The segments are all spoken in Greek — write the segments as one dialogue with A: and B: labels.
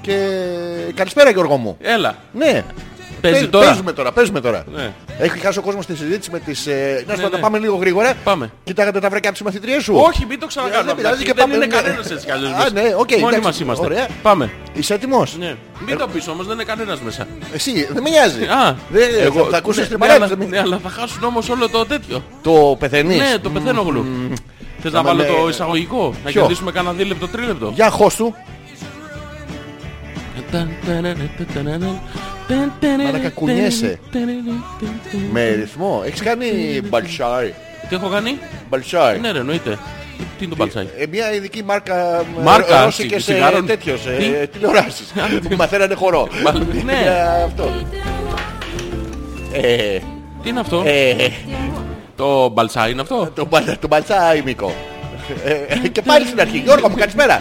A: Και καλησπέρα Γιώργο μου.
B: Έλα.
A: Ναι.
B: Παίζει
A: Παίζ-
B: τώρα.
A: Παίζουμε τώρα, παίζουμε τώρα.
B: Ναι.
A: Έχει χάσει ο κόσμος τη συζήτηση με τις... Ε... Να σου πω,
B: ναι.
A: τα πάμε λίγο γρήγορα.
B: Πάμε.
A: Κοιτάγατε τα βρακιά από τις μαθητρίες σου.
B: Όχι, μην το
A: Ε,
B: ξανακάνουμε.
A: δεν πειράζει και
B: Δεν
A: πάμε,
B: είναι
A: ναι.
B: κανένας έτσι κι αλλιώς
A: Α,
B: μέσα.
A: ναι, οκ,
B: Μόνοι
A: εντάξει,
B: μας είμαστε.
A: ωραία.
B: Πάμε.
A: Είσαι έτοιμος.
B: Ναι. Μην το πεις όμως, δεν είναι κανένας μέσα.
A: Εσύ, δεν με νοιάζει.
B: Α,
A: δεν,
B: εγώ-
A: θα, θα ακούσεις
B: ναι,
A: την
B: ναι,
A: παρέα.
B: αλλά- Ναι, αλλά θα χάσουν όμως όλο το τέτοιο.
A: Το πεθαίνεις.
B: Ναι, το πεθαίνω γλου. Θες να
A: Άμα
B: βάλω
A: ναι.
B: το εισαγωγικό, να
A: Ποιο?
B: κερδίσουμε κανένα δίλεπτο, τρίλεπτο.
A: Για χώστου. Μαλάκα, κουνιέσαι. Με ρυθμό. Έχεις κάνει μπαλσάρι.
B: Τι έχω κάνει?
A: Μπαλσάρι.
B: Ναι, ρε, εννοείται. Τι είναι το παλτσάκι.
A: Ε, μια ειδική μάρκα, ε,
B: Ναι. Μάρκα,
A: ρώσικες
B: σι- σιγάρων.
A: τέτοιος, ε, τηλεοράσεις. Που μαθαίνανε χορό.
B: Μάλλον, ναι.
A: Για αυτό. Ε,
B: Τι είναι αυτό?
A: ε,
B: Το μπαλτσά είναι αυτό?
A: Το, μπα- το μπαλσάιμικο. Ε, και πάλι στην αρχή. Γιώργο μου, καλησπέρα.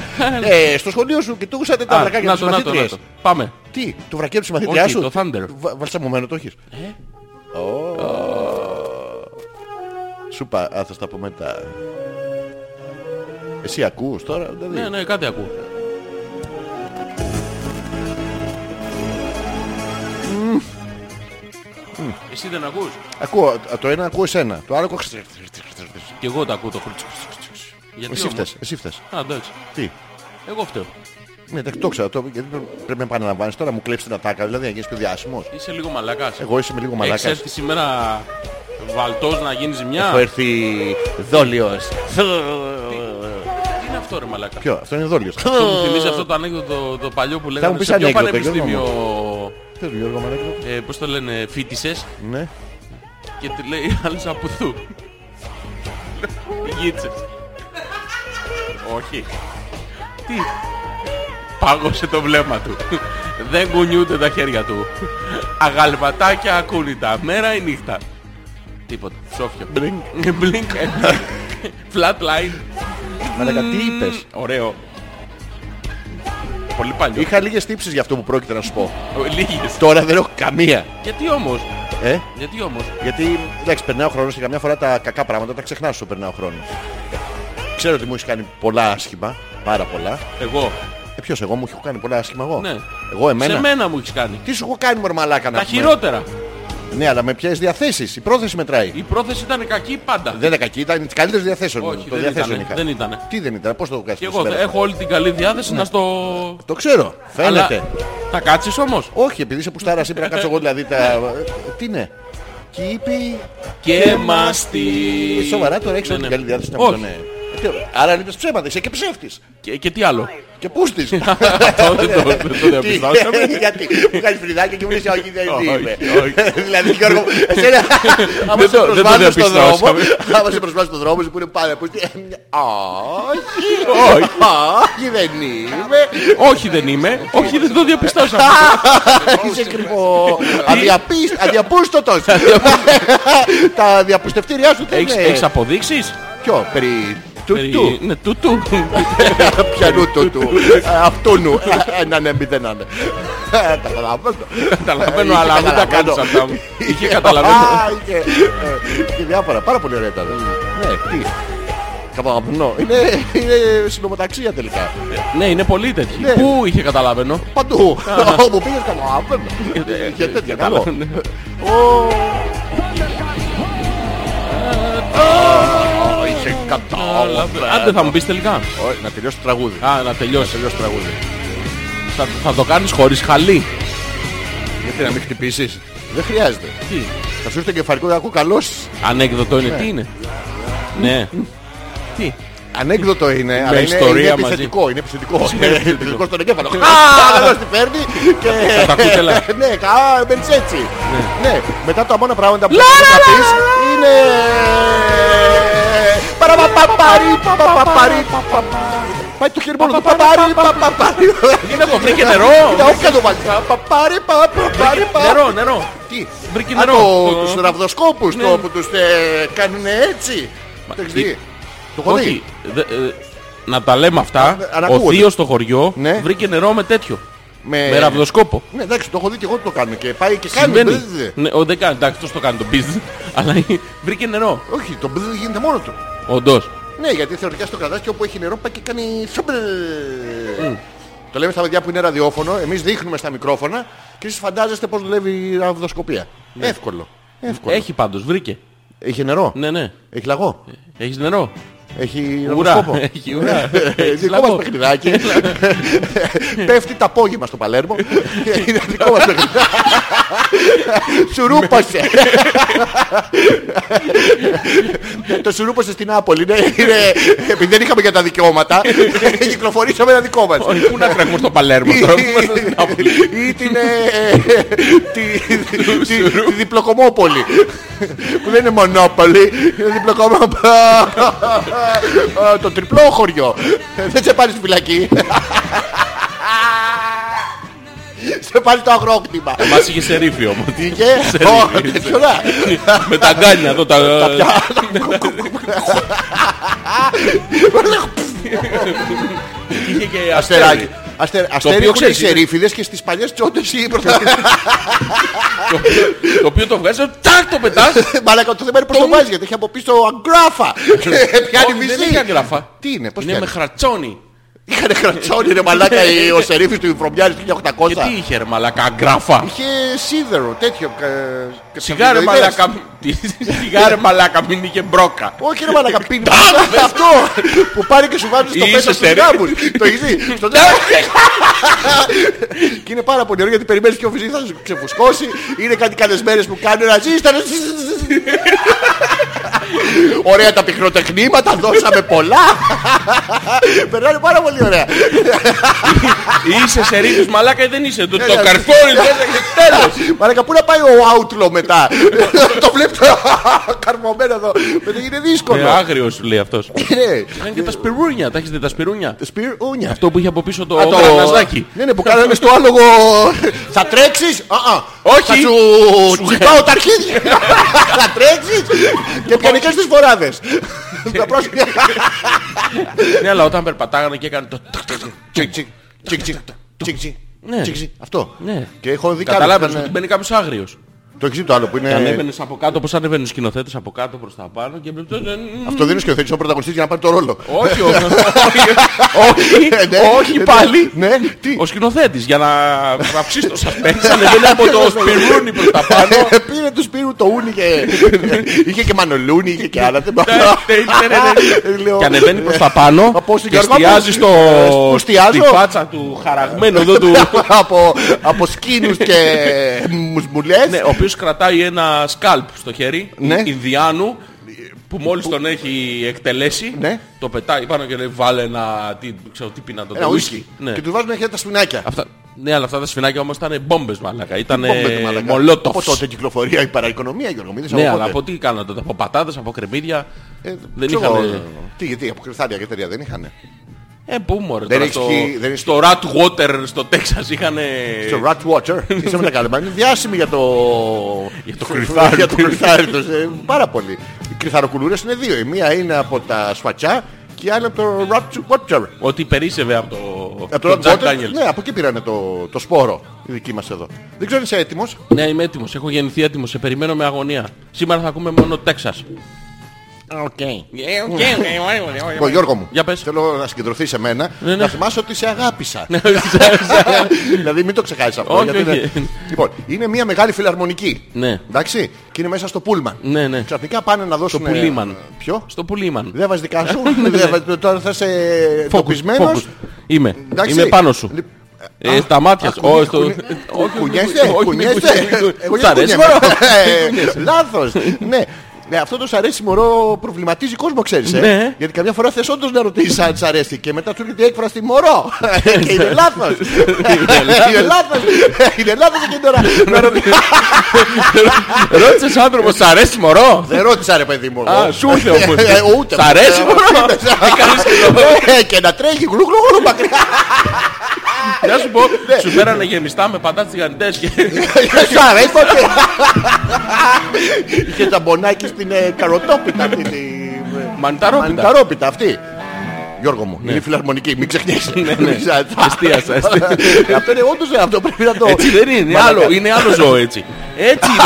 A: ε, στο σχολείο σου κοιτούσατε τα
B: Α,
A: βρακάκια
B: να
A: της
B: το, να το, να το.
A: μαθήτριας.
B: Πάμε.
A: Τι, το βρακί της μαθήτριάς
B: Όχι,
A: σου.
B: το Thunder. Ε.
A: Βα- Βαλσαμωμένο το έχεις. Ω. Σου πα, α, θα στα πω μετά. Εσύ ακούς τώρα, δηλαδή.
B: Ναι, ναι, κάτι ακούω. Εσύ δεν ακούς.
A: Ακούω, α, το ένα ακούω εσένα. Το άλλο ακούω...
B: Κι εγώ το ακούω το χρήτσο. Γιατί
A: Εσύ
B: όμως?
A: φταίς, εσύ φταίς.
B: Α, εντάξει.
A: Τι.
B: Εγώ φταίω.
A: Ναι, εντάξει, το ξέρω, το, γιατί πρέπει να επαναλαμβάνεις τώρα, μου κλέψεις την ατάκα, δηλαδή να γίνεις πιο διάσημος.
B: Είσαι λίγο μαλακάς.
A: Εγώ είσαι με λίγο
B: Έχεις
A: μαλάκας.
B: έρθει σήμερα βαλτός να γίνεις μια.
A: Έχω έρθει δόλιος.
B: Τι είναι αυτό ρε μαλακά.
A: Ποιο, αυτό είναι δόλιος.
B: Αυτό μου θυμίζει αυτό το ανέκδοτο το παλιό που λέγανε
A: μου πεις
B: σε ποιο
A: ανέκδοτο,
B: πανεπιστήμιο
A: Θες μου, Γιώργο Μαλάκη.
B: ε, πώς το λένε φίτησες
A: Ναι.
B: και τη λέει άλλες από θου. Γίτσες. Όχι. Τι. Πάγωσε το βλέμμα του. Δεν κουνιούνται τα χέρια του. Αγαλματάκια ακούνητα. Μέρα ή νύχτα. Τίποτα. Ψόφιο.
A: Μπλινκ.
B: Blink. Flatline.
A: Μαλάκα, τι είπες.
B: Ωραίο. Πολύ παλιό.
A: Είχα λίγες τύψεις για αυτό που πρόκειται να σου πω.
B: Λίγες.
A: Τώρα δεν έχω καμία.
B: Γιατί όμως.
A: Ε,
B: Γιατί όμως.
A: γιατί εντάξει, περνάει ο χρόνος και καμιά φορά τα κακά πράγματα τα ξεχνάς όσο περνάει ο χρόνος. Ξέρω ότι μου έχεις κάνει πολλά άσχημα, πάρα πολλά.
B: Εγώ.
A: Ε, ποιος εγώ μου έχω κάνει πολλά άσχημα εγώ.
B: Ναι.
A: Εγώ εμένα.
B: Σε μένα μου έχεις κάνει.
A: Τι σου έχω κάνει μορμαλάκα να
B: Τα
A: πούμε.
B: χειρότερα.
A: Ναι, αλλά με ποιες διαθέσεις. Η πρόθεση μετράει.
B: Η πρόθεση ήταν κακή πάντα.
A: Δεν ήταν κακή, ήταν τις καλύτερες διαθέσεις μου.
B: Όχι,
A: Το
B: δεν
A: διαθέσεων
B: ήταν.
A: είχα.
B: Δεν ήταν.
A: Τι δεν ήταν, πώς το έκανες
B: Και
A: το
B: εγώ
A: συμπέρασμα.
B: έχω όλη την καλή διάθεση να στο...
A: Το ξέρω,
B: Αλλά
A: Ναι. φαίνεται.
B: θα κάτσεις όμως.
A: Όχι, επειδή είσαι πουστάρας είπε να κάτσω εγώ δηλαδή τα... Τι είναι. Και είπε...
B: Και μας τη...
A: Ε, Σοβαρά τώρα έχεις
B: Ναι,
A: όλη την
B: ναι.
A: καλή διάθεση να
B: Όχι.
A: μου ναι. Άρα λείπεις ψέματα, είσαι και ψεύτης.
B: Και- Και τι άλλο.
A: Και πούστης.
B: Αυτό δεν το- δεν το διαπιστώσαμε.
A: Τι, Γιατί μου κάνεις φρυδάκια και μου λες όχι δεν
B: Όχι,
A: είμαι.
B: όχι.
A: Δηλαδή Γιώργο, μου, εσένα άμα
B: Δεν
A: σε
B: το- δεν το
A: προσβάλλουν στον δρόμο,
B: διαπιστώσαμε.
A: άμα σε προσβάλλουν στον δρόμο σου που είναι πάρα πούστη, ε, μια- όχι,
B: Όχι.
A: όχι δεν είμαι.
B: Όχι δεν είμαι. Όχι δεν το διαπιστώσαμε.
A: Είσαι κρυφό. Αδιαπίσ- Αδιαπούστοτος. Τα διαπιστευτήριά σου δεν
B: Έχεις-
A: είναι.
B: Έχεις αποδείξεις.
A: Ποιο, περί ναι. τούτου.
B: Ναι, τούτου.
A: Πιανού τούτου. Αυτού νου. Ένα ναι, μηδέν να είναι. Τα καταλαβαίνω.
B: Καταλαβαίνω,
A: Είχε
B: αλλά δεν τα
A: καταλαβαίνω.
B: κάνεις αυτά μου. Είχε καταλαβαίνω.
A: Α, είχε, ε, Και διάφορα. Πάρα πολύ ωραία ήταν. Ναι, τι. Καταλαβαίνω. Είναι, είναι συνομοταξία τελικά.
B: Ναι, είναι πολύ τέτοιοι.
A: Ναι.
B: Πού είχε καταλαβαίνω.
A: Παντού. Όπου πήγες καταλαβαίνω.
B: Ε,
A: Ε, Είχε τέτοια. Καλό.
B: Καταλαβαίνω.
A: Ω. Είχε κατάλαβε.
B: Άντε θα μου πεις τελικά.
A: Ω, Να τελειώσει το τραγούδι.
B: Α, να τελειώσει.
A: Τελειώσει το τραγούδι.
B: Θα, θα το κάνεις χωρίς χαλί.
A: Γιατί να μην χτυπήσεις. Δεν χρειάζεται.
B: Τι.
A: Θα σου έρθει το κεφαλικό και ακούω καλώς.
B: Ανέκδοτο είναι. Τι είναι. Ναι. Τι.
A: Ανέκδοτο είναι, αλλά είναι,
B: ιστορία
A: είναι
B: μαζί.
A: επιθετικό. Είναι επιθετικό. Είναι επιθετικό στον εγκέφαλο. Α, δεν τι παίρνει.
B: τα κούτελα.
A: Και... ναι, α, μπαίνεις έτσι. Ναι, μετά τα μόνα πράγματα που μπορείς να πεις είναι... Παραπαπαπαρι, παπαπαπαρι, παπαπα. Πάει το χέρι μόνο του. Παπαρι, παπαπαρι.
B: Είναι αυτό, βρήκε νερό.
A: Κοίτα, όχι κάτω πάλι. Παπαρι, παπαπαρι,
B: Νερό, νερό.
A: Τι,
B: Βρήκε
A: Α,
B: νερό.
A: το-
B: Το-
A: τους ραβδοσκόπους
B: Ναι.
A: το που τους ε, κάνουν έτσι. Το έχεις
B: τι-
A: δει. Το έχω δει.
B: Όχι. δε- ε, Να τα λέμε αυτά.
A: Α, να
B: Ο
A: ακούγονται.
B: θείος στο χωριό
A: Ναι.
B: βρήκε νερό με τέτοιο.
A: Με-
B: Με ραβδοσκόπο.
A: Ναι, εντάξει, το έχω δει και εγώ το κάνω και πάει και κάνει.
B: Συμβαίνει.
A: μπλ.
B: Ναι, ο, δεν κάνει. Εντάξει, αυτός το κάνει το business. Αλλά ε, βρήκε νερό.
A: Όχι, το μπλ γίνεται μόνο του.
B: Όντως.
A: Ναι, γιατί θεωρητικά στο κρατάς και όπου έχει νερό πάει και κάνει σομπλ. Το λέμε στα παιδιά που είναι ραδιόφωνο, εμείς δείχνουμε στα μικρόφωνα και εσείς φαντάζεστε πώς δουλεύει η ραβδοσκοπία. Εύκολο. Εύκολο.
B: Έχει πάντως, βρήκε.
A: Έχει νερό.
B: Ναι, ναι.
A: Έχει λαγό.
B: Έχεις νερό.
A: Έχει
B: Ουρά.
A: ραβδοσκόπο.
B: Έχει ουρά.
A: Ε,
B: Έχεις
A: Δικό μας
B: λαγό.
A: παιχνιδάκι. Πέφτει το απόγευμα στο Παλέρμο. Είναι δικό μας παιχνιδάκι. Σουρούπασε. Το σουρούπασε στην Άπολη. ναι. Είναι- Επειδή δεν είχαμε για τα δικαιώματα, κυκλοφορήσαμε ένα δικό μας.
B: Όχι, Πού να τρέχουμε στο Παλέρμο
A: Ή-
B: τώρα. Πού είμαστε στην Νάπολη.
A: ή την ε, ε, τη- τη- τη διπλοκομόπολη που δεν είναι μονόπολη είναι διπλοκομόπολη Α, Ε, το τριπλό χωριό Ε, δεν σε πάρει στη φυλακή σε πάρει το αγρόκτημα
B: Μας είχε σε ρήφη όμως.
A: Τι είχε Ω, τέτοιο, να.
B: Με τα γκάνια εδώ τα... Ναι. Είχε και
A: αστεράκι
B: αστέρι.
A: Αστε-
B: οποίο
A: Αστέρι έχουν οι
B: ξέρεις, είναι-
A: σερίφιδες και στις παλιές τσόντες οι πρωτα-
B: Το- Το οποίο το βγάζει, τάκ το πετάς.
A: Μαλάκα το θέμα είναι πως το βάζει γιατί έχει από πίσω αγκράφα. Και Πιάνει
B: Όχι, Δεν
A: μισή.
B: έχει αγγραφά.
A: Τι είναι, πώς
B: Είναι με
A: πιάνει.
B: χρατσόνι.
A: Είχανε χρατσόνι ρε μαλάκα η- ο σερίφης του Βρωμιάρης του 1800.
B: Και τι είχε ρε μαλακά, αγγράφα.
A: Είχε σίδερο, τέτοιο. ε, και
B: Σιγά ρε
A: καφιδοειδές.
B: μαλακά. τι- Σιγά ρε μαλακά, μην είχε μπρόκα.
A: Όχι ρε μαλάκα, πίνει. Αυτό που πάρει και σου βάζει στο
B: Είσαι
A: πέτο στους
B: σερίφη.
A: γάμους. Το έχεις δει. Στο- Και είναι πάρα πολύ ωραίο γιατί περιμένεις και ο φυσικός θα σου ξεφουσκώσει. Είναι κάτι καλεσμένες που κάνουν ένα ζήσταν. Ωραία τα πυκνοτεχνήματα, δώσαμε πολλά. Περνάνε πάρα πολύ ωραία.
B: Είσαι σε ρίχνους μαλάκα ή δεν είσαι. Το
A: ναι.
B: το καρφώνεις δεν έχει τέλος.
A: Μαλάκα, πού να πάει ο outlaw μετά. το βλέπω καρμωμένο εδώ. Μετά είναι
B: Ε,
A: δύσκολο.
B: Άγριος σου λέει αυτός.
A: Ναι.
B: Κάνει και τα σπιρούνια, τα έχεις δει τα σπιρούνια.
A: Σπυρ ούνια.
B: Αυτό που είχε από πίσω το
A: Α, το-
B: γραναζάκι.
A: Ναι, ναι, που κάναμε στο άλογο. Θα τρέξεις. Α, α.
B: Όχι.
A: Θα σου τσιπάω τα αρχίδια. Θα τρέξεις.
B: Λοιπόν.
A: Και πιανε και στις φοράδες. Τα πρόσωπα.
B: Ναι, αλλά όταν περπατάγανε και έκανε το... τακ, τακ, τακ.
A: Τσικ, τσικ, τσικ, τσικ, τσικ, τσικ.
B: Ναι.
A: Τσικ, τσικ. Αυτό.
B: Ναι.
A: Και έχω δει κάτι.
B: Καταλάβαινες
A: που
B: ότι
A: ήταν-
B: μπαίνει κάποιος άγριος.
A: Το έχεις δει το άλλο που
B: Και
A: είναι.
B: ανέβαινες από κάτω, όπως ανέβαινε ο σκηνοθέτης από κάτω προς τα πάνω και...
A: Αυτό δεν είναι σκηνοθέτης, είναι ο πρωταγωνιστής για να πάρει το ρόλο.
B: Όχι, όχι, όχι,
A: Ε, ναι.
B: όχι πάλι.
A: Ναι, τι.
B: Ο σκηνοθέτης για να αυξήσει το suspense ανεβαίνει από το σπιρούνι προς τα πάνω.
A: Ε, Πήρε του πήρου το ούνι και... είχε και μανολούνι, είχε και άλλα. Δεν πάω.
B: Ναι, ναι, ναι, ναι, ναι.
A: Λέω,
B: Και ανεβαίνει προς τα πάνω
A: Ε, Από στην
B: και
A: Γιώργο,
B: εστιάζει στο...
A: ε, που εστιάζω.
B: στη φάτσα του χαραγμένου εδώ του...
A: από, από σκήνους και μουσμουλές.
B: Ναι, ο οποίος κρατάει ένα σκάλπ στο χέρι
A: Ναι.
B: Ινδιάνου που μόλις τον έχει εκτελέσει
A: Ναι.
B: το πετάει πάνω και λέει βάλε ένα τι, ξέρω, τι πίνα το
A: Ένα ουίσκι.
B: Ναι.
A: Και του βάζουν χέρια τα σφινάκια.
B: Αυτά, ναι, αλλά αυτά τα σφινάκια όμως ήταν μπόμπες μαλάκα. Ήταν
A: Πόμπες, μαλάκα. Από
B: μολότοφ.
A: τότε κυκλοφορία η παραοικονομία, Γιώργο. Μην
B: Ναι, αλλά από τι κάνατε τότε, από πατάτες, από κρεμμύδια. δεν είχαν.
A: Ε, Τι, γιατί, από κρυθάρια και τέτοια δεν είχαν.
B: Ε, πού μωρέ.
A: Δεν
B: τώρα
A: έχει χει- δεν έχει-
B: στο Rat Water στο Τέξας είχαν.
A: Στο Rat Watcher, είσαι με τα καλά. Είναι διάσημοι για το.
B: Για το κρυθάρι.
A: Για το κρυθάρι τους, ε, Πάρα πολύ. Οι κρυθαροκουλούρες είναι δύο. Η μία είναι από τα σφατσιά και η άλλη από το Rat Watcher.
B: Ότι περίσευε από το,
A: Από το
B: τον
A: Rat
B: Jack
A: Watcher.
B: Daniels.
A: Ναι, από εκεί πήρανε το, το σπόρο. Οι δικοί μας εδώ. Δεν ξέρω αν είσαι έτοιμος.
B: Ναι, είμαι έτοιμος, Έχω γεννηθεί έτοιμος, Σε περιμένω με αγωνία. Σήμερα θα ακούμε μόνο Τέξας.
A: Λοιπόν, Γιώργο μου,
B: Για πες.
A: θέλω να συγκεντρωθείς σε μένα.
B: ναι.
A: Να θυμάσαι ότι σε αγάπησα. δηλαδή μην το ξεχάσεις αυτό.
B: Όχι,
A: γιατί
B: όχι.
A: είναι- Λοιπόν, είναι μια μεγάλη φιλαρμονική.
B: Ναι.
A: Εντάξει, και είναι μέσα στο πούλμαν.
B: Ναι, ναι.
A: Ξαφνικά πάνε να δώσουν.
B: Στο πουλίμαν.
A: ε, Ποιο?
B: Στο πουλίμαν.
A: Δεν βάζεις δικά σου. δεν βάζεις- Τώρα θα είσαι
B: ναι. Focus.
A: τοπισμένος.
B: Είμαι.
A: Εντάξει. Λοιπόν,
B: Είμαι πάνω σου.
A: Λι-
B: Ε, τα μάτια σου.
A: Α,
B: Όχι, το-
A: κουνι-
B: όχι,
A: Κουνιέστε,
B: όχι,
A: κουνιέστε.
B: μην κουνιέσαι.
A: Εγώ
B: Σ'
A: δεν
B: αρέσει,
A: κουνιέμαι.
B: μωρό.
A: Ε, Λάθος. Ναι. Ναι, αυτό το σ' αρέσει μωρό προβληματίζει κόσμο, ξέρεις ε.
B: Ναι.
A: Γιατί καμιά φορά θες όντως να ρωτήσεις αν σ' αρέσει και μετά σου έρχεται η έκφραση μωρό.
B: Ναι,
A: και είναι λάθος. είναι λάθος. είναι λάθος και τώρα.
B: Ναι.
A: να ρωτήσω.
B: Ρώτησες άνθρωπος, σ' αρέσει μωρό.
A: Δεν ρώτησα ρε παιδί μου. εγώ.
B: Α, σου ήρθε όμως.
A: Ε, ούτε.
B: Σ' αρέσει μωρό. Έκανες και το
A: Ε, Και να τρέχει γλου γλου γλου μακριά. Ναι.
B: Να σου πω, σου φέρανε γεμιστά με πατάτες γιγαντές και
A: Σου αρέσει τότε. Είχε τα μπονάκι στην ε, καροτόπιτα αυτή τη...
B: Μανιταρόπιτα. Ναι.
A: Μανιταρόπιτα αυτή. Γιώργο μου, είναι φιλαρμονική, μην ξεχνιέσαι.
B: Εστίασα, εστίασα.
A: Αυτό είναι όντως αυτό πρέπει να το...
B: Έτσι δεν είναι.
A: Μαλάκα.
B: Άλλο, είναι άλλο ζώο έτσι. Έτσι είναι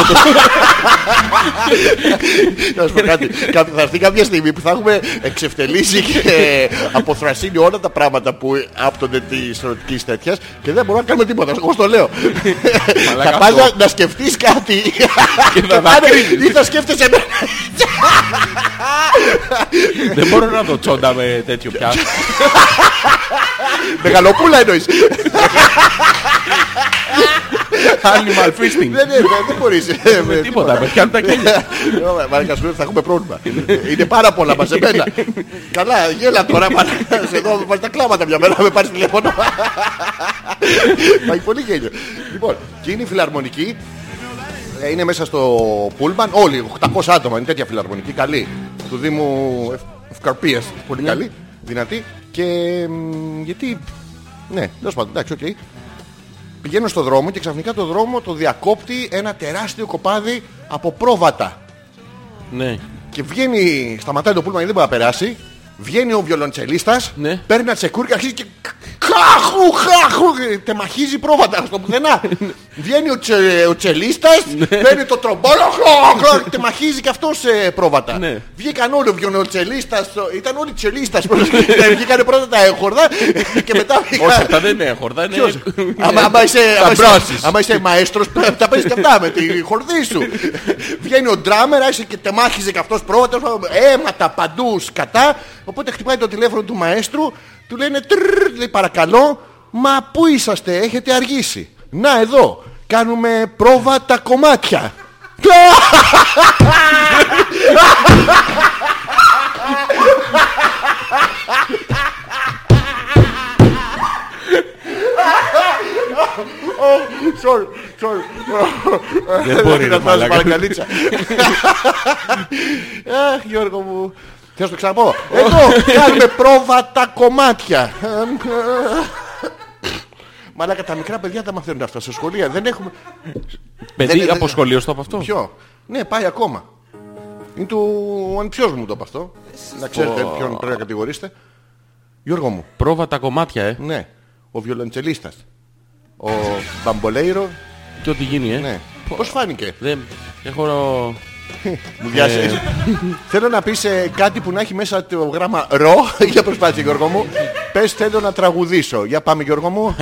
B: το
A: Να σου πω κάτι. Κα- Θα έρθει κάποια στιγμή που θα έχουμε εξευτελίσει και αποθρασύνει όλα τα πράγματα που άπτονται της ερωτικής τέτοιας και δεν μπορούμε να κάνουμε τίποτα. Εγώ στο λέω.
B: Μαλάκα,
A: Θα πας
B: αυτό.
A: να- να σκεφτείς κάτι
B: και θα
A: Πάνε,
B: δακρύνεις.
A: ή θα σκέφτεσαι εμένα.
B: Δεν μπορώ να δω τσόντα με τέτοιο πια.
A: Μεγαλοπούλα εννοείς.
B: Animal feasting.
A: Δεν είναι, δεν- δεν μπορείς. Ε,
B: Τίποτα, με πιάνουν τα κέλια.
A: Ωραία, Μαλάκα σου λέω ότι θα έχουμε πρόβλημα. Είναι πάρα πολλά μαζεμένα. Καλά, γέλα τώρα. μαλάκα. Σε Εδώ βάζει τα κλάματα μια μέρα, με πάρεις τηλέφωνο. Πάει πολύ γέλιο. Λοιπόν, και είναι η φιλαρμονική. Ε, Είναι μέσα στο πούλμαν. Όλοι, 800 άτομα. Είναι τέτοια φιλαρμονική. Καλή. Του Δήμου Ευ- Ευκαρπίας. Πολύ καλή. Δυνατή. Και μ, γιατί. Ναι, τέλος πάντων, εντάξει, οκ. Πηγαίνω στο δρόμο και ξαφνικά το δρόμο το διακόπτει ένα τεράστιο κοπάδι από πρόβατα.
B: Ναι.
A: Και βγαίνει, σταματάει το πούλμα γιατί δεν μπορεί να περάσει. Βγαίνει ο βιολοντσελίστας,
B: Ναι.
A: παίρνει ένα τσεκούρι και αρχίζει και. Χάχου, χάχου! ε, Τεμαχίζει πρόβατα στο πουθενά. Βγαίνει ο, τσε, ο τσελίστας,
B: Ναι.
A: παίρνει το τρομπόλο, χλο, χλο, και τεμαχίζει και αυτός σε πρόβατα.
B: Ναι.
A: Βγήκαν όλοι ο βιολοντσελίστα, ήταν όλοι τσελίστα. Βγήκαν πρώτα τα έχορδα και μετά
B: Όχι,
A: βγήκαν.
B: αυτά δεν είναι χορτά, είναι...
A: Ποιος? Άμα- άμα είσαι-
B: Τα
A: άμα είσαι-
B: μπρώσεις.
A: Άμα είσαι μαέστρος πρέπει να τα παίζεις και αυτά με τη χορδή σου Βγαίνει ο ντράμερ άρχισε και τεμάχιζε και αυτός πρόβατα Αίματα παντού σκατά Οπότε χτυπάει το τηλέφωνο του μαέστρου Του λένε «Τρρρρ», λέει, παρακαλώ Μα πού είσαστε έχετε αργήσει Να εδώ κάνουμε πρόβα τα κομμάτια Sorry, sorry.
B: Δεν μπορεί
A: να
B: να
A: φας
B: μαλάκα.
A: παρακαλίτσα. Αχ, Γιώργο μου. Θέλω να το ξαναπώ. Εδώ κάνουμε πρόβα τα κομμάτια. Μαλάκα τα μικρά παιδιά τα μαθαίνουν αυτά σε σχολεία. Δεν έχουμε. Δεν-
B: Παιδί
A: δεν-
B: από σχολείο στο από αυτό.
A: Ποιο. Ναι, πάει ακόμα. Είναι του ανιψιός μου το είπα αυτό. Να ξέρετε ποιον πρέπει να κατηγορήσετε. Γιώργο μου.
B: Πρόβα τα κομμάτια, ε.
A: Ναι. Ο βιολοντσελίστας. Ο Μπαμπολέιρο.
B: Και ό,τι γίνει, ε.
A: Ναι. Πώς φάνηκε.
B: Δεν... Έχω...
A: Μου βιάζεις. Θέλω να πεις ε, κάτι που να έχει μέσα το γράμμα ρο. Για προσπάθεια Γιώργο μου. Πες θέλω να τραγουδήσω. Για πάμε Γιώργο μου.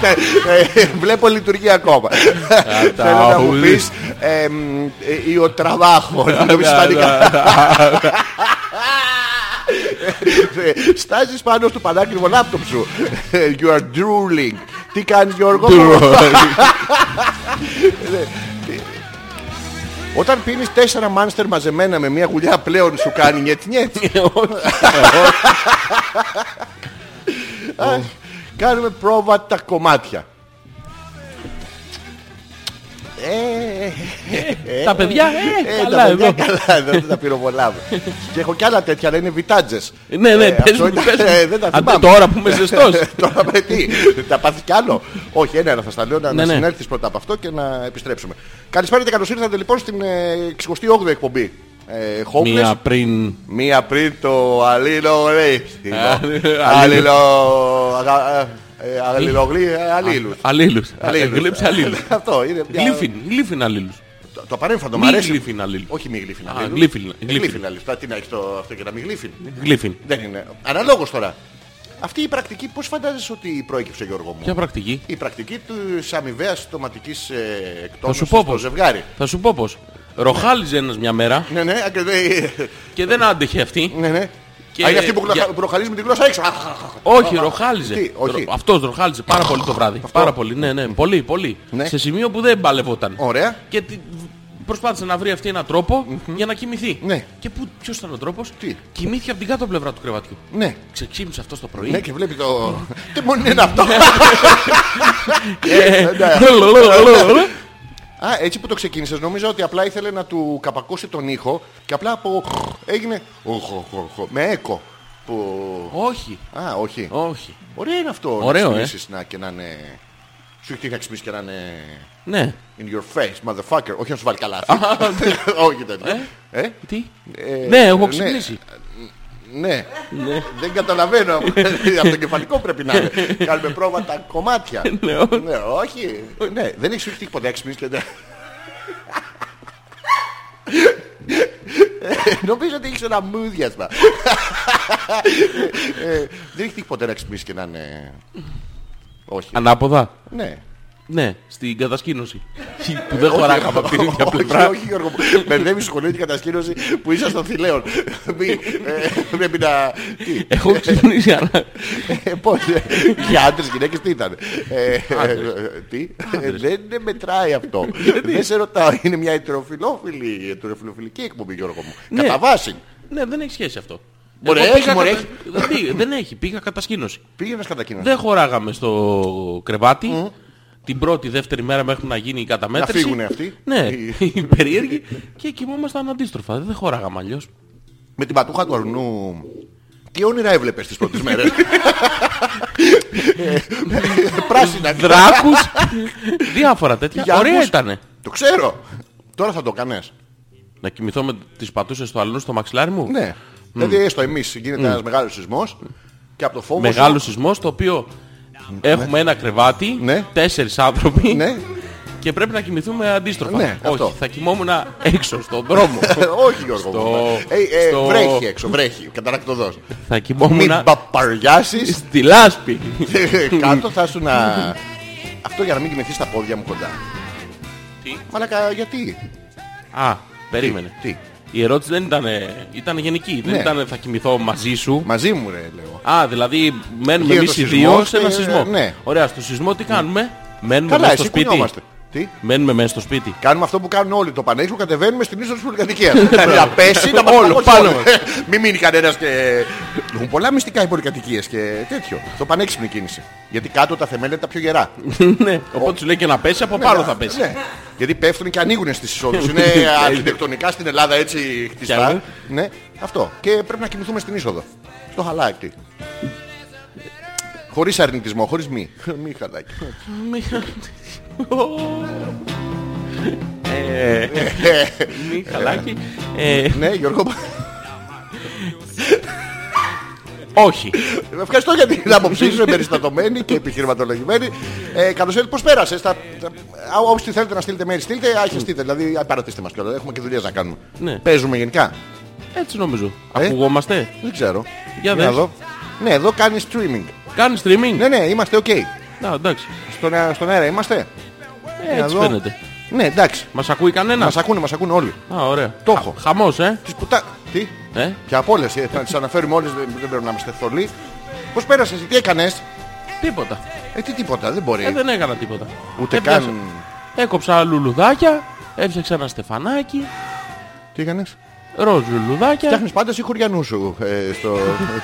A: Τε- ε, Βλέπω λειτουργεί ακόμα. Θέλω να μου πεις ε, μ, ε, ή ο τραβάχος. Να πεις ισπανικά. Ε, Στάζεις πάνω στο πανάκριβο λάπτοπ σου. Ε, You are drooling. Τι κάνεις Γιώργο μου? Όταν πίνεις τέσσερα μάνστερ μαζεμένα με μια γουλιά πλέον σου κάνει νιέτ νιέτ.
B: Ε,
A: Αχ, Ε, Κάνουμε πρόβα τα κομμάτια. Ε,
B: Τα παιδιά, ε,
A: ε,
B: καλά
A: τα παιδιά
B: εδώ.
A: καλά εδώ, δεν τα πυροβολάμε. και έχω κι άλλα τέτοια, αλλά είναι βιτάτζες.
B: Ναι, ναι,
A: Ε,
B: πες
A: αυτό
B: μου,
A: ήταν-
B: πες μου.
A: ε, Δεν τα
B: Αντί
A: θυμάμαι. Ε,
B: τώρα που είμαι ζεστός.
A: Τώρα με τι, τα πάθεις κι άλλο. Όχι, ένα, ένα θα στα λέω, να,
B: Ναι,
A: να
B: ναι.
A: συνέλθεις πρώτα από αυτό και να επιστρέψουμε. Καλησπέρα και καλώς ήρθατε λοιπόν στην ε, 68η εκπομπή. Ε, Homeless.
B: Μία Ε, πριν...
A: Μία πριν το αλληλογρήστικο.
B: Α,
A: Αλληλο... αγα- ε, Αλληλογλύ... ε, Αλλήλους.
B: Αλλήλους.
A: Αλλήλους.
B: ε,
A: ε.
B: Γλύψε αλλήλους.
A: Αυτό είναι. μια-
B: Γλύφιν, γλύφιν αλλήλους.
A: Το- Το παρέμφατο μου
B: Μη
A: αρέσει.
B: γλύφιν αλλήλους.
A: Όχι μη γλύφιν
B: Α,
A: αλλήλους.
B: γλύφιν,
A: Ε,
B: γλύφιν.
A: Γλύφιν αλλήλους. Τώρα Τι να έχεις το αυτό και να μη γλύφιν.
B: Γλύφιν.
A: Δεν είναι. Αναλόγως τώρα. Αυτή η πρακτική πώς φαντάζεσαι ότι προέκυψε Γιώργο μου.
B: Ποια πρακτική.
A: Η πρακτική της αμοιβαίας τοματικής ε,
B: Θα σου
A: εκτόνωσης
B: πω
A: στο
B: πως.
A: ζευγάρι.
B: Θα σου πω πως. Ροχάλιζε ένας μια μέρα
A: Ναι, ναι, ακριβώς.
B: και δεν άντεχε αυτή.
A: Ναι, ναι.
B: Και-
A: Α, είναι αυτή που
B: για-
A: προχαλίζει με τη γλώσσα έξω. Αχ, αχ, αχ.
B: Όχι, ροχάλιζε.
A: Τι, όχι.
B: Αυτός ροχάλιζε πάρα πολύ το βράδυ. Πάρα πολύ, ναι, ναι. Πολύ, πολύ.
A: Ναι.
B: Σε σημείο που δεν παλευόταν.
A: Ωραία.
B: Και τη- προσπάθησε να βρει αυτή έναν τρόπο για να κοιμηθεί.
A: Ναι.
B: Και ποιος ήταν ο τρόπος.
A: Τι?
B: Κοιμήθηκε από την κάτω πλευρά του κρεβατιού.
A: Ναι.
B: Ξεξύμισε αυτό το πρωί.
A: Ναι και βλέπει το... Τι μόνο είναι αυτό.
B: Ε,
A: ναι.
B: λουλουλουλουλου.
A: Α, έτσι που το ξεκίνησες νομίζω ότι απλά ήθελε να του καπακώσει τον ήχο και απλά από... έγινε... οχο, οχο, οχο, Με έκο. Που...
B: Όχι,
A: Α, όχι.
B: όχι.
A: Ωραίο είναι αυτό. να
B: Ωραίο, ε.
A: ξυπνήσεις να και να είναι... Σου έχει τύχει να ξυπνήσεις και να είναι...
B: Ναι.
A: In your face, motherfucker. Όχι να σου βάλει καλά. Όχι τέτοιο. Ε,
B: Τι. Ναι, έχω
A: ναι.
B: ξυπνήσει.
A: Ναι. Δεν καταλαβαίνω. Ε, Από το κεφαλικό πρέπει να είναι. Κάνουμε πρόβα τα κομμάτια.
B: Ναι, ό-
A: Ναι, όχι. Ναι, δεν έχει σου τύχει ποτέ έξι μήνες και δεν- Ε, Νομίζω ότι έχεις ένα μούδιασμα. Ε, ε, Δεν έχει τύχει ποτέ να ξυπνήσεις και να είναι... Όχι.
B: Ανάποδα.
A: Ναι.
B: Ναι, στην κατασκήνωση. που δεν χωράγαμε από την ίδια
A: Όχι,
B: πλευρά.
A: Όχι, Γιώργο. μου. Μπερδεύει σχολείο την κατασκήνωση που είσαι στο θηλαίον. Μη- ε, Πρέπει να. τι,
B: Έχω ξυπνήσει άρα.
A: ε, Πώς. ε, Για άντρες γυναίκες τι ήταν. Ε, ε, Τι. ε, Δεν μετράει αυτό. Δεν σε ρωτάω. Είναι μια ετεροφιλόφιλη, ετεροφιλοφιλική εκπομπή, Γιώργο μου.
B: Ναι.
A: Κατά βάση.
B: Ναι, δεν έχει σχέση αυτό.
A: Μωρέ,
B: Εγώ
A: έχει,
B: πήγα
A: Ε, μωρέ,
B: κατα- Πήγα- Δεν έχει, πήγα κατασκήνωση.
A: Πήγαινες κατά κοινό.
B: Δεν χωράγαμε στο κρεβάτι. Την πρώτη, δεύτερη μέρα μέχρι να γίνει η καταμέτρηση.
A: Να φύγουνε αυτοί.
B: Ναι,
A: Οι-
B: οι περίεργοι. Και κοιμόμασταν αντίστροφα. Δεν χωράγαμε αλλιώς.
A: Με την πατούχα του αρνού. Τι όνειρα έβλεπες τις πρώτες μέρες. Ε, Πράσινα.
B: Δράκους. Διάφορα τέτοια.
A: Για
B: Ωραία
A: άκους.
B: ήτανε.
A: Το ξέρω. Τώρα θα το κάνεις.
B: Να κοιμηθώ με τις πατούσες του αλλού στο μαξιλάρι μου.
A: Ναι. Δηλαδή έστω εμείς γίνεται ένας μεγάλος σεισμός και από το φόβο σου-
B: Μεγάλο σεισμός το οποίο έχουμε ένα κρεβάτι,
A: Ναι.
B: τέσσερις άνθρωποι
A: Ναι.
B: και πρέπει να κοιμηθούμε αντίστροφα.
A: Ναι,
B: Όχι,
A: αυτό.
B: θα κοιμόμουν έξω στον δρόμο.
A: Όχι Γιώργο
B: Στο-
A: μου. Ε, ε,
B: στο-
A: Βρέχει έξω, βρέχει. Καταρακτοδός.
B: θα κοιμόμουν
A: Μην παπαριάσεις
B: στη λάσπη.
A: κάτω θα σου να... Αυτό για να μην κοιμηθείς στα πόδια μου κοντά.
B: Τι?
A: Μαλακα γιατί.
B: Α, περίμενε.
A: Τι.
B: Η ερώτηση δεν ήταν, ήταν γενική. Δεν
A: Ναι.
B: ήταν θα κοιμηθώ μαζί σου.
A: Μαζί μου ρε λέω.
B: Α, δηλαδή μένουμε
A: Γίνεται
B: εμείς οι
A: σεισμός
B: δύο σε ένα
A: και-
B: σεισμό.
A: ναι.
B: Ωραία, στο σεισμό τι κάνουμε. Μένουμε
A: Καλά,
B: μέσα στο
A: εσύ
B: σπίτι.
A: κουνιόμαστε. Τι.
B: Μένουμε μέσα στο σπίτι.
A: Κάνουμε αυτό που κάνουν όλοι το πανέξω, κατεβαίνουμε στην είσοδο της πολυκατοικία. να πέσει, να μας
B: Όλο,
A: παγώσει
B: πάνω
A: όλο.
B: μας.
A: Μην μείνει κανένας και. Έχουν πολλά μυστικά οι πολυκατοικίες και τέτοιο. Το πανέξυπνη κίνηση. Γιατί κάτω τα θεμέλια είναι τα πιο γερά.
B: ναι. Οπότε σου λέει και να πέσει, από πάνω θα πέσει. Ναι.
A: Ναι. Γιατί πέφτουν και ανοίγουν στις εισόδους. Είναι αρχιτεκτονικά στην Ελλάδα έτσι
B: Κι άλλο.
A: χτιστά. ναι, αυτό. Και πρέπει να κοιμηθούμε στην είσοδο. Στο χαλάκι. Χωρίς αρνητισμό, χωρίς μη. Μη χαλάκι.
B: Μη- Ε, Μη χαλάκι. Ε,
A: ναι, Γιώργο.
B: Όχι.
A: Ευχαριστώ για την άποψή σου, εμπεριστατωμένη και επιχειρηματολογημένη. Ε, Καλώ ήρθατε, πώ πέρασε. Στα... Όπω τι θέλετε να στείλετε, μέρη στείλτε, άχεστείτε. Δηλαδή, α, παρατήστε μα κιόλα. Έχουμε και δουλειέ να κάνουμε.
B: Ναι.
A: Παίζουμε γενικά.
B: Έτσι νομίζω.
A: Ε.
B: Ακουγόμαστε.
A: Δεν ξέρω.
B: Για
A: να
B: δες.
A: δω. Ναι, εδώ κάνει streaming.
B: Κάνει streaming.
A: Ναι, ναι, είμαστε οκ.
B: Να, εντάξει.
A: Στον, αε- στον αέρα είμαστε.
B: Ε,
A: να
B: Έτσι
A: δω.
B: φαίνεται.
A: Ναι, εντάξει.
B: Μας ακούει κανένας.
A: Μας ακούνε, μας ακούνε όλοι.
B: Α, ωραία.
A: Το έχω.
B: Χαμός, ε.
A: Τις πουτά... Τι,
B: Ε,
A: και από όλες, θα τις αναφέρουμε όλες, δεν, δεν πρέπει να είμαστε θολοί. Πώς πέρασες, τι έκανες.
B: Τίποτα.
A: Ε, τι τίποτα, δεν μπορεί.
B: Ε, δεν έκανα τίποτα.
A: Ούτε
B: Έπιασα-
A: καν.
B: Έκοψα λουλουδάκια, έφτιαξα ένα στεφανάκι,
A: Τι έκανες.
B: ροζ λουλουδάκια.
A: Φτιάχνεις πάντα συγχωριανού σου ε, στο.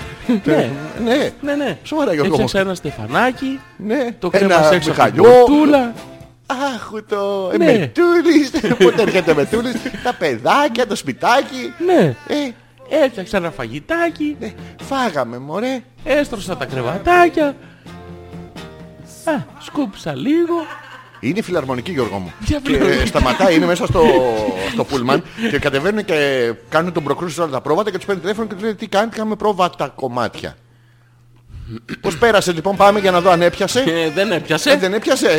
B: Ναι.
A: ναι.
B: Ναι, ναι.
A: Σοβαρά, Γιώργο μου.
B: Έφτιαξα ένα στεφανάκι,
A: Ναι.
B: το
A: Ένα
B: κρέμασα έξω από την
A: μηχανιό.
B: κουρτούλα.
A: Αχ, το.
B: Ναι.
A: Μετούλη. Πότε έρχεται μετούλη. Τα παιδάκια, το σπιτάκι.
B: Ναι.
A: Ε,
B: Έφτιαξα ένα φαγητάκι.
A: ναι. Φάγαμε, μωρέ.
B: Έστρωσα τα κρεβατάκια. Α, σκούπισα λίγο.
A: Είναι φιλαρμονική, Γιώργο μου.
B: Ποια
A: και
B: φιλαρμονική?
A: σταματάει, είναι μέσα στο, στο πούλμαν και κατεβαίνουν και κάνουν τον προκρούσεις όλα τα πρόβατα και τους παίρνει τηλέφωνο και τους λέει τι κάνετε, κάνουμε πρόβατα κομμάτια. Πώς πέρασε λοιπόν, πάμε για να δω αν έπιασε.
B: Ε, δεν έπιασε.
A: Ε, δεν έπιασε. Ε,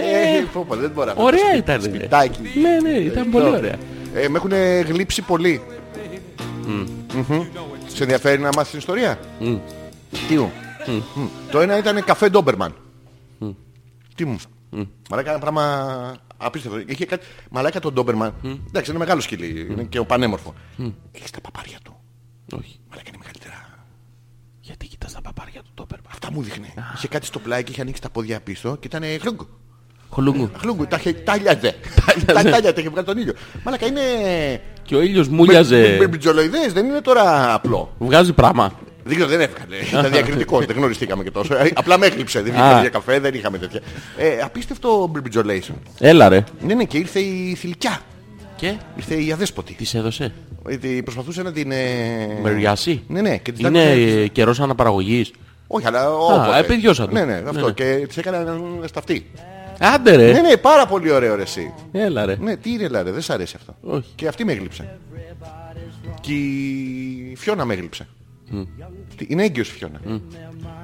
A: ε, ε, πω, πω, Δεν μπορώ. να το
B: Ωραία
A: σπι-
B: ήταν. ρε.
A: Σπιτάκι.
B: Ναι, ναι, ήταν πολύ ωραία.
A: Ε, με έχουν ε, γλύψει πολύ. Μμμ. Σε ενδιαφέρει να μάθεις την ιστορία. Τι μου. Μμ. Το ένα ήταν καφέ Ντόμπερμαν. Τι μου. Μαλάκα ένα πράγμα απίστευτο. Είχε κάτι... Μαλάκα τον Ντόμπερμαν. Εντάξει, είναι μεγάλο σκυλί. Είναι και ο πανέμορφο. Έχεις τα παπάρια του.
B: Όχι.
A: Μαλάκα είναι μεγαλύτερα.
B: Γιατί κοιτάς τα παπάρια του Τόπερμα.
A: Αυτά μου δείχνει. Είχε κάτι στο πλάι και είχε ανοίξει τα πόδια πίσω και ήταν χλούγκο.
B: Χολούγκου.
A: Χλούγκου, τα είχε τάλιαζε. Τα τάλιαζε, είχε βγάλει τον ήλιο. Μαλάκα είναι.
B: Και ο ήλιος μούλιαζε.
A: Με μπιτζολοειδέ, δεν είναι τώρα απλό.
B: Βγάζει πράγμα.
A: Δεν ξέρω, δεν έβγαλε. Ήταν διακριτικός, δεν γνωριστήκαμε και τόσο. Ε, Απλά με έκλειψε. Δεν
B: Α.
A: είχαμε για καφέ, δεν είχαμε τέτοια. Ε, απίστευτο μπιμπιτζολation.
B: Έλα ρε.
A: Ναι, ναι, και ήρθε η θηλυκιά.
B: Και
A: Ήρθε η αδέσποτη.
B: της έδωσε.
A: Γιατί προσπαθούσε να την. ε,
B: Μεριάσει.
A: Ναι, ναι, και την
B: Είναι
A: άκουσε-
B: ε, καιρός αναπαραγωγής.
A: Όχι, αλλά. όποτε.
B: επαιδιώσαν το.
A: Ναι, ναι,
B: Ναι,
A: αυτό.
B: ναι. Ε.
A: Και της έκανα έναν σταυτή.
B: Άντε
A: Ναι,
B: ρε.
A: ναι, πάρα πολύ ωραίο ρε, εσύ.
B: Έλα ρε.
A: Ναι, τι ρε, λάρε, δεν σ' αρέσει αυτό.
B: Όχι.
A: Και αυτή με έγλειψε. Και η Φιώνα με έγλειψε. Τι- Είναι έγκυος η Φιώνα.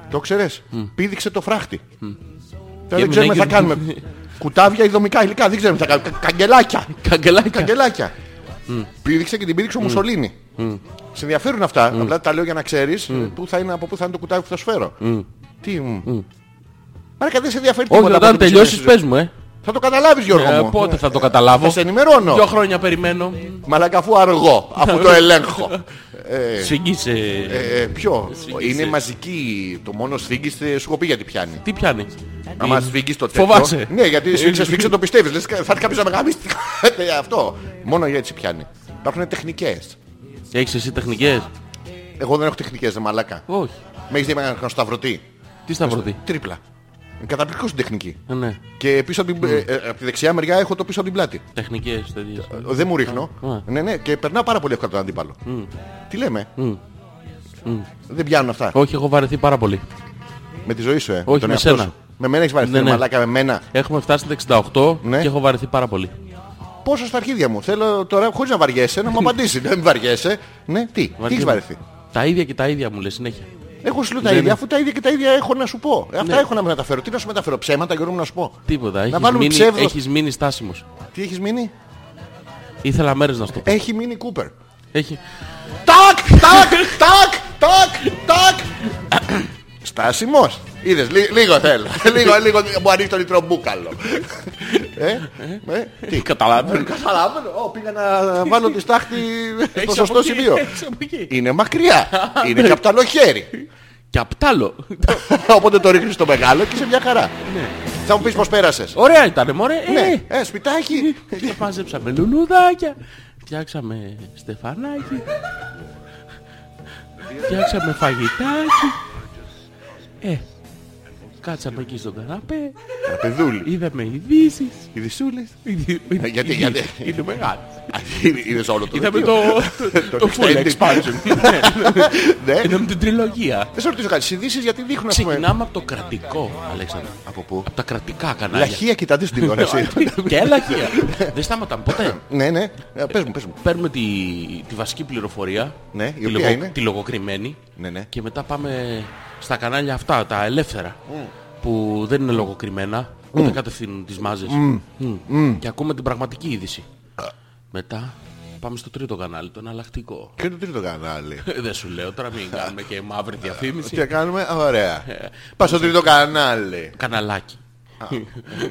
A: Το ξέρεις. Πήδηξε το φράχτη. Τώρα
B: Έμεινε
A: δεν ξέρουμε τι θα
B: έγκυος.
A: κάνουμε. Κουτάβια, ειδομικά υλικά. Δεν ξέρουμε τι θα κάνουμε. Κα- Καγκελάκια.
B: Καγκελάκια.
A: Καγκελάκια. Πήδηξε και την πήδηξε ο Μουσολίνη. Σε ενδιαφέρουν αυτά. Απλά τα λέω για να ξέρεις ε, πού θα είναι, από πού θα είναι το κουτάβι που θα σου φέρω. Τι. μου. Μάρκα δεν σε ενδιαφέρει
B: Όχι,
A: τίποτα από
B: όταν
A: το που
B: τελειώσεις
A: ξέρεις.
B: πες μου, ε.
A: Θα το καταλάβεις Γιώργο
B: Ε,
A: μου.
B: Πότε θα το
A: Θα
B: καταλάβω.
A: Ε, σε ενημερώνω.
B: Δυο χρόνια περιμένω.
A: Μαλάκα αφού αργό, αφού το ελέγχω. Ε,
B: Συγγύσε.
A: ε, ποιο,
B: Σφίγγισε.
A: είναι μαζική. Το μόνο σφίγγεις ε, σου έχω πει γιατί πιάνει.
B: Τι πιάνει.
A: Άμα
B: Τι-
A: σφίγγεις το τέτοιο.
B: Φοβάσαι. Ε,
A: Ναι, γιατί σφίξε, σφίξε το πιστεύεις. Λες, θα έρθει κάποιος να με γαμίσει. Ε, Αυτό. Μόνο έτσι πιάνει. Υπάρχουν τεχνικές.
B: Έχεις εσύ τεχνικές.
A: Εγώ δεν έχω τεχνικές, δε μαλάκα.
B: Όχι.
A: Με έχεις δει με έναν σταυρωτή.
B: Τι στα βρω
A: Τρίπλα. Καταπληκτικό στην τεχνική.
B: Ναι.
A: Και πίσω από την, ε, ε, από τη δεξιά μεριά έχω το πίσω από την πλάτη.
B: Τεχνικές τέτοιες.
A: Ε, Δεν μου ρίχνω.
B: Α.
A: Ναι, ναι, και περνά πάρα πολύ εύκολα τον αντίπαλο. Τι λέμε. Δεν πιάνουν αυτά.
B: Όχι, έχω βαρεθεί πάρα πολύ.
A: Με τη ζωή σου, ε.
B: Όχι,
A: τον
B: με
A: εαυτό
B: σένα.
A: σου. Με μένα έχεις βαρεθεί,
B: Ναι,
A: ρε
B: ναι.
A: μαλάκα, με μένα.
B: Έχουμε φτάσει στα 68
A: Ναι.
B: και έχω βαρεθεί πάρα πολύ.
A: Πόσο στα αρχίδια μου. Θέλω τώρα, χωρίς να βαριέσαι, να μου απαντήσεις. Δεν βαριέσαι. Ναι, τι, τι έχεις
B: Βαριέμαι.
A: βαρεθεί.
B: Τα ίδια και τα ίδια μου λες συνέχεια.
A: Έχω σου λέω τα
B: Ναι, ναι.
A: ίδια, αφού τα ίδια και τα ίδια έχω να σου πω. Ε, Αυτά έχω να μεταφέρω. Τι να σου μεταφέρω, ψέματα, Γιώργο μου να σου πω.
B: Τίποτα. Έχεις
A: βάλουμε
B: μείνει,
A: ψεύδος.
B: έχεις μείνει στάσιμος.
A: Τι έχεις μείνει,
B: Ήθελα μέρες να σου το πω.
A: έχει μείνει Κούπερ.
B: Έχει...
A: Τάκ, τάκ, τάκ, τάκ, τάκ. Στάσιμος. Είδες, λι- λίγο θέλω. λίγο, λίγο μου ανοίγει το λιτρό μπούκαλο. ε, ε, τι.
B: Καταλάβαινε.
A: Καταλαβαίνω. Ω, πήγα να βάλω τη στάχτη στο
B: Έχεις από
A: σωστό
B: εκεί,
A: σημείο.
B: έχεις από εκεί.
A: Είναι μακριά. Είναι και από τα λοχέρι.
B: Και απτάλω.
A: Οπότε το ρίχνεις στο μεγάλο και σε μια χαρά. Θα μου πεις πώς πέρασες.
B: Ωραία ήταν, μωρέ. Ε,
A: Ναι, ε, σπιτάκι.
B: Και πάζεψαμε λουλουδάκια. Φτιάξαμε στεφανάκι. Φτιάξαμε φαγητάκι. Ε, κάτσαμε εκεί στον καναπέ.
A: Παιδούλη.
B: Είδαμε ειδήσει.
A: Οι δυσούλες.
B: Γιατί,
A: Ε, γιατί- γιατί.
B: Είναι μεγάλο.
A: Είδες όλο το
B: Είδαμε
A: δελτίο.
B: το, το, το full
A: extended.
B: expansion.
A: Ναι.
B: Είδαμε την τριλογία.
A: Δεν σε ρωτήσω κάτι. Στις ειδήσεις γιατί δείχνουν ας πούμε,
B: Ξεκινάμε από το κρατικό, Αλέξανδρο.
A: Από πού?
B: Από τα κρατικά κανάλια.
A: Λαχεία κοιτάτε στην τηλεόραση.
B: Και λαχεία. Δεν σταματάμε ποτέ.
A: Ναι, ναι. Ε, Πες μου, πες μου.
B: Παίρνουμε τη, τη βασική πληροφορία.
A: Ναι, η
B: τη,
A: οποία είναι.
B: τη λογοκριμένη.
A: Ναι, ναι.
B: Και μετά πάμε στα κανάλια αυτά, τα ελεύθερα. Που δεν είναι λογοκριμένα. Ούτε κατευθύνουν τις μάζες. Μμ. Και ακούμε την πραγματική είδηση. Μετά πάμε στο τρίτο κανάλι, το εναλλακτικό. Ε,
A: Ποιο είναι το τρίτο κανάλι.
B: δεν σου λέω τώρα, μην κάνουμε και μαύρη
A: Τι Ε, ναι.
B: διαφήμιση.
A: θα κάνουμε, ωραία. Πας στο τρίτο κανάλι.
B: Καναλάκι.
A: Α,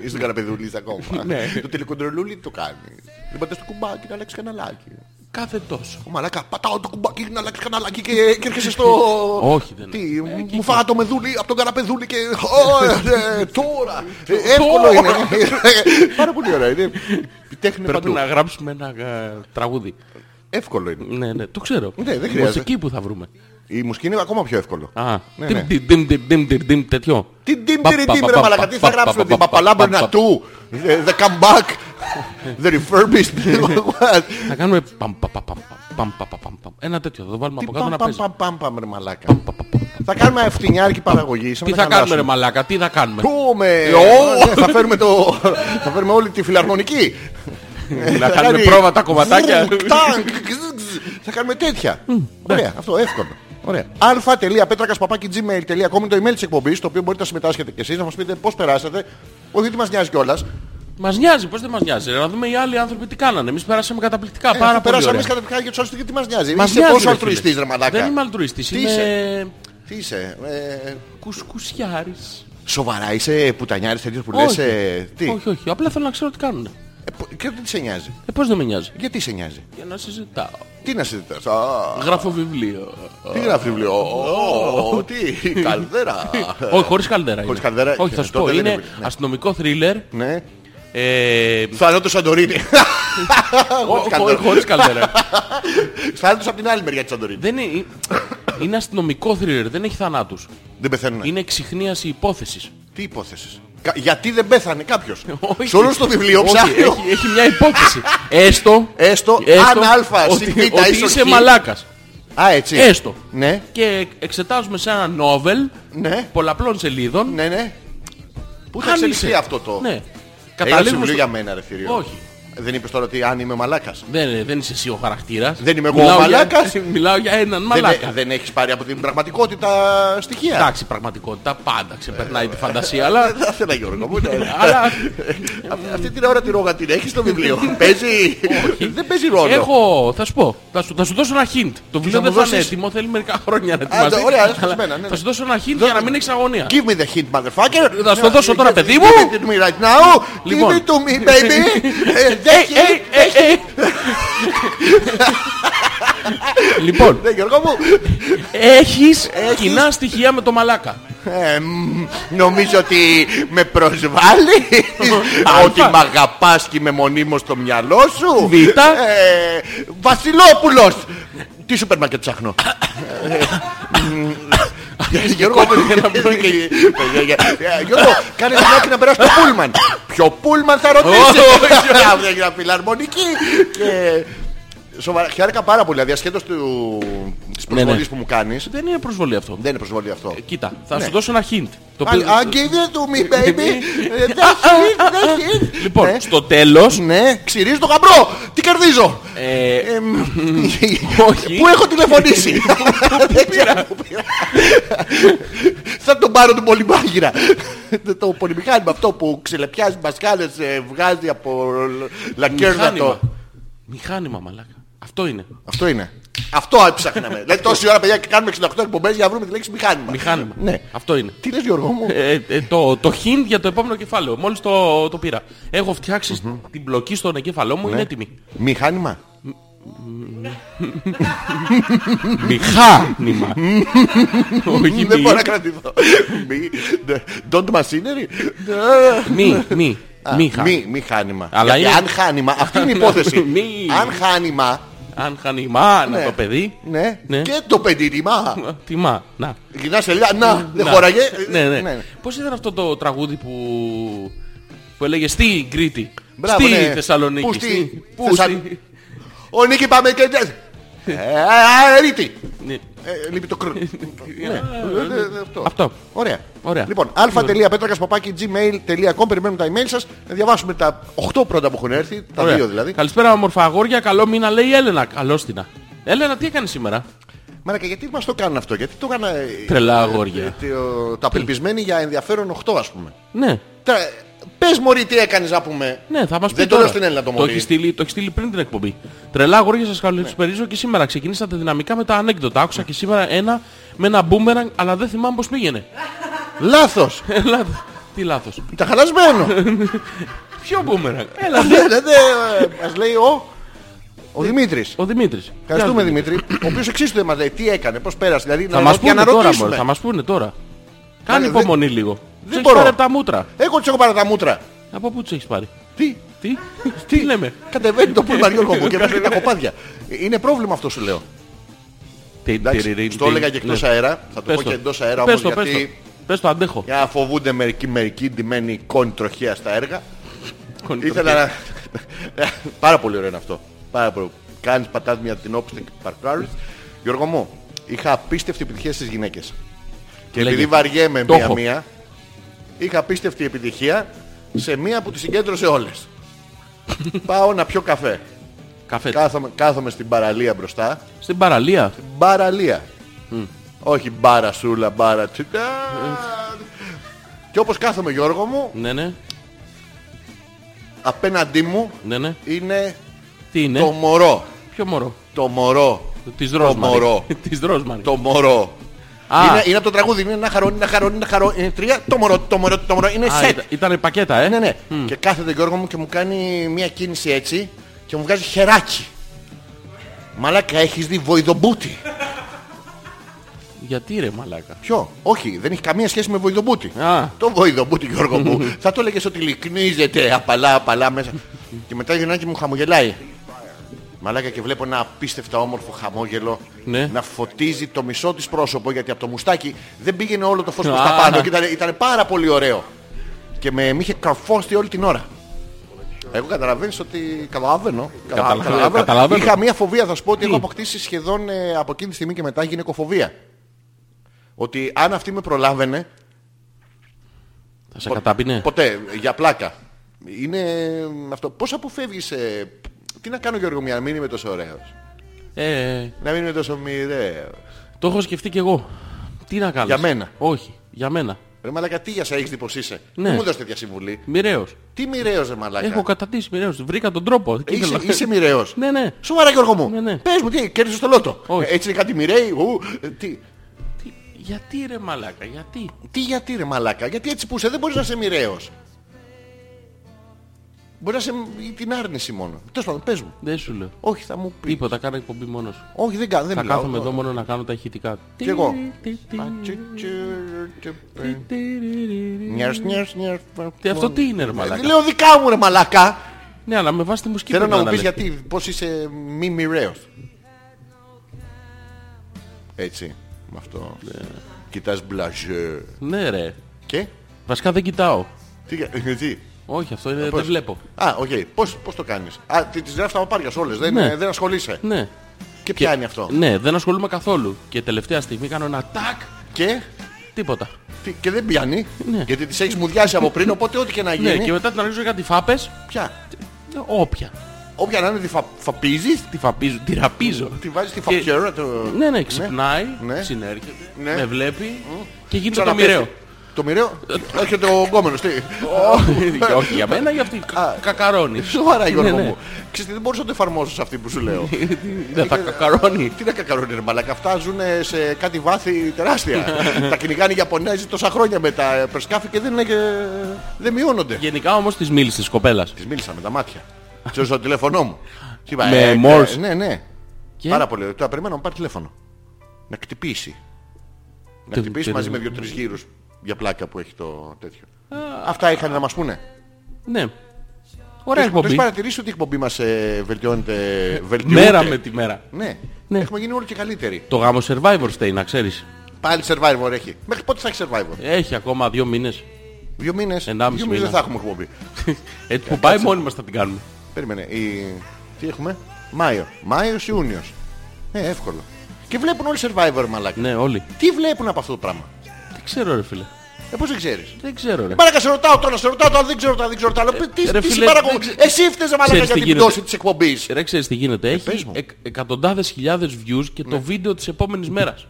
A: Είσαι καραπεδούλης ακόμα.
B: Ναι.
A: Το τηλεκοντρολούλι το κάνει. Δεν πατάς το κουμπάκι να αλλάξει καναλάκι.
B: Κάθε τόσο.
A: Ω, Μαλάκα, πατάω το κουμπάκι να αλλάξει καναλάκι και, και έρχεσαι στο...
B: Όχι, δεν
A: Τι,
B: είναι. Ε,
A: μου-
B: εκεί-
A: μου φάγα το μεδούλι από τον καραπεδούλη και... Ω, ε, Τώρα! Ε, Εύκολο είναι. Πάρα πολύ ωραία. Είναι η τέχνη
B: Πρέπει
A: παντού.
B: να γράψουμε ένα ε, τραγούδι.
A: Εύκολο είναι.
B: Ναι, ναι, το ξέρω.
A: Ναι, δεν
B: Η
A: χρειάζεται.
B: Μουσική που θα βρούμε.
A: Η μουσική είναι ακόμα πιο εύκολο.
B: Α,
A: ναι,
B: τιμ,
A: ναι.
B: τιμ, τιμ, τιμ, τιμ, τιμ, τιμ, τέτοιο.
A: Τι ντύμ, τι ρε ντύμ, ρε μαλακά, τι θα γράψουμε, την παπαλάμπονα του, Ε, the comeback, the refurbished, what?
B: Θα κάνουμε παμ, παμ, παμ, παμ, παμ, παμ, παμ, παμ, παμ. Ένα τέτοιο, θα το βάλουμε
A: Τι
B: από κάτω
A: παμ
B: να
A: παμ
B: παίζει.
A: παμ παμ παμ ρε μαλάκα.
B: Παμ, παμ, παμ.
A: Θα κάνουμε ευθυνιάρικη παραγωγή. σε
B: Τι
A: μετά
B: θα κάνουμε ρε
A: αλλάσουμε.
B: μαλάκα, τι θα κάνουμε.
A: Πούμε,
B: Ω!
A: ναι, θα φέρουμε το, θα φέρουμε όλη τη φιλαρμονική.
B: Να
A: Θα
B: κάνουμε
A: κάνει
B: πρόβα τα κομματάκια.
A: βουρκ, τάγκ, ξξ, Θα κάνουμε τέτοια. Ωραία, αυτό εύκολο. Ωραία. αλφα.πέτρακα.gmail.com είναι το email της εκπομπής, το οποίο μπορείτε να συμμετάσχετε κι εσείς, να μας πείτε πώς περάσατε. Όχι ότι μας νοιάζει κιόλας. Ε,
B: Μας νοιάζει, πώς δεν μας νοιάζει. ρε, Να δούμε οι άλλοι άνθρωποι τι κάνανε. Εμείς περάσαμε καταπληκτικά,
A: Ε,
B: πάρα
A: αφού
B: πολύ
A: περάσαμε
B: ωραία.
A: εμείς καταπληκτικά για τους άλλους γιατί μας νοιάζει.
B: Μας
A: Είσαι
B: νοιάζει,
A: τόσο
B: ρε φίλε.
A: αλτρουιστής ρε μαλάκα.
B: Δεν είμαι αλτρουιστής,
A: Τι είσαι?
B: είμαι
A: Τι είσαι. ε,
B: κουσκουσιάρης.
A: σοβαρά είσαι πουτανιάρης τέτοιος που λες.
B: Όχι.
A: ε, τι.
B: Όχι, όχι, απλά θέλω να ξέρω τι κάνουν.
A: Ε, πο- και τι σε νοιάζει.
B: Ε, πώς δεν με νοιάζει.
A: Γιατί σε νοιάζει.
B: Για να συζητάω.
A: Τι να συζητάς. Α,
B: Γράφω βιβλίο.
A: Τι γράφεις βιβλίο. Ω, ω, Τι. Καλδέρα.
B: Όχι, χωρίς καλδέρα.
A: Χωρίς
B: είναι.
A: καλδέρα,
B: Όχι, θα σου
A: τότε
B: πω.
A: δεν
B: Είναι
A: είναι, ναι.
B: αστυνομικό θρίλερ.
A: Ναι.
B: Ε,
A: Θανάτος Σαντορίνη.
B: χω-
A: καλδέρα.
B: Χωρίς καλδέρα.
A: Θανάτος από την άλλη μεριά της Σαντορίνης.
B: Δεν είναι, ε, είναι αστυνομικό θρίλερ, δεν έχει θανάτους.
A: Δεν πεθαίνουν.
B: Είναι εξυχνίαση υπόθεσης.
A: Τι υπόθεσης. Κα- Γιατί δεν πέθανε κάποιος.
B: Όχι.
A: Σε όλο το βιβλίο
B: Όχι,
A: ψάχνει.
B: έχει, έχει μια υπόθεση. Έστω.
A: Έστω, αν αλφα,
B: ότι,
A: συν βήτα,
B: ότι
A: ίσον
B: είσαι
A: χ.
B: μαλάκας.
A: Α, έτσι.
B: Έστω.
A: Ναι.
B: Και εξετάζουμε σε ένα νόβελ
A: Ναι.
B: πολλαπλών σελίδων.
A: Ναι, ναι. Πού θα
B: Αν
A: εξελιχθεί
B: είσαι-
A: αυτό το.
B: Ναι.
A: Έγραψε
B: Καταλήγουμε
A: βιβλίο
B: στο-
A: για μένα, ρε θηρίο.
B: Όχι.
A: Δεν είπες τώρα ότι αν είμαι μαλάκας.
B: Δεν, δεν είσαι εσύ ο χαρακτήρας.
A: Δεν είμαι εγώ ο μαλάκας.
B: Μιλάω για έναν μαλάκα.
A: Δεν, δεν έχεις πάρει από την πραγματικότητα στοιχεία.
B: Εντάξει, πραγματικότητα πάντα ξεπερνάει
A: Ε,
B: τη φαντασία, αλλά.
A: Δεν θα ήθελα Γιώργο μου. ναι.
B: αλλά
A: Αυτή- Αυτή την ώρα τη ρόγα την έχεις στο βιβλίο. Παίζει. Δεν παίζει ρόλο.
B: έχω, θα σου πω, θα σου, θα σου δώσω ένα hint. Το βιβλίο
A: μου
B: δεν θα είναι
A: δώσεις?
B: έτοιμο, θέλει μερικά χρόνια να ετοιμαστεί.
A: ωραία, έσχεσαι
B: αλλά
A: μένα, ναι, ναι.
B: Θα σου δώσω ένα hint για να μην έχεις αγωνία.
A: Give me the hint, motherfucker.
B: Θα σου το δώσω τώρα, παιδί μου.
A: Give it to me right now. Give
B: Λοιπόν.
A: it to me, baby. Ε, δεν
B: Ε,
A: έχει.
B: ε, ε, ε. Λοιπόν,
A: Ναι, Γιώργο μου.
B: έχεις κοινά στοιχεία με το μαλάκα.
A: Ε, μ, Νομίζω ότι με προσβάλλει. Ότι
B: Α.
A: μ' αγαπάς και είμαι μονίμως στο μυαλό σου.
B: Β.
A: Ε, Βασιλόπουλος. Τι σούπερ μάρκετ ψάχνω. Ε, μ, Γιώργο, Ε, Γιώργο, κάνε την άκρη να περάσει το πούλμαν. Ποιο πούλμαν θα ρωτήσεις. Ε, Αύριο για ε, φιλαρμονική. Και Σοβαρά, χάρηκα πάρα πολύ, Δηλαδή, ασχέτως του... της
B: Ναι, ναι.
A: προσβολής που μου κάνεις.
B: Δεν είναι προσβολή αυτό.
A: Δεν είναι προσβολή αυτό.
B: Κοίτα, θα
A: Ναι.
B: σου δώσω ένα hint. Το
A: I'll,
B: οποίο-
A: I'll give it to me, baby. Ε, δεν χειρίζει, δεν χειρίζει. Ναι.
B: Λοιπόν, στο τέλος,
A: Ναι, ξυρίζω το γαμπρό. Τι κερδίζω.
B: ε,
A: Ε, μ,
B: όχι.
A: Πού έχω τηλεφωνήσει. Δεν ξέρω πού πήρα. Θα τον πάρω τον πολυμάγειρα. Το πολυμηχάνημα αυτό που ξελεπιάζει μπασκάλες, ε, βγάζει από λακέρδα το...
B: Μηχάνημα. Μηχάνημα, μαλάκα. Αυτό είναι.
A: Αυτό είναι. Αυτό ψάχναμε. Δηλαδή τόση ώρα παιδιά κάνουμε 68 εκπομπές για να βρούμε τη λέξη μηχάνημα.
B: Μηχάνημα.
A: Ναι.
B: Αυτό είναι.
A: Τι λες Γιώργο μου.
B: Ε, ε, το, το hint για το επόμενο κεφάλαιο. Μόλις το, το πήρα. Έχω φτιάξει την μπλοκή στον εγκέφαλό
A: Ναι.
B: μου, είναι έτοιμη.
A: Μηχάνημα.
B: Μηχάνημα. Όχι
A: Δεν
B: μη. Ναι.
A: μπορώ να κρατηθώ. Μη. Don't machinery. Ναι.
B: Μη, μη. Μηχα.
A: Μη, μη χάνημα.
B: Αλλά
A: Γιατί
B: είναι-
A: αν χάνημα, αυτή είναι η υπόθεση.
B: Μη.
A: Αν χάνημα,
B: Αν χανημά,
A: Ναι.
B: να το παιδί.
A: ναι,
B: Ναι.
A: και το πεντηρήμα.
B: Τιμά. Να.
A: Γυρνά σε λίγα, να, δεν
B: Να.
A: χώραγε.
B: Ναι, ναι.
A: ναι.
B: Πώς ήταν αυτό το τραγούδι που, που έλεγε στη Κρήτη.
A: Μπράβο,
B: στη
A: ναι.
B: Θεσσαλονίκη.
A: Πού στη-
B: στη-
A: Θεσα-
B: Πού στη...
A: Ο Νίκη πάμε και... Ε, α, Ρίτη.
B: Ναι.
A: Ε, Λείπει το κρ. Ναι, ε, ε, ε, αυτό.
B: Αυτό.
A: Ωραία.
B: Ωραία.
A: Λοιπόν, α.πέτρακα.gmail.com Περιμένουμε τα email σας. Να διαβάσουμε τα 8 πρώτα που έχουν έρθει, τα
B: Ωραία.
A: 2 δηλαδή.
B: Καλησπέρα, όμορφα αγόρια. Καλό μήνα, λέει η Έλενα. Καλώς την. Έλενα, τι έκανε σήμερα.
A: Μαρακα, γιατί μας το κάνουν αυτό, γιατί το έκανα... ε,
B: Τρελά
A: ε,
B: αγόρια.
A: ε, το- Τα απελπισμένη για ενδιαφέρον 8 ας πούμε.
B: Ναι.
A: Τώρα, Πες μωρή τι έκανες να πούμε.
B: Ναι, θα μας πει
A: Δεν το
B: τώρα.
A: λέω στην Έλληνα το
B: το,
A: μωρή.
B: έχεις στείλει, το έχεις στείλει πριν την εκπομπή. Τρελά αγόρια σας καλωσορίζω και σήμερα. Ξεκινήσατε δυναμικά με τα ανέκδοτα. Άκουσα και σήμερα ένα με ένα μπούμεραγκ, αλλά δεν θυμάμαι πώς πήγαινε.
A: Λάθος.
B: Έλα, τι λάθος.
A: Τα χαλασμένο. Ναι,
B: Ποιο μπούμεραγκ. Έλα,
A: ναι, ναι, Μας λέει ο... Ο Δημήτρης.
B: Ε, ο Δημήτρης.
A: Ευχαριστούμε
B: Γεια,
A: Δημήτρη. Ο οποίος εξίσου δεν μας λέει τι έκανε, πώς πέρασε. Δηλαδή
B: Θα
A: να-
B: μας
A: για
B: πούνε
A: να
B: τώρα,
A: ρωτήσουμε.
B: μωρέ, θα μας πούνε τώρα. Κάνει
A: δεν-
B: υπομονή λίγο. Τους έχεις
A: μπορώ.
B: πάρει από τα μούτρα.
A: Εγώ τους έχω πάρει τα μούτρα.
B: Από πού τους έχεις πάρει.
A: Τι.
B: Τι, τι λέμε.
A: Κατεβαίνει το πούλμα Γιώργο μου και βρίσκει τα κοπάδια. Είναι πρόβλημα αυτό σου λέω.
B: Τι-
A: Εντάξει,
B: τι-
A: στο
B: τι-
A: έλεγα και
B: ναι.
A: εκτός αέρα. Θα το
B: Πες
A: πω και
B: το.
A: εντός αέρα
B: Πες
A: όμως
B: το, πες
A: γιατί
B: το. Πες το, αντέχω.
A: Για να φοβούνται μερικοί, μερικοί ντυμένοι εικόνη τροχέα στα έργα. Ήθελα να. Πάρα πολύ ωραίο είναι αυτό. Πάρα πολύ. Κάνεις πατάς μια την όπιστη και παρκάρεις. Γιώργο μου, είχα απίστευτη επιτυχία στις γυναίκες. Και
B: Λέγε.
A: επειδή βαριέμαι
B: Το έχω.
A: μία-μία, είχα απίστευτη επιτυχία σε μία που τη συγκέντρωσε όλες. Πάω να πιω καφέ.
B: Καφέ.
A: Κάθομαι, κάθομαι στην παραλία μπροστά.
B: Στην παραλία.
A: Μπαραλία. Όχι μπάρα σούλα, μπάρα τσιτά. Και όπως κάθομαι Γιώργο μου,
B: Ναι, ναι,
A: απέναντί μου
B: ναι, ναι.
A: είναι
B: Τι είναι.
A: το μωρό.
B: Ποιο μωρό.
A: Το μωρό.
B: Της Ρόσμαρη.
A: μωρό.
B: Της Ρόσμαρη.
A: Το μωρό.
B: Α.
A: Είναι, είναι από το τραγούδι. Είναι ένα χαρόνι, ένα χαρόνι, ένα χαρόνι. Είναι τρία. Το μωρό, το μωρό, το μωρό. Είναι σετ.
B: Ήταν πακέτα, ε.
A: Ναι, ναι. Και κάθεται Γιώργο μου και μου κάνει μια κίνηση έτσι και μου βγάζει χεράκι. Μαλάκα, έχεις δει βοηδομπούτη.
B: Γιατί ρε μαλάκα.
A: Ποιο? Όχι, δεν έχει καμία σχέση με βοηδομπούτη.
B: Α.
A: Το βοηδομπούτη, Γιώργο μου. θα το έλεγες ότι λυκνίζεται απαλά, απαλά μέσα. και μετά γυρνάει και μου χαμογελάει. Μαλάκα και βλέπω ένα απίστευτα όμορφο χαμόγελο
B: Ναι.
A: να φωτίζει το μισό της πρόσωπο γιατί από το μουστάκι δεν πήγαινε όλο το φως προς
B: Α. ναι.
A: τα πάνω και ήταν, ήταν πάρα πολύ ωραίο. Και με, με είχε καρφώσει όλη την ώρα. Εγώ καταλαβαίνεις ότι καταλαβαίνω. Κατα-
B: Καταλαβαίνω, καταλαβαίνω.
A: Είχα μία φοβία, θα σου πω ότι έχω αποκτήσει σχεδόν ε, από εκείνη τη στιγμή και μετά γυναικοφοβία. Ότι αν αυτή με προλάβαινε,
B: Θα σε κατάπινε.
A: ποτέ, για πλάκα. Είναι ε, αυτό. Πώς αποφεύγεις... ε, Τι να κάνω Γιώργο μου, για να μην είμαι τόσο ωραίος.
B: Ε,
A: Να μην είμαι τόσο μοιραίος.
B: το έχω σκεφτεί κι εγώ. Τι να κάνω.
A: Για μένα.
B: Όχι, για μένα.
A: Ρε μαλακα, τι για σε έχεις δει πως είσαι.
B: Ναι.
A: Μην μου δώσετε τέτοια συμβουλή.
B: Μοιραίος.
A: Τι μοιραίος ρε μαλακα.
B: Έχω καταντήσει μοιραίος. Βρήκα τον τρόπο.
A: Είσαι,
B: Ήθελα-
A: είσαι μοιραίος.
B: Ναι, ναι.
A: Σοβαρά Γιώργο μου.
B: Ναι, ναι.
A: Πες μου τι, κέρδισε το λότο.
B: Όχι.
A: Έτσι είναι κάτι μοιραίοι. Ου, ε, τι,
B: Τι- Γιατί ρε μαλάκα, γιατί.
A: τι γιατί ρε μαλάκα, γιατί έτσι που είσαι δεν μπορείς να είσαι μοιραίος. Μπορεί να είσαι ή την άρνηση μόνο. Τέλος πάντων, πες μου.
B: Δεν σου λέω.
A: Όχι, θα μου πεις.
B: Τίποτα, κάνω εκπομπή μόνος. σου.
A: Όχι, δεν κάνω. Δεν
B: Θα
A: μιλάω.
B: κάθομαι εδώ μόνο να κάνω τα ηχητικά.
A: Κι εγώ.
B: Τι- τι-
A: Α, τσου, τσου, τσου, πεν.
B: τι- τι-
A: Νιάρς, νιάρς, νιάρς, πεν.
B: Τι αυτό τι είναι ρε
A: Ε,
B: μαλάκα.
A: Λέω δικά μου ρε μαλάκα.
B: Ναι, αλλά με βάζει τη μουσική
A: Θέλω
B: πρέπει
A: να μου πεις
B: λέτε.
A: γιατί, πώς είσαι μη μοιραίος. Έτσι, με αυτό. Κοιτάς μπλαζέ.
B: Ναι ρε.
A: Και,
B: Βασικά δεν κοιτάω.
A: τι, κα- τι.
B: Όχι, αυτό είναι, δεν
A: πώς?
B: βλέπω.
A: Α, οκ. Πώς, πώς το κάνεις. Α, τι- τις γράφεις τα παπάρια σου όλες. Δεν,
B: Ναι.
A: δεν ασχολείσαι.
B: Ναι.
A: Και πιάνει αυτό.
B: Ναι, δεν ασχολούμαι καθόλου. Και τελευταία στιγμή κάνω ένα τάκ.
A: Και,
B: Τίποτα.
A: τι- και δεν πιάνει.
B: Ναι.
A: Γιατί τις έχεις μουδιάσει από πριν, οπότε ό,τι και να γίνει.
B: Ναι, και μετά την αρχίζω κάτι φάπε.
A: Ποια.
B: Όποια.
A: Όποια να είναι τη φα... φαπίζεις,
B: Τη φαπίζω, τη ραπίζω.
A: τη βάζεις τη
B: Και-
A: φαπιέρα. Το...
B: Ναι, ναι, ξυπνάει,
A: Ναι.
B: συνέρχεται,
A: Ναι.
B: με βλέπει και γίνεται το
A: Ξαναπέφτει.
B: μοιραίο.
A: Το μοιραίο. Όχι το γκόμενος. Τι.
B: Όχι, Όχι για μένα, για αυτή.
A: Α.
B: Κακαρώνεις.
A: Σοβαρά Γιώργο
B: Ναι, ναι.
A: μου. Ξέρεις τι, δεν μπορούσα να το εφαρμόσω σε αυτή που σου λέω.
B: Δεν θα κακαρώνει.
A: Τι να κακαρώνει ρε μαλάκα, αυτά ζουν σε κάτι βάθη τεράστια. Τα κυνηγάνε οι Ιαπωνέζοι τόσα χρόνια με τα ε, περσκάφη και δεν, ε, δεν μειώνονται.
B: Γενικά όμως της μίλησης της κοπέλας.
A: Της μίλησα με τα μάτια. Ξέρω στο τηλέφωνό μου. Της είπα,
B: Με
A: ε,
B: Morse.
A: Ναι, ναι.
B: Και-
A: Πάρα πολύ. ωραία. Τώρα περιμένω να μου πάρει τηλέφωνο. Να κτυπήσει. Να
B: Τε-
A: κτυπήσει
B: τε-
A: μαζί με δύο-τρει γύρους για πλάκα που έχει το τέτοιο. Αυτά είχαν να μας πούνε.
B: Ναι. Ωραία
A: Το έχεις
B: εκπομπή.
A: παρατηρήσει ότι η εκπομπή μας ε, βελτιώνεται. βελτιούται.
B: Μέρα με τη μέρα.
A: Ναι.
B: Ναι.
A: Έχουμε γίνει όλο και καλύτεροι.
B: Το γάμο Survivor Stay, να ξέρεις.
A: Πάλι survivor έχει. Μέχρι πότε θα έχει survivor.
B: Έχει ακόμα δύο μήνες.
A: Δύο μήνες. Δύο
B: Ενάμιση
A: μήνες
B: μήνα.
A: δεν θα έχουμε εκπομπή.
B: Έτσι Ε, που πάει μόνοι μας θα την κάνουμε.
A: Περίμενε. Η... Τι έχουμε. Μάιο. Μάιος, Ιούνιος. Ναι, εύκολο. Και βλέπουν όλοι survivor μαλάκα.
B: Ναι, όλοι.
A: Τι βλέπουν από αυτό το πράγμα.
B: Δεν ξέρω ρε φίλε.
A: Ε, πώς δεν ξέρεις.
B: Δεν ξέρω ρε.
A: Μαλάκα σε ρωτάω τώρα, σε ρωτάω τώρα, δεν ξέρω τώρα, δεν ξέρω τώρα. Λέω,
B: Ε, ρε
A: Τι, τι
B: φίλε,
A: συμπαραγωγή.
B: δεν ξε-
A: Εσύ φταίς μαλάκα
B: Ξέρεις
A: για
B: τι
A: την
B: γίνεται. Ε,
A: πτώση της εκπομπής.
B: Ρε ξέρεις τι γίνεται.
A: Ε, πες
B: Έχει
A: μου. Ναι.
B: εκ- εκατοντάδες χιλιάδες views και το βίντεο της επόμενης μέρας.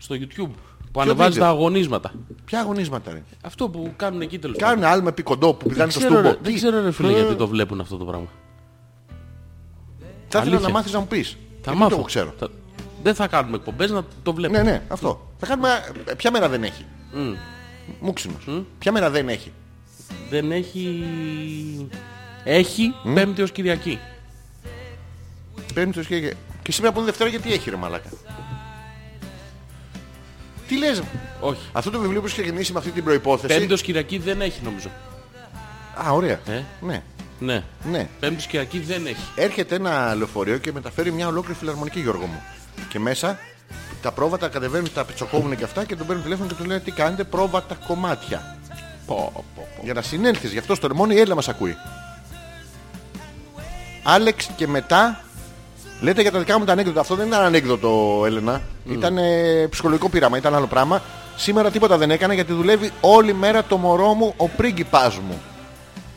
B: Στο YouTube. Που ανεβάζει
A: βίντεο?
B: τα αγωνίσματα.
A: Ποια αγωνίσματα ρε.
B: Αυτό που κάνουν εκεί τέλος πάντων.
A: Κάνουν άλλο με πικοντό που πηδάνε στο
B: ξέρω,
A: στούμπο.
B: ρε-
A: Τι?
B: δεν ξέρω ρε φίλε
A: Ε,
B: γιατί το βλέπουν αυτό το πράγμα.
A: Θα ήθελα να
B: Αλήθεια.
A: μάθεις να μου πεις.
B: Θα
A: Γιατί
B: μάθω.
A: Το ξέρω.
B: Θα- Δεν θα κάνουμε εκπομπές να το βλέπουμε.
A: Ναι, ναι, αυτό. Θα κάνουμε. ε, Ποια μέρα δεν έχει. Μούξινος. Ποια μέρα δεν έχει.
B: Δεν έχει... Έχει πέμπτη ως Κυριακή.
A: Παίρνει το σκέφτε. Και σήμερα που είναι Δευτέρα γιατί έχει ρε μαλάκα. Τι λες.
B: Όχι.
A: Αυτό το βιβλίο που έχει ξεκινήσει με αυτή την προϋπόθεση.
B: Πέμπτη ως Κυριακή δεν έχει νομίζω.
A: Α, ωραία.
B: Ε.
A: Ναι,
B: Ναι.
A: ναι.
B: Πέμπτη ως Κυριακή δεν έχει.
A: Έρχεται ένα λεωφορείο και μεταφέρει μια ολόκληρη φιλαρμονική Γιώργο μου. Και μέσα τα πρόβατα κατεβαίνουν, τα πιτσοκόβουν και αυτά και τον παίρνουν τηλέφωνο και του λένε τι κάνετε, πρόβατα κομμάτια.
B: Πω, πω, πω.
A: Για να συνέλθεις, γι' αυτό στο ρεμόνι η Έλληνα μας ακούει. Άλεξ και μετά λέτε για τα δικά μου τα ανέκδοτα. Αυτό δεν ήταν ανέκδοτο, Έλενα. Ήταν ε, ψυχολογικό πείραμα, ήταν άλλο πράγμα. Σήμερα τίποτα δεν έκανα γιατί δουλεύει όλη μέρα το μωρό μου ο πρίγκιπάς μου.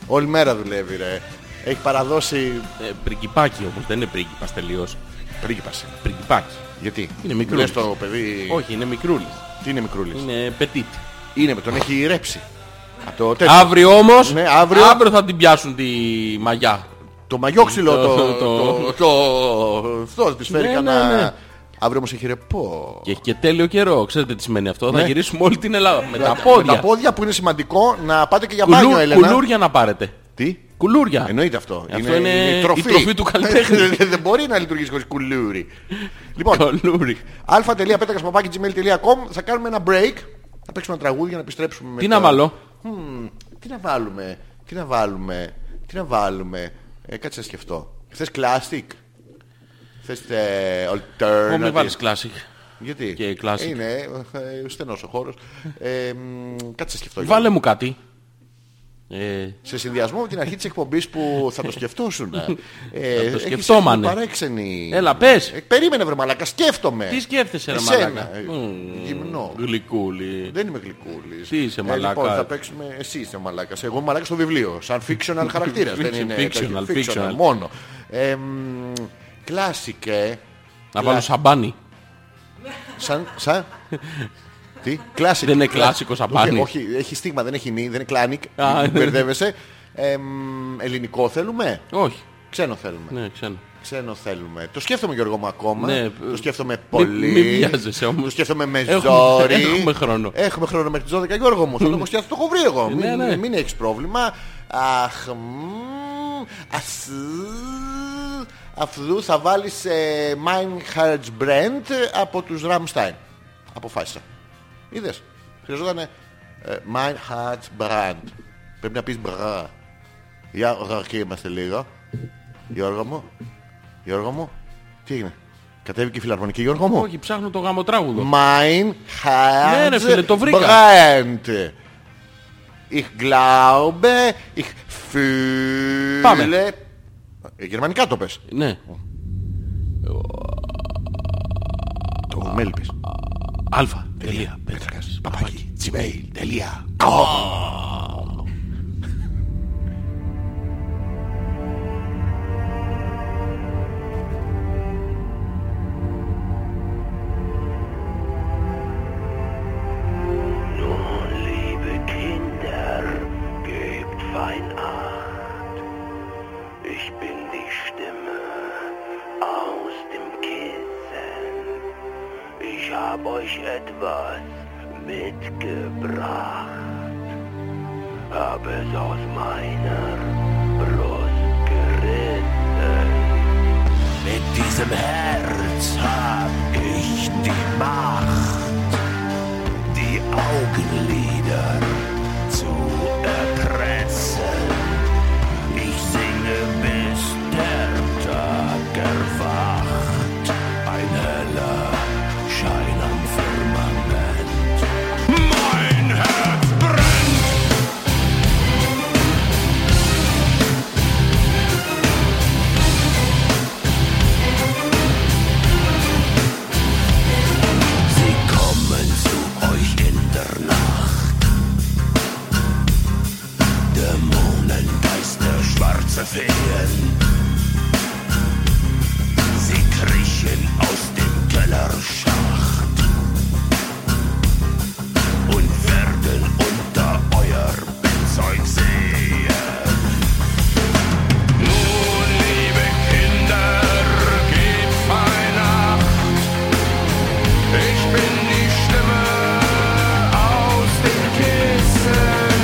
A: Όλη μέρα δουλεύει, ρε. Έχει παραδώσει.
B: Ε, πριγκιπάκι όμως, δεν είναι πρίγκιπας τελείως.
A: Πρίγκιπας. είναι.
B: Πριγκιπάκι.
A: Γιατί
B: Είναι μικρό.
A: Λες το παιδί.
B: Όχι, είναι μικρούλης.
A: Τι είναι μικρούλης.
B: Είναι petit.
A: Είναι, τον έχει ρέψει. Από το τέτοιο.
B: Αύριο όμως,
A: Ναι, αύριο.
B: θα την πιάσουν τη μαγιά.
A: Το μαγιόξυλο το.
B: Το-
A: το-
B: το-
A: το- Αυτό τη φέρει
B: Ναι, ναι, ναι.
A: κανένα. Αύριο όμως έχει ρεπό.
B: Και έχει και τέλειο καιρό. Ξέρετε τι σημαίνει αυτό.
A: Ναι.
B: Θα γυρίσουμε όλη την Ελλάδα. Με τα
A: Με τα
B: πόδια.
A: πόδια που είναι σημαντικό να πάτε και για
B: Κουλού-
A: μπάνιο, Έλενα.
B: κουλούρια να πάρετε.
A: Τι?
B: Κουλούρια.
A: Εννοείται αυτό.
B: Αυτό είναι
A: η
B: η τροφή του καλλιτέχνη.
A: Δεν μπορεί να λειτουργήσει χωρίς κουλούρι. Λοιπόν,
B: Κουλούρι.
A: α.πέτρακας.gmail.com θα κάνουμε ένα break. Θα παίξουμε ένα τραγούδι για να επιστρέψουμε. με
B: Τι
A: το-
B: να βάλω.
A: Μμμ, Τι να βάλουμε. Τι να βάλουμε. Τι να βάλουμε. Ε, Κάτσε να σκεφτώ. Θες classic. Θες ε,
B: Εγώ
A: alternative.
B: μην βάλεις classic.
A: Γιατί.
B: και classic.
A: Είναι ε, στενός ο χώρος. Ε, μ, Ε, Κάτσε να σκεφτώ.
B: Βάλε μου κάτι. Ε,
A: Σε συνδυασμό με την αρχή της εκπομπής που θα το σκεφτόσουν. Ε,
B: το
A: έχεις
B: σκεφτόμανε.
A: μια Παράξενη.
B: Έλα, πες.
A: Ε, περίμενε βρε μαλάκα, σκέφτομαι.
B: τι σκέφτεσαι, ρε
A: Εσένα,
B: μαλάκα.
A: ε,
B: Μμμ,
A: γυμνό.
B: Γλυκούλη.
A: Δεν είμαι γλυκούλης.
B: Τι είσαι,
A: λοιπόν,
B: μαλάκα.
A: θα παίξουμε... Εσύ είσαι μαλάκας. Εγώ είμαι μαλάκας στο βιβλίο. Σαν fictional χαρακτήρας. δεν είναι...
B: Fictional,
A: τέτοιο.
B: fictional.
A: Μόνο. Ε, μ, classic, ε.
B: Να βάλω σαμπάνι.
A: Σαν. σαν... Τι, κλάσικ.
B: Δεν είναι κλάσικο σαμπάνι.
A: Όχι, όχι, έχει στίγμα, δεν έχει νη, δεν είναι κλάνικ.
B: Α. ναι.
A: μην Μπερδεύεσαι. Ε, μ, ελληνικό θέλουμε.
B: Όχι.
A: Ξένο θέλουμε.
B: Ναι, ξένο.
A: Ξένο θέλουμε. Το σκέφτομαι Γιώργο μου ακόμα.
B: Ναι,
A: το σκέφτομαι
B: Μη-
A: πολύ.
B: Μην βιάζεσαι
A: Το
B: όμως.
A: σκέφτομαι με
B: Έχουμε-
A: ζόρι.
B: έχουμε χρόνο.
A: Έχουμε χρόνο μέχρι τις 12 Γιώργο μου. Θα το έχω σκέφτο, το έχω βρει εγώ. μην,
B: Ναι, ναι.
A: μην έχεις πρόβλημα. Αχ, μμμ, ας, Αυτού θα βάλεις ε, Meinhard's Brand από τους Rammstein. Αποφάσισα. Είδες. Χρειαζόταν ε, Meinhard's Brand. Πρέπει να πεις μπρά. Για ραρκή είμαστε λίγο. Γιώργο μου. Γιώργο μου. Τι έγινε. Κατέβηκε η φιλαρμονική Γιώργο μου.
B: Όχι, ψάχνω το γάμο τραγούδο.
A: Mein
B: Ναι,
A: Herz
B: ρε φίλε, το βρήκα.
A: brennt. Ich glaube, ich fühle...
B: Πάμε.
A: Ε, Γερμανικά το πες.
B: Ναι.
A: Το μέλπης.
B: Αλφα. Τελεία.
A: Πέτρακας. Παπάκι. Gmail. Τελεία.
C: Nun, liebe Kinder, gebt fein Acht. Ich bin die Stimme aus dem Kissen. Ich hab euch etwas mitgebracht. Hab es aus meiner Brust gerissen. Mit diesem Herz hab ich die Macht die Augenlider zu erpressen. Ich singe bis der Tag erwacht, ein heller Schein am Firmament. Mein Herz brennt! Sie kommen zu euch in der Nacht. Dämonen, Geister, schwarze Feen. Sie kriechen aus dem Kellerschacht und werden unter euer Bettzeug sehen. Nun, liebe Kinder, geht fein ab. Ich bin die Stimme aus den Kissen.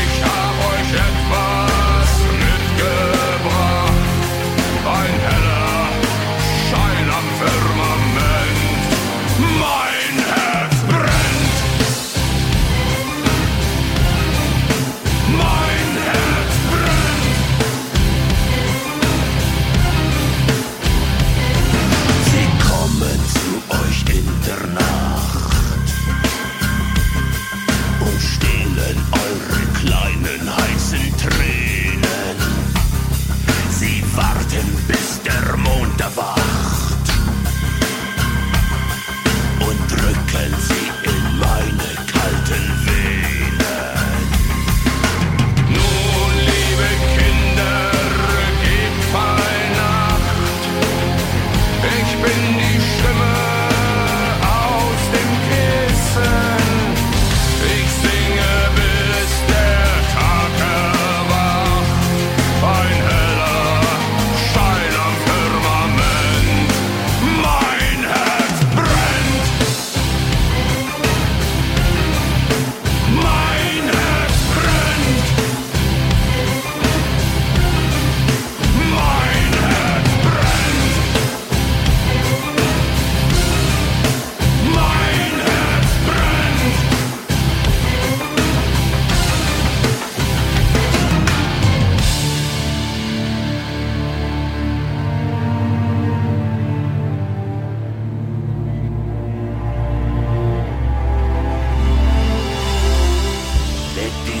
C: Ich hab euch etwas mitgebracht. Ein heller Schein am Firmament.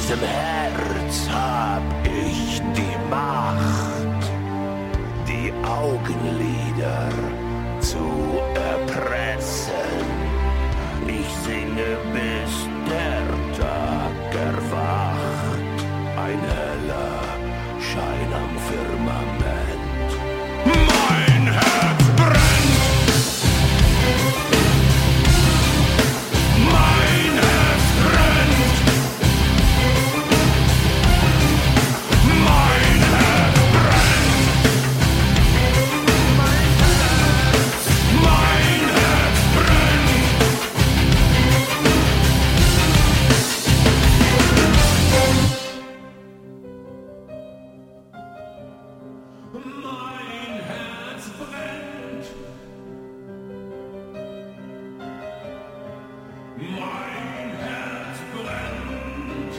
C: Schmerz hab ich die Macht, die Augenlider zu erpressen. Ich singe bis der Tag erwacht, ein heller Schein am Firmament. Mein Herz brennt! Mein Herz brennt! Mein Herz brennt! Mein Herz brennt! Mein Herz brennt! Mein Herz brennt!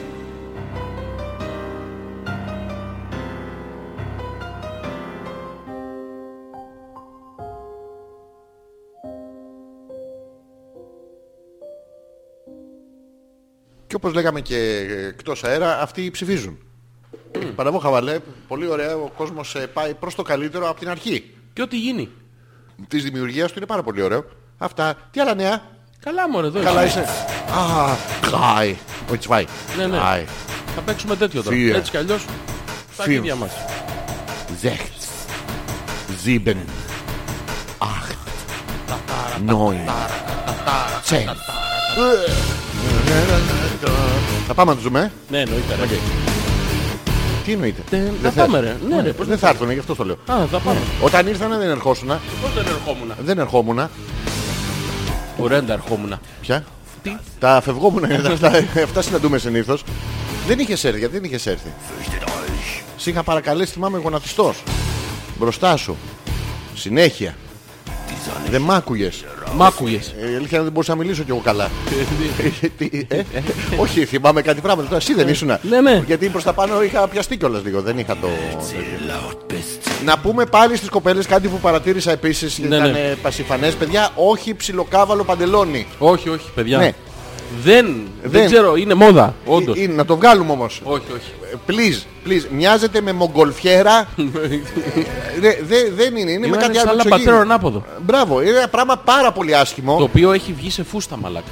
A: Και όπως λέγαμε και ε, εκτός αέρα, αυτοί ψηφίζουν. Παραβό χαβαλέ, πολύ ωραία, ο κόσμος ε, πάει προς το καλύτερο από την αρχή.
B: Και ό,τι γίνει.
A: Της δημιουργίας του είναι πάρα πολύ ωραίο. Αυτά. Τι άλλα νέα.
B: Καλά μωρέ εδώ
A: Καλά
B: είμαι.
A: είσαι. Α, χάι. Ο Τσβάι.
B: Ναι, ναι.
A: Χάι.
B: Θα παίξουμε τέτοιο τώρα.
A: Fear.
B: Έτσι κι αλλιώς. Στα
A: Fear.
B: αρχίδια μας.
A: Sechs, sieben, acht, neun, zehn. Θα πάμε να τους δούμε. ε.
B: Ναι, εννοείται. ρε.
A: Τι εννοείται.
B: Ε,
A: Δεν
B: να
A: θες.
B: πάμε, ρε. Ναι, ρε, πώς
A: Δεν θα έρθουν, γι' αυτό το λέω.
B: Α, θα πάμε.
A: Όταν ήρθανε δεν ερχόσουνα.
B: Πώς δεν ερχόμουν.
A: Δεν ερχόμουνα.
B: Ωραία, δεν τα ερχόμουν.
A: Ποια.
B: Τι.
A: Τα φευγόμουνα. ε, Αυτά, αυτά συναντούμε συνήθως. Δεν είχες έρθει, γιατί δεν είχες έρθει.
C: Fürchtet euch!
A: Σε είχα παρακαλέσει, θυμάμαι, γονατιστός. Μπροστά σου. Συνέχεια. Δεν μ' άκουγες.
B: Μ' άκουγες.
A: Ε, Η αλήθεια είναι ότι δεν μπορούσα να μιλήσω κι εγώ καλά. Τι, ε, Όχι, θυμάμαι κάτι πράγματα. Τώρα εσύ δεν ήσουν.
B: Ναι, ναι.
A: Γιατί προς τα πάνω είχα πιαστεί κιόλας λίγο. Δεν είχα το.
C: Laut bist du
A: Να πούμε πάλι στις κοπέλες κάτι που παρατήρησα επίσης.
B: Ναι,
A: Ήταν
B: ναι.
A: ε, πασιφανές. Παιδιά, όχι ψιλοκάβαλο παντελόνι.
B: όχι, όχι, παιδιά.
A: Ναι.
B: Δεν, δεν,
A: Δεν.
B: ξέρω, είναι μόδα, όντως.
A: Ε, είναι, να το βγάλουμε όμως.
B: Όχι, όχι.
A: Ε, Please, please. Μοιάζεται με μογκολφιέρα. Ε, ναι, δε- δεν είναι, είναι με κάτι άλλο.
B: σαν
A: εξωγήινο.
B: λαμπατέρο ανάποδο.
A: Μπράβο, είναι ένα πράγμα πάρα πολύ άσχημο.
B: Το οποίο έχει βγει σε φούστα, μαλάκα.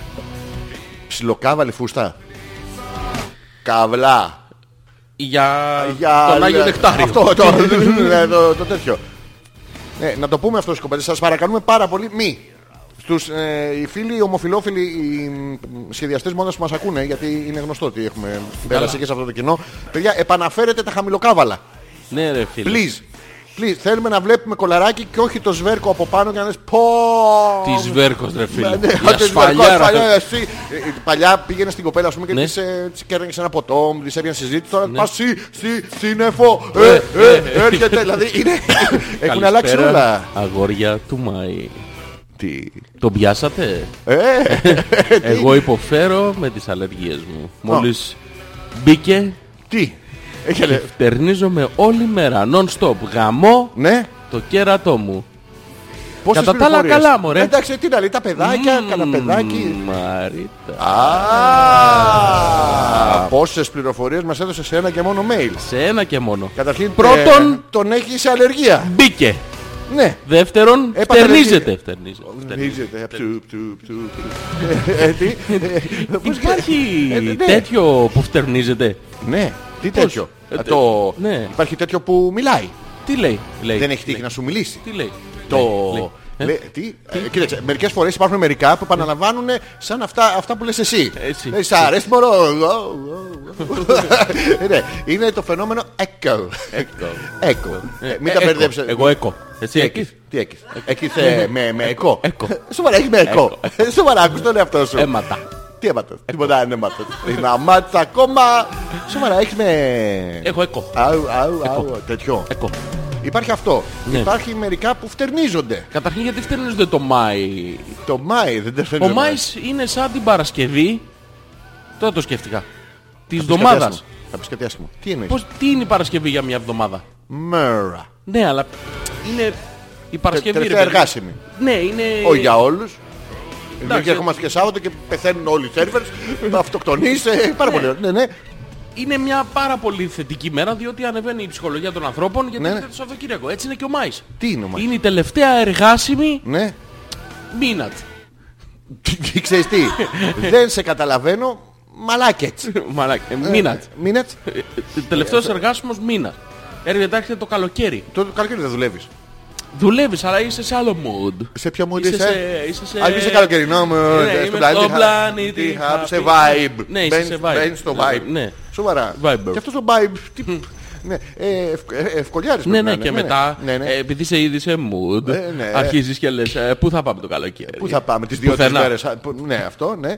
A: Ψιλοκάβαλη φούστα. Καβλά.
B: Για,
A: Ε, για
B: Ε, τον Άγιο Νεκτάριο.
A: Αυτό, το, το, το, το τέτοιο. Ναι, να το πούμε αυτό στις κοπέλες. Σας παρακαλούμε πάρα πολύ. Μη. Στους ε, οι φίλοι, οι ομοφιλόφιλοι, οι μ, σχεδιαστές μόνος που μας ακούνε, γιατί είναι γνωστό ότι έχουμε πέρασει και σε αυτό το κοινό. Παιδιά, επαναφέρετε τα χαμηλοκάβαλα.
B: Ναι, ρε φίλε.
A: Please. Please. Θέλουμε να βλέπουμε κολαράκι και όχι το σβέρκο από πάνω και να λες πω.
B: Τη Βέρκος, ρε φίλε.
A: Ναι,
B: Η
A: άντε,
B: ασφαλιά,
A: σβέρκο,
B: ρε.
A: ασφαλιά, εσύ. Ε, ε, Παλιά πήγαινε στην κοπέλα ας πούμε, και
B: Ναι.
A: της, ε, της κέρναγες ένα ποτό, της έπιανε συζήτηση. Τώρα πας σι, σι, σύννεφο, ε, ε, έρχεται. Δηλαδή είναι, έχουν
B: Καλησπέρα,
A: αλλάξει όλα.
B: Αγόρια του Μάη.
A: Τι.
B: Τον πιάσατε.
A: Ε,
B: Εγώ υποφέρω με τις αλλεργίες μου. Μόλις μπήκε,
A: τι. Έχετε.
B: τερνίζομαι όλη μέρα. Non-stop. Γαμώ
A: Ναι.
B: το κέρατό μου.
A: Πόσες
B: Κατά τα άλλα
A: πληροφορίες.
B: καλά, μωρέ.
A: Εντάξει, τι να λέει, τα παιδάκια, κανένα παιδάκι.
B: Μαρίτα.
A: Α, πόσες πληροφορίες μας έδωσε σε ένα και μόνο mail.
B: Σε ένα και μόνο.
A: Καταρχήν
B: Πρώτον-
A: ε, τον έχεις σε αλλεργία.
B: Μπήκε.
A: Ναι.
B: Δεύτερον,
A: Έπαθε
B: φτερνίζεται.
A: αλλεργία.
B: φτερνίζεται, φτερνίζεται.
A: Νίζεται. Πτου, πτου, πτου, πτου. Ε, ε, τι, ε, πώς
B: Υπάρχει
A: ε, ναι.
B: τέτοιο που φτερνίζεται.
A: Ναι. Τι τέτοιο.
B: Ε,
A: Α, Το...
B: ναι. Ε,
A: Υπάρχει τέτοιο που μιλάει.
B: Τι λέει, λέει.
A: Δεν έχει τύχει να σου μιλήσει.
B: Τι λέει.
A: Το...
B: λέει, ε.
A: Λέ- τι, ε, κοίταξε, μερικές φορές υπάρχουν μερικά που επαναλαμβάνουν σαν αυτά, αυτά που λες εσύ.
B: Έτσι.
A: Λέει, σ' αρέσει μωρό. Ω, ω, ω, ω. Ναι, Είναι το φαινόμενο echo. Echo. Ε, Μην τα
B: Ε,
A: μπερδέψεις.
B: έκο. Εγώ έκο. Εσύ έκεις. ναι,
A: Τι έχεις. Έχεις ε, με, με εκό.
B: Εκό.
A: Σοβαρά έχεις με εκό. Σοβαρά άκουσες τον εαυτό σου.
B: Αίματα.
A: Τι έμαθες. Τίποτα δεν έμαθες.
B: Ε,
A: Είναι αμάτης ακόμα. Σοβαρά έχεις με...
B: Έχω έκο.
A: Αου, αου, αου. Τέτοιο.
B: Έκο.
A: Υπάρχει αυτό.
B: Ναι.
A: Υπάρχει μερικά που φτερνίζονται.
B: Καταρχήν γιατί φτερνίζονται το Μάη.
A: Το Μάη δεν τα
B: Ο
A: φτερνίζονται.
B: Μάης είναι σαν την Παρασκευή. Τώρα το σκέφτηκα. Της
A: Θα πεις κάτι
B: εβδομάδα.
A: άσχημο. Θα πεις κάτι άσχημο. Τι εννοείς.
B: Πώς, τι είναι η Παρασκευή για μια εβδομάδα.
A: Μέρα.
B: Ναι, αλλά είναι η Παρασκευή. ρε
A: Τελευταία
B: παιδί.
A: εργάσιμη.
B: Ναι, είναι.
A: Όχι για όλους. Εμείς
B: Εντάξει.
A: έρχομαστε και Σάββατο και πεθαίνουν όλοι οι σερβερς. Αυτοκτονείς. ε, Πάρα πολύ. ωραία. Ναι, ναι.
B: είναι μια πάρα πολύ θετική μέρα διότι ανεβαίνει η ψυχολογία των ανθρώπων γιατί
A: Ναι,
B: είναι
A: ναι.
B: το Σαββατοκύριακο. Έτσι είναι και ο Μάης.
A: Τι είναι ο Μάης?
B: Είναι η τελευταία εργάσιμη
A: Ναι.
B: μήνα. του.
A: Ξέρεις τι. Δεν σε καταλαβαίνω. Μαλάκετς. ε,
B: Μαλάκα, μήνα. του.
A: Μίνατς. ε,
B: Τελευταίος εργάσιμος μήνας. Έρχεται έρχεται το καλοκαίρι.
A: Το καλοκαίρι δεν δουλεύεις.
B: Δουλεύεις αλλά είσαι σε άλλο mood.
A: Σε ποια μου
B: Είσαι
A: είσαι.
B: σε... Είσαι σε...
A: Αν είσαι καλοκαιρινό μου,
B: Ναι,
A: στον
B: είμαι
A: πλανήτη
B: στον
A: Χα-
B: πλανήτη
A: τι
B: Χα-
A: χα- σε vibe.
B: Ναι, είσαι
A: Μπαίνεις-
B: σε vibe.
A: Μπαίνεις στο
B: Ναι,
A: vibe.
B: ναι.
A: Σοβαρά.
B: Viber.
A: Και αυτό το vibe. τι- Ναι, ε, ευκ- ε, ευκολιάρης
B: Ναι,
A: πρέπει να
B: ναι,
A: είναι.
B: και μετά,
A: Ναι, ναι.
B: ε, επειδή σε είδη σε mood,
A: Ε, ναι.
B: αρχίζεις και λες, ε, πού θα πάμε το καλοκαίρι.
A: Πού θα πάμε, τις δύο τρεις
B: Πουθενά.
A: μέρες. α, που- Ναι, αυτό, ναι.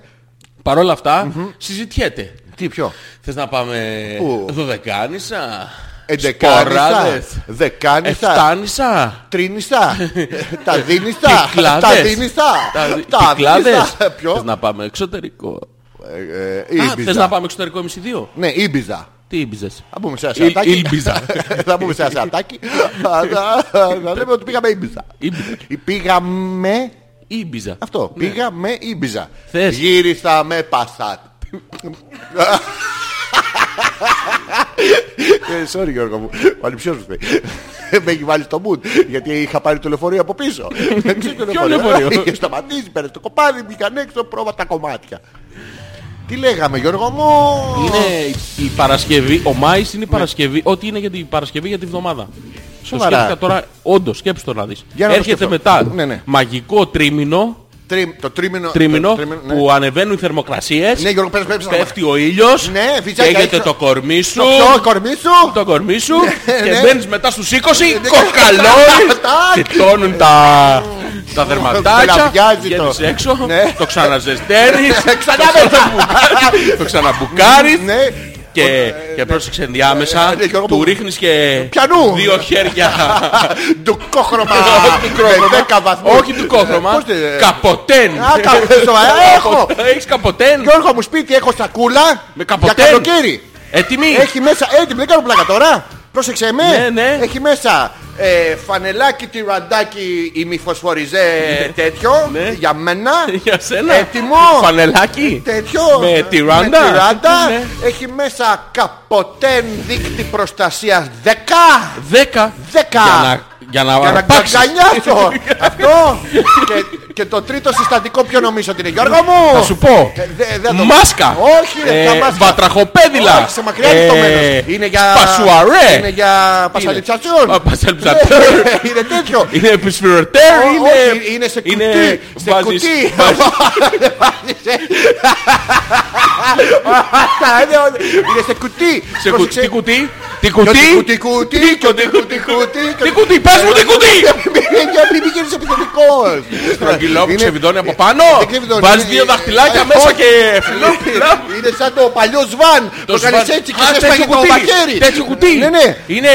B: Παρ' όλα αυτά, συζητιέται.
A: Τι πιο.
B: Θες να πάμε
A: Πού?
B: δωδεκάνησα,
A: Εντεκάνησα,
B: σποράδες,
A: δεκάνησα,
B: εφτάνησα.
A: τρίνησα, τα δίνησα,
B: Κυκλάδες.
A: τα δίνησα,
B: Τα-
A: τα
B: Κυκλάδες.
A: δίνησα.
B: Θες
A: Ποιο,
B: να πάμε εξωτερικό.
A: Ε, ε,
B: Α, θες να
A: Ήμπιζα.
B: πάμε εξωτερικό εμείς οι δύο.
A: Ναι, Ήμπιζα.
B: Τι ήμπιζες.
A: Θα μπούμε σε ένα
B: Ήλ-
A: σατάκι.
B: Ήλμπιζα.
A: θα μπούμε σε ένα σατάκι. Θα- Θα λέμε ότι πήγαμε Ήμπιζα.
B: Ήμπιζα.
A: Πήγαμε
B: Ήμπιζα.
A: αυτό. Πήγαμε Ήμπιζα.
B: Ναι. Θες.
A: Γύρισα με Πασάτ. Ε, Sorry Γιώργο μου, ο ανιψιός μου θέλει. Με έχει βάλει στο mood γιατί είχα πάρει το λεωφορείο από πίσω. Δεν ξέρω το
B: Ποιο λεωφορείο?
A: Είχε σταματήσει, πέρασε το κοπάδι, μπήκαν έξω, πρόβα τα κομμάτια. Τι λέγαμε Γιώργο μου.
B: Είναι η Παρασκευή, ο Μάης είναι η Παρασκευή, ό,τι είναι για την Παρασκευή για τη βδομάδα.
A: Σοβαρά.
B: Το σκέφτηκα τώρα, όντως, σκέψου το να δεις.
A: Για να το
B: Έρχεται
A: σκεφτώ.
B: μετά
A: Ναι, ναι.
B: μαγικό τρίμηνο,
A: Τρι- Το τρίμηνο.
B: τρίμηνο
A: το τρίμηνο, ναι.
B: που ανεβαίνουν οι θερμοκρασίες,
A: Ναι, Γιώργο, πες, πες, πες.
B: πέφτει ο ήλιος,
A: Ναι, φυσικά,
B: καίγεται
A: έξω.
B: το κορμί σου,
A: Το πιο κορμί σου.
B: το κορμί σου και
A: ναι.
B: μπαίνεις μετά στους 20
A: ναι.
B: κοκαλώνεις
A: Τάκ.
B: φυτώνουν τα τα δερματάκια
A: Γλαβιάζει το.
B: βγαίνεις έξω
A: Ναι.
B: το ξαναζεσταίνεις
A: Ξανά
B: το
A: μετά.
B: ξαναμπουκάρεις, το ξαναμπουκάρεις
A: Ναι.
B: και, και πρόσεξε ενδιάμεσα,
A: Ναι, Γιώργο
B: του
A: μου.
B: ρίχνεις και
A: Πιανού.
B: δύο χέρια.
A: Ντουκόχρωμα.
B: Όχι ντουκόχρωμα.
A: Με 10 βαθμούς. Ε,
B: Όχι του κόχρωμα,
A: Πώς τε-
B: καποτέν.
A: Α, κα- ε, σοβαρά, έχω.
B: Έχεις καποτέν.
A: Γιώργο μου σπίτι έχω σακούλα.
B: Με
A: Για
B: καποτέν.
A: καλοκαίρι.
B: Έτοιμη.
A: Έχει μέσα, έτοιμη, δεν κάνω πλάκα τώρα. Πρόσεξε με.
B: Ναι, ναι.
A: Έχει μέσα ε, φανελάκι, τυραντάκι, ημιφοσφοριζέ τέτοιο.
B: Ναι.
A: Για μένα.
B: Για σένα.
A: Έτοιμο.
B: Φανελάκι.
A: Τέτοιο.
B: Με τυράντα.
A: Με τυράντα.
B: Ναι.
A: Έχει μέσα καποτέν δίκτυ προστασίας 10.
B: 10.
A: 10.
B: Για να, για να,
A: Για να
B: αρπάξεις.
A: καγκανιάσω Αυτό και, και το τρίτο συστατικό ποιο νομίζω ότι είναι Γιώργο μου
B: Θα σου πω.
A: Ε, δε- δεν το-
B: Μάσκα.
A: Όχι ρε
B: Ε,
A: ε, μάσκα
B: Βατραχοπέδιλα.
A: Όχι, σε μακριά είναι το μένος Είναι για
B: Πασουαρέ.
A: Είναι για
B: Α,
A: πασαλιψατσιόν
B: πασαλιψατσιόν.
A: Ε, Είναι τέτοιο
B: Είναι επισφυρωτέρ,
A: Ω,
B: είναι...
A: όχι, είναι σε κουτί. σε
B: βάζεις-
A: κουτί.
B: βάζεις-
A: Αυτά, είναι ό- Είναι σε κουτί.
B: Σε κουτί, τι κουτί, τι
A: Κουτί, κουτί,
B: κουτί,
A: κουτί, κουτί, κουτί, κουτί.
B: τι κουτί, πες μου τι κουτί!
A: Μην γίνεις επιθετικός.
B: Στρογγυλό που
A: Είναι-
B: ξεβιδώνει από πάνω,
A: δεν ξεβιδώνει,
B: βάζεις
A: είναι-
B: δύο δαχτυλάκια
A: ε,
B: μέσα
A: όχι.
B: και φιλόφιλα.
A: Είναι σαν το παλιό σβάν. Το κάνεις έτσι και σε σπάγει το μαχαίρι.
B: Τέτοιο κουτί.
A: Ναι, ναι.
B: Είναι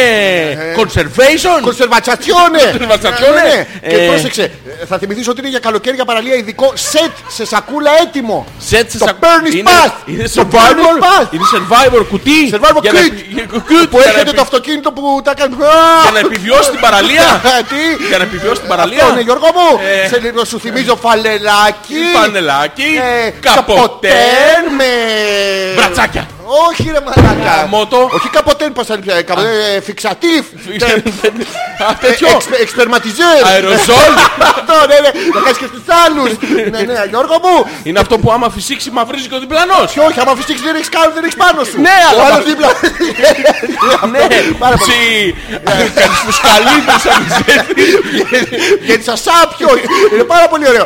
B: conservation.
A: Κονσερβατσιόνε!
B: Κονσερβατσιόνε.
A: Ναι, ναι.
B: Ε.
A: Και πρόσεξε, ε, θα θυμηθείς ότι είναι για καλοκαίρι για παραλία ειδικό σετ σε σακούλα έτοιμο.
B: Σετ σε
A: Το
B: σακ-
A: Bernie's
B: είναι-
A: Path.
B: Είναι
A: Το
B: survivor.
A: Bernie's Path.
B: Είναι survivor κουτί.
A: Survivor
B: Για να-
A: kit.
B: για- kit,
A: Που
B: για να
A: έρχεται
B: επι-
A: το αυτοκίνητο που τα κάνεις. Ε,
B: Για να επιβιώσει την παραλία.
A: Τι?
B: Για να επιβιώσει την παραλία.
A: Αυτό είναι Γιώργο μου.
B: Ε.
A: Σε λίγο σου θυμίζω φαλελάκι.
B: Πανελάκι.
A: ε,
B: Καποτέν.
A: καποτέν με...
B: Βρατσάκια.
A: Όχι ρε μαλάκα.
B: Μότο.
A: Όχι καποτέν πως θα λέει. καποτέν, ε, Φιξατίφ.
B: Α, Τέτοιο.
A: Ε, Εξπερματιζέρ.
B: Αεροζόλ.
A: Αυτό ναι ναι. Να κάνεις και στους άλλους. Ναι ναι Γιώργο μου.
B: Είναι αυτό που άμα φυσήξει μαυρίζει και ο διπλανός.
A: Και όχι, άμα φυσήξεις δεν έχεις κάνει, δεν έχεις πάνω σου.
B: Ναι,
A: Ο
B: αλλά-
A: άλλος δίπλα.
B: Ναι,
A: Πάρα πολύ.
B: Τσι, κάνεις τους καλύτερους αμυζέτης.
A: Γιατί σας άπιο. Είναι πάρα πολύ ωραίο.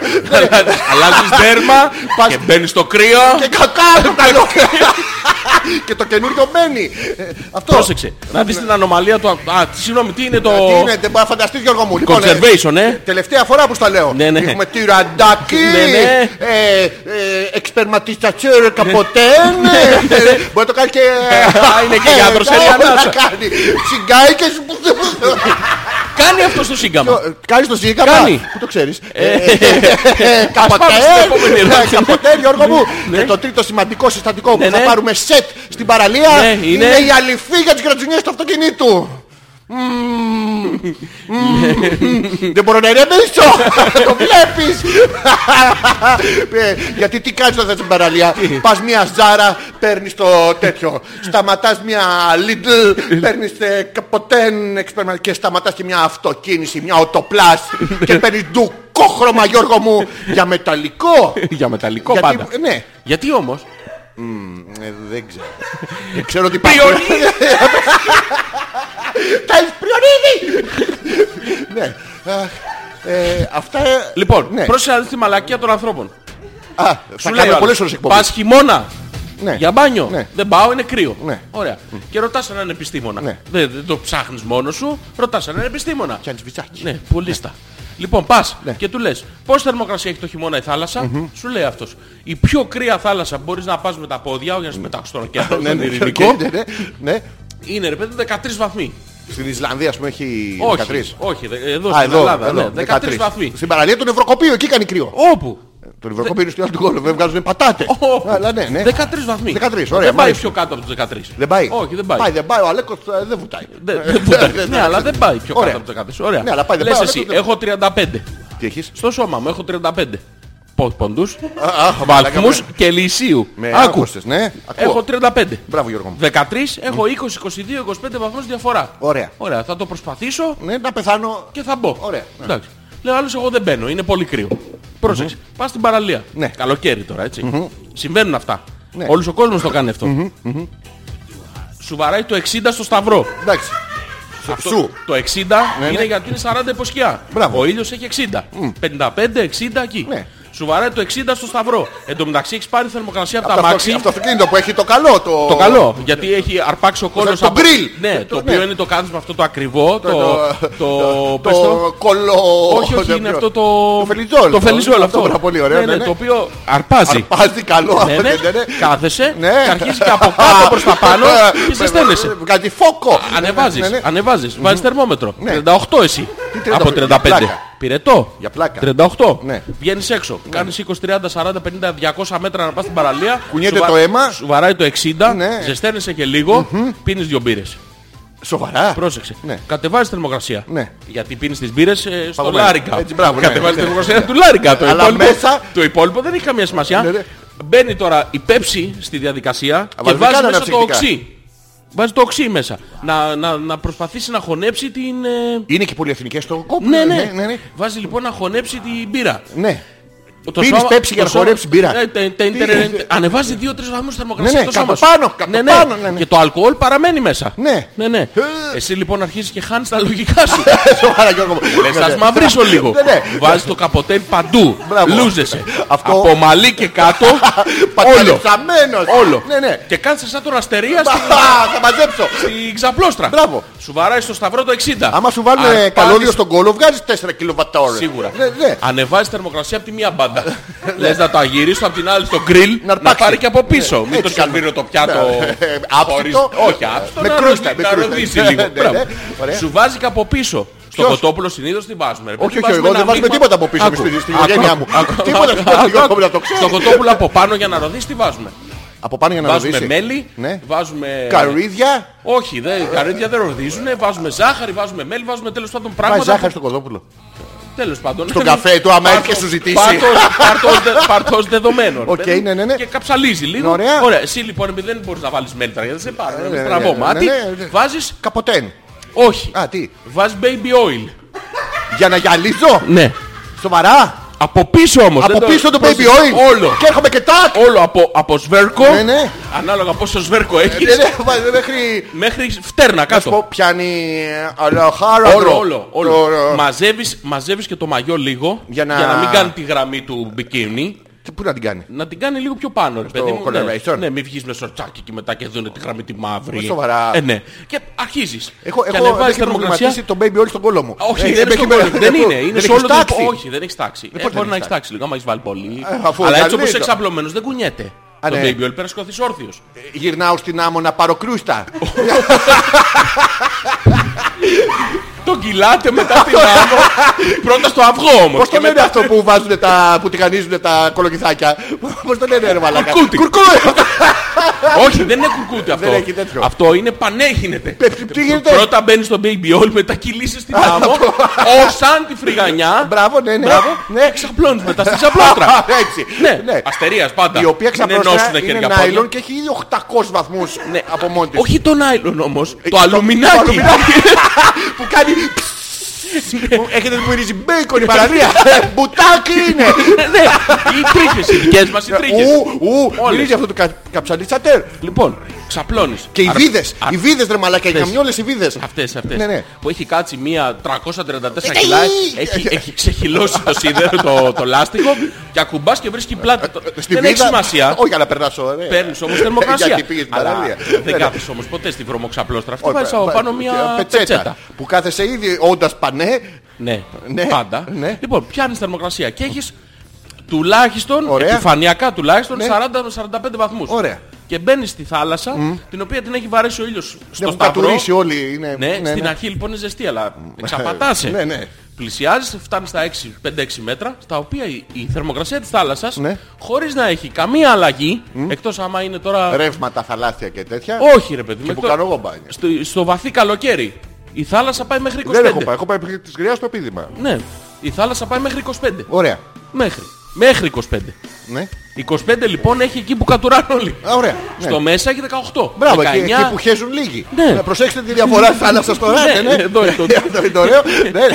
B: Αλλάζεις δέρμα
A: Πας-
B: και μπαίνεις στο κρύο.
A: Και κακάρταλο. Και το καινούριο μένει. Ε, Αυτό. Ε,
B: Πρόσεξε, να δεις την ανομαλία του... Α, τι- συγγνώμη, τι είναι το...
A: Τι είναι, δεν μπορεί να φανταστείς Γιώργο μου. Λοιπόν, ε,
B: Conservation, ε.
A: Τελευταία φορά που στα λέω.
B: Ναι, ναι.
A: Έχουμε τυραντάκι,
B: Ναι, ναι.
A: ε, ε, εξπερματιστατσέρ καποτέν. ε, ε, Μπορεί να το κάνει και...
B: Α, είναι και γιατρός,
A: Ε,
B: έχει
A: μπορεί να
B: ανάσα.
A: κάνει. Σιγκάικες.
B: Κάνει αυτός στο σύγκαμα.
A: Ε, Κάνεις το ζήγαμα.
B: Κάνει. Ε,
A: Πού το ξέρεις. Ε,
B: πάμε στην επόμενη ερώτηση.
A: Καποτέν, Γιώργο μου. Και το τρίτο σημαντικό συστατικό
B: Ναι,
A: που θα
B: ναι.
A: πάρουμε σετ στην παραλία
B: Ναι, είναι. Ναι.
A: είναι η αληφή για τις κρατζουνιές του αυτοκινήτου. Δεν μπορώ να ηρεμήσω. Το βλέπεις. Ε, Γιατί τι κάνεις όταν θες στην παραλία. Πας μια ζάρα, παίρνεις το τέτοιο. Σταματάς μια Lidl, παίρνεις ε, καποτέν εξπερμα- και σταματάς και μια αυτοκίνηση, μια οτοπλάς και παίρνεις ντουκόχρωμα Γιώργο μου για μεταλλικό.
B: Για μεταλλικό
A: Γιατί-
B: πάντα.
A: Ναι,
B: Γιατί όμως
A: Ε, δεν ξέρω. Δεν ξέρω τι πάει. Τα έχεις πριονίδι. Ναι. Αχ, ε, Αυτά... ε,
B: Λοιπόν,
A: ναι.
B: πρόσεχε να δεις τη μαλακία των ανθρώπων.
A: Α, θα
B: Σου λέει
A: κάνουμε
B: ο
A: πολλές
B: άλλος,
A: ώρες εκπομπή.
B: Πας χειμώνα.
A: Ναι.
B: Για μπάνιο.
A: Ναι.
B: Δεν πάω, είναι κρύο.
A: Ναι.
B: Ωραία. Και ρωτάς έναν επιστήμονα.
A: Ναι.
B: Δεν, δεν το ψάχνεις μόνος σου, ρωτάς έναν επιστήμονα.
A: Πιάνεις βυζάκι.
B: Ναι, πουλίστα. Λοιπόν, πας
A: Ναι.
B: και του λες: Πώς θερμοκρασία έχει το χειμώνα η θάλασσα, σου λέει αυτός. Η πιο κρύα θάλασσα που μπορείς να πας με τα πόδια, όχι να σε πετάξω τώρα και αυτό
A: Ναι, ναι,
B: είναι
A: ναι,
B: ειρηνικό.
A: ναι, ναι, ναι.
B: Είναι ρε παιδί 13 βαθμοί.
A: Στην Ισλανδία, ας πούμε, έχει 13.
B: Όχι, όχι, δε- εδώ
A: Α,
B: στην Ελλάδα.
A: εδώ,
B: ναι, 13 βαθμοί.
A: Στην παραλία των Ευρωκοπίων, εκεί κάνει κρύο.
B: Όπου.
A: Τον Ευρωκοπίων είναι στο άλλο του κόσμου, δεν βγάζουν πατάτε.
B: όπου.
A: Αλλά ναι, ναι.
B: 13 βαθμοί.
A: 13, ωραία,
B: δεν
A: μ'
B: πάει
A: άρεσε.
B: πιο κάτω από τους 13.
A: Δεν πάει.
B: Όχι, δεν πάει.
A: δεν πάει. Ο Αλέκος ε, δεν βουτάει.
B: Δεν- δεν βουτάει.
A: δεν-
B: ναι, αλλά δεν πάει πιο
A: Ωραία.
B: κάτω από τους 13. Ωραία.
A: Ναι, αλλά πάει, δεν
B: Λες
A: πάει,
B: εσύ,
A: δεν-
B: έχω 35.
A: Τι έχεις.
B: Στο σώμα μου έχω 35. Πόντου,
A: Α, α, μαλάκα,
B: βαθμούς
A: με-
B: και λυσίου.
A: Με
B: Άκου.
A: άκουσες, ναι. Ακούω.
B: Έχω 35.
A: Μπράβο Γιώργο μου.
B: 13, έχω 20, 22, 25 βαθμούς διαφορά.
A: Ωραία.
B: Ωραία, θα το προσπαθήσω
A: Ναι, να πεθάνω.
B: και θα μπω.
A: Ωραία, ναι.
B: Εντάξει. Λέω άλλος εγώ δεν μπαίνω, είναι πολύ κρύο. Πρόσεξε, πας στην παραλία.
A: Ναι.
B: Καλοκαίρι τώρα, έτσι. Συμβαίνουν αυτά.
A: Ναι.
B: Όλος ο κόσμος το κάνει αυτό. Σου βαράει το 60 στο σταυρό.
A: Εντάξει.
B: Αυτό-
A: Σου.
B: Το 60 είναι
A: ναι.
B: γιατί είναι 40 υποσκιά.
A: Μπράβο.
B: Ο ήλιος έχει 60. 55, 60 εκεί.
A: Ναι.
B: Σου βαράει το 60 στο σταυρό. Εν τω μεταξύ έχεις πάρει θερμοκρασία από,
A: Αυτό
B: τα μάξι.
A: αυτοκίνητο- αυτό αυτοκίνητο που έχει το καλό. Το,
B: Το καλό, γιατί έχει αρπάξει ο κόλλος
A: το γκριλ.
B: Ναι,
A: Το-
B: το οποίο
A: ναι.
B: είναι το κάθισμα αυτό το ακριβό, το...
A: Το,
B: το-
A: το,
B: πες το.
A: κολο...
B: Όχι, όχι,
A: δεν
B: είναι
A: ξέρω.
B: αυτό το...
A: Το φελιτζόλ.
B: Το φελιτζόλ αυτό.
A: πάρα πολύ ωραίο.
B: Ναι, ναι, Το οποίο αρπάζει.
A: Αρπάζει καλό.
B: Ναι,
A: αυτό,
B: ναι,
A: ναι.
B: κάθεσαι
A: Ναι.
B: και αρχίζει και από κάτω προς τα πάνω και ζεσταίνεσαι.
A: Κάτι φόκο. Ναι,
B: Ανεβάζεις,
A: ναι, ναι.
B: ανεβάζεις, βάζεις θερμόμετρο.
A: Ναι.
B: 38 εσύ.
A: Τι 38,
B: Από
A: για
B: 35.
A: πλάκα.
B: Πυρετό.
A: Για πλάκα.
B: 38.
A: Ναι.
B: Βγαίνεις έξω. Κάνεις 20, 30, 40, 50, 200 μέτρα να πας στην παραλία.
A: Κουνιέται
B: Σου βα-
A: το αίμα.
B: Σου βαράει το 60.
A: Ναι.
B: Ζεσταίνεσαι και λίγο. Πίνεις δύο μπύρες.
A: Σοβαρά.
B: Πρόσεξε.
A: Ναι.
B: Κατεβάζεις θερμοκρασία.
A: Ναι.
B: Γιατί πίνεις τις μπύρες ε, στο
A: Παγωμένο.
B: Λάρικα.
A: Έτσι, μπράβο, ναι.
B: Κατεβάζεις
A: Ναι.
B: θερμοκρασία του Λάρικα. Το,
A: Αλλά
B: υπόλοιπο,
A: μέσα-
B: το υπόλοιπο δεν έχει καμία σημασία.
A: Ναι, ναι.
B: Μπαίνει τώρα η πέψη στη διαδικασία και
A: δεν
B: βάζει
A: κάνανε
B: μέσα το
A: ψυχτικά.
B: οξύ. Βάζει το οξύ μέσα. Να, να, να προσπαθήσει να χωνέψει την. ε,
A: Είναι και πολυεθνικές στο κόπο.
B: Ναι, ναι.
A: ναι, ναι.
B: Βάζει λοιπόν να χωνέψει την μπύρα.
A: ναι.
B: Το
A: Πίνεις
B: σώμα-
A: πέψη για
B: το
A: να
B: σώμα-
A: χορέψει μπύρα.
B: Ναι, τε- τε-
A: Τι-
B: τε- τε- Ανεβάζει 2-3 βαθμούς θερμοκρασίας
A: Ναι, ναι,
B: στο σώμα
A: κάτω
B: σου.
A: πάνω, κάτω
B: Ναι, ναι.
A: πάνω, ναι, ναι.
B: Και το αλκοόλ παραμένει μέσα.
A: Ναι.
B: ναι, ναι. Εσύ λοιπόν αρχίζεις και χάνεις τα λογικά σου.
A: Σοβαρά Γιώργο μου.
B: Λες
A: Ναι,
B: ας
A: ναι.
B: μαυρίσω λίγο.
A: Ναι, ναι.
B: Βάζεις το καποτέν παντού.
A: Μπράβο.
B: Λούζεσαι.
A: Αυτό-
B: Από μαλλί και κάτω. όλο.
A: Παταλιψαμένος.
B: Όλο.
A: Ναι, ναι.
B: Και κάθεσαι σαν τον αστερία στην
A: Α, Θα μαζέψω.
B: στη ξαπλώστρα.
A: Μπράβο.
B: Σου βαράει στο σταυρό το 60.
A: Άμα σου βάλουν ε,
B: Αρπάζεις-
A: καλώδιο στον κόλο, βγάζεις 4 κιλοβατόρε.
B: Σίγουρα.
A: Ναι, ναι.
B: Ανεβάζεις θερμοκρασία από τη μία μπάντα. Λες να το αγυρίσω από την άλλη στο γκριλ να,
A: αρπάξει. Ναι,
B: πάρει και από πίσω. Μην
A: Έτσι
B: το σκαλβίνω το πιάτο.
A: Ναι. Άψητο.
B: χωρίς- Όχι, άψητο.
A: Με
B: να
A: κρούστα,
B: ροδί-
A: με
B: να
A: κρούστα.
B: ροδίσει
A: Ναι,
B: λίγο.
A: ναι,
B: Μπράβο.
A: ναι. Ωραία.
B: Σου βάζει και από πίσω. Στο
A: Ποιος?
B: κοτόπουλο συνήθως τι βάζουμε. ρε παιδί,
A: Όχι, όχι,
B: βάζουμε
A: εγώ
B: ένα
A: δεν βάζουμε
B: μείγμα-
A: τίποτα από πίσω
B: Άκου,
A: στην- στην
B: άκου,
A: οικογένειά μου.
B: άκου,
A: Τίποτα
B: άκου,
A: στην οικογένειά
B: άκου.
A: μου, να το ξέρεις.
B: Στο κοτόπουλο από πάνω για να ροδίσει τι βάζουμε.
A: Από πάνω για να
B: Βάζουμε
A: ροδίσει.
B: μέλι, Ε,
A: Ναι.
B: βάζουμε...
A: Καρύδια.
B: Όχι, δεν- καρύδια δεν ροδίζουν. Βάζουμε ζάχαρη, βάζουμε μέλι, βάζουμε τέλος πάντων
A: Πάει
B: πράγματα. που-
A: ζάχαρη στο κοδόπουλο.
B: Τέλος πάντων.
A: Στον καφέ του, άμα έρθει και σου ζητήσει.
B: Παρτό δεδομένο. ρε
A: Οκ,
B: παιδί μου.
A: ναι, ναι, ναι.
B: Και καψαλίζει λίγο.
A: Ωραία.
B: Εσύ λοιπόν επειδή δεν μπορείς να βάλεις μέλτρα γιατί δεν σε πάρει.
A: ναι,
B: Είναι
A: ναι,
B: στραβό
A: ναι,
B: μάτι.
A: ναι, ναι, ναι.
B: Βάζεις.
A: Καποτέν.
B: Όχι.
A: Α, τι.
B: Βάζεις baby oil.
A: Για να γυαλίζω.
B: Ναι.
A: Σοβαρά.
B: Από πίσω όμως.
A: Από
B: δεν
A: πίσω το baby
B: πρόσεξε.
A: oil.
B: Όλο.
A: Και έρχομαι και τάκ.
B: Όλο από, από σβέρκο.
A: Ναι, ναι.
B: Ανάλογα πόσο σβέρκο
A: Ναι,
B: έχεις.
A: ναι, βάζει Μέχρι
B: Μέχρι φτέρνα
A: να σου
B: κάτω.
A: πω, πιάνει ε, αλοχάρα.
B: Όλο, όλο, όλο. Μαζεύεις, μαζεύεις και το μαγιό λίγο
A: Για να-
B: μην κάνει τη γραμμή του μπικίνι.
A: Πού να την κάνει.
B: Να την κάνει λίγο πιο πάνω, ρε παιδί μου. Ναι,
A: coloration.
B: ναι μην βγεις με σορτσάκι και μετά και δούνε τη γραμμή τη μαύρη.
A: Σοβαρά.
B: Ε, ναι. Και αρχίζεις.
A: Έχω,
B: και
A: έχω δεν
B: ανεβάζεις
A: έχει προβληματίσει Ε, το baby oil στον κόλλο μου.
B: Όχι,
A: Έχει-
B: δεν, είναι
A: έχει-
B: στον κόλλο. δεν είναι. Είναι
A: έχει
B: σε όλο το
A: στάξει.
B: υπό- Όχι, δεν έχει τάξη. Ε,
A: πώς δεν
B: μπορεί να
A: έχεις
B: έχει τάξη λίγο, άμα έχεις βάλει πολύ.
A: Ε, αφού
B: Αλλά έτσι
A: γυαλίζει.
B: όπως έχει απλωμένος δεν κουνιέται.
A: Α,
B: Το
A: ναι.
B: baby oil πρέπει να σκοθείς όρθιος.
A: Γυρνάω στην άμμο να πάρω κρούστα.
B: Τον Κυλάτε μετά την άνω. Πρώτα στο αυγό όμως.
A: Πώς το λένε αυτό που βάζουν τα, που τηγανίζουν τα κολοκυθάκια. Πώς το λένε ρε μαλάκα.
B: Κουρκούτι.
A: Κουρκούτι.
B: Όχι, δεν είναι κουρκούτι αυτό.
A: Δεν έχει τέτοιο.
B: Αυτό είναι πανέγινεται.
A: Πε- τι γίνεται?
B: Πρώτα μπαίνεις στο baby all, μετά κυλήσεις στην άμμο. Όσαν τη φρυγανιά.
A: Μπράβο, ναι, ναι.
B: Μπράβο.
A: Ναι.
B: Ξαπλώνει μετά στην ξαπλώτρα.
A: Έτσι.
B: Ναι, αστερίας πάντα.
A: Η οποία
B: Δεν ενώσουνε
A: ξαπλώστρα είναι
B: χέρια πόδια.
A: νάιλον και έχει ήδη 800 βαθμούς
B: Ναι.
A: από μόνη της.
B: Όχι το νάιλον όμως, το
A: Ε, Το
B: αλουμινάκι.
A: αλουμινάκι. που κάνει...
B: Ναι.
A: που Έχετε που μυρίζει μπέικον η παραλία. Ε, Μπουτάκι είναι.
B: Ναι, οι τρίχες, οι δικές μας οι τρίχες.
A: Ε, Ου, ου,
B: Όλες.
A: μυρίζει αυτό το κα- καψαλί τσατέρ.
B: Λοιπόν, ξαπλώνεις.
A: Και οι
B: Αρ-
A: βίδες,
B: αρ-
A: οι βίδες ρε μαλάκα, οι καμιόλες οι βίδες.
B: Αυτές, αυτές.
A: Ναι, ναι.
B: Που έχει κάτσει μία 334
A: Ε,
B: κιλά,
A: ε,
B: έχει,
A: ε,
B: έχει ξεχυλώσει το σίδερο, το, το λάστιχο και ακουμπάς και βρίσκει πλάτη. Το-
A: Ε, Στη
B: Δεν έχει
A: βίδα-
B: σημασία.
A: Όχι, αλλά περνάς ναι. ωραία.
B: Παίρνεις όμως θερμοκρασία.
A: Γιατί πήγες ε, στην
B: Αλλά
A: παραλία. Ναι,
B: Δεν
A: ναι.
B: κάθεσαι όμως ποτέ στη βρωμοξαπλώστρα. Αυτή
A: Όχι,
B: βάζεις
A: βα-
B: από πάνω
A: βα-
B: μία πετσέτα.
A: Που κάθεσαι ήδη όντας πανέ.
B: Ναι,
A: Ναι,
B: πάντα.
A: ναι.
B: Λοιπόν, πιάνεις θερμοκρασία και έχεις τουλάχιστον,
A: Ωραία.
B: επιφανειακά τουλάχιστον,
A: Ναι.
B: 40-45 βαθμούς.
A: Ωραία.
B: Και μπαίνεις στη θάλασσα, την οποία την έχει βαρέσει ο ήλιος στο
A: Ναι, Έχουν
B: σταυρό.
A: κατουρίσει όλοι. είναι-
B: Ναι,
A: ναι,
B: στην
A: ναι.
B: αρχή λοιπόν είναι ζεστή, αλλά εξαπατάσαι.
A: Ναι, ναι.
B: Πλησιάζεις, φτάνεις στα 6, 5-6 μέτρα, στα οποία η, η θερμοκρασία της θάλασσας,
A: Ναι.
B: χωρίς να έχει καμία αλλαγή, εκτός άμα είναι τώρα.
A: Ρεύματα, θαλάσσια και τέτοια.
B: Όχι, ρε παιδί μου.
A: που
B: εκτός-
A: κάνω εγώ μπάνιο.
B: Στο, στο βαθύ καλοκαίρι. Η θάλασσα πάει μέχρι 25.
A: Δεν έχω πάει. Έχω πάει τη γριά στο πίδημα.
B: Ναι, η θάλασσα πάει μέχρι 25.
A: Ωραία.
B: Μέχρι. Μέχρι 25.
A: Ναι.
B: 25 λοιπόν έχει εκεί που κατουράνε όλοι.
A: Α, ωραία. Ναι.
B: Στο μέσα έχει 18.
A: Μπράβο,
B: 19.
A: εκεί, εκεί που χέζουν λίγοι.
B: Ναι.
A: Να προσέξετε τη διαφορά της θάλασσας στο
B: Ναι,
A: ράτε, ναι.
B: εδώ είναι το-
A: Αυτό είναι το ωραίο. Ναι, ναι.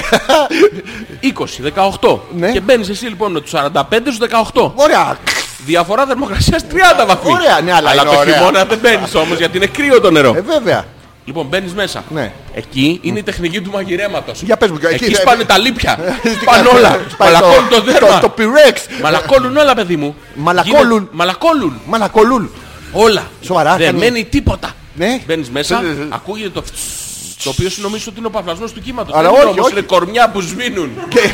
B: 20, 18.
A: Ναι.
B: Και μπαίνεις εσύ λοιπόν με τους 45 στου 18.
A: Ωραία.
B: Διαφορά θερμοκρασίας 30 βαθμοί.
A: Ωραία, ναι, αλλά είναι
B: το
A: ωραία.
B: χειμώνα δεν μπαίνεις όμως γιατί είναι κρύο το νερό.
A: Ε, βέβαια.
B: Λοιπόν, μπαίνεις μέσα.
A: Ναι.
B: Εκεί είναι η τεχνική του μαγειρέματος.
A: Για πες μου,
B: εκεί,
A: εκεί,
B: σπάνε
A: ε,
B: τα λίπια. σπάνε όλα.
A: Σπάει
B: Μαλακώνουν το δέρμα.
A: Το πιρέξ.
B: Μαλακώνουν όλα, παιδί μου.
A: Μαλακόλουν.
B: Γίνεται- Μαλακόλουν.
A: Μαλακολούλ.
B: Όλα.
A: Σοβαρά,
B: Δεν
A: κάνει-
B: μένει τίποτα.
A: Ναι.
B: Μπαίνεις μέσα,
A: Ε, ε, ε.
B: ακούγεται το φτσσσ, το οποίο σου νομίζω ότι είναι ο παυλασμός του κύματος.
A: Αλλά
B: Δεν είναι
A: όχι,
B: όμως,
A: όχι.
B: είναι κορμιά που σβήνουν.
A: Και-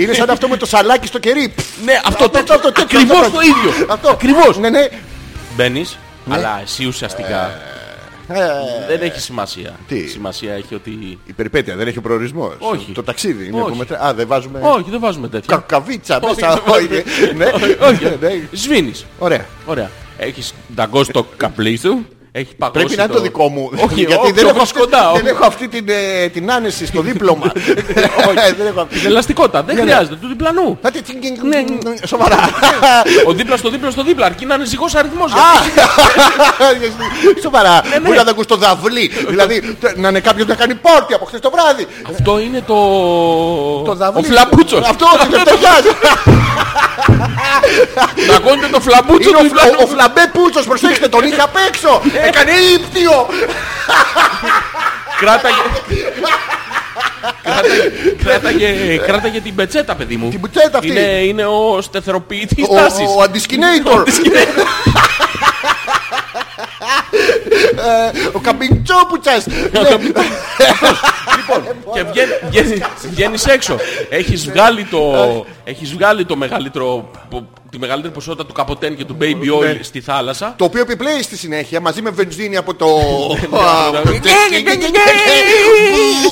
A: Είναι σαν αυτό με το σαλάκι στο κερί.
B: Ναι, αυτό τέτοιο.
A: τέτοιο,
B: Ακριβώς
A: αυτό.
B: το ίδιο.
A: Αυτό. Ακριβώς. Ναι, ναι.
B: Μπαίνεις, αλλά εσύ ουσιαστικά
A: Ε,
B: δεν έχει σημασία.
A: τι.
B: Σημασία έχει ότι...
A: Η περιπέτεια δεν έχει προορισμός.
B: Όχι.
A: Το ταξίδι είναι
B: Όχι.
A: που μετρά. Α, δεν βάζουμε.
B: Όχι, δεν βάζουμε τέτοια.
A: Κακαβίτσα
B: Όχι,
A: μέσα.
B: δεν
A: Όχι. Ναι,
B: Όχι,
A: ναι, ναι.
B: σβήνεις.
A: Ωραία.
B: Ωραία. Έχεις νταγκώσει το καπλί σου. Έχει παγώσει
A: Πρέπει να είναι το δικό μου.
B: Όχι,
A: γιατί
B: όχι,
A: δεν
B: το
A: έχω
B: βρίσκω
A: αυτή,
B: κοντά,
A: δεν
B: όχι.
A: έχω αυτή την, ε, την άνεση στο δίπλωμα. δεν έχω αυτή.
B: Την ελαστικότητα. Δεν
A: Ναι, ναι.
B: χρειάζεται. Του διπλανού.
A: Να τη- τσιν- τσιν-
B: Ναι.
A: τσιν- Σοβαρά.
B: Ο δίπλας στο δίπλας στο δίπλα. Αρκεί να είναι ζυγός αριθμός.
A: Α, Σοβαρά.
B: Ναι, ναι.
A: Μπορεί να τα ακούς το δαυλί. Δηλαδή τε- να είναι κάποιος να κάνει πάρτι από χθες το βράδυ.
B: Αυτό είναι το...
A: Το δαυλί.
B: ο φλαμπούτσος.
A: Αυτό
B: ναι.
A: είναι το γιάζ.
B: Να αγώνεται το φλαμπούτσο
A: Είναι
B: του Ε,
A: ο, φλα-
B: διπλανού.
A: ο φλαμπέ πούτσος, προσέξτε, τον είχα απ' έξω. Έκανε ύπτιο.
B: Κράταγε... κράταγε, κράταγε, κράταγε την πετσέτα, παιδί μου.
A: Την πουτσέτα αυτή.
B: Είναι, είναι ο στεθεροποιητής
A: Ο-
B: τάσης.
A: Ο αντισκινέιτορ. Ε, Ο καμπιντσόπουτσας.
B: Και βγαίνει, βγαίνει, βγαίνεις έξω. Έχεις βγάλει το, έχεις βγάλει το μεγαλύτερο, πο- τη μεγαλύτερη ποσότητα του καποτέν και του baby
A: Ναι.
B: oil στη θάλασσα.
A: Το οποίο επιπλέει στη συνέχεια μαζί με βενζίνη από το. Ναι,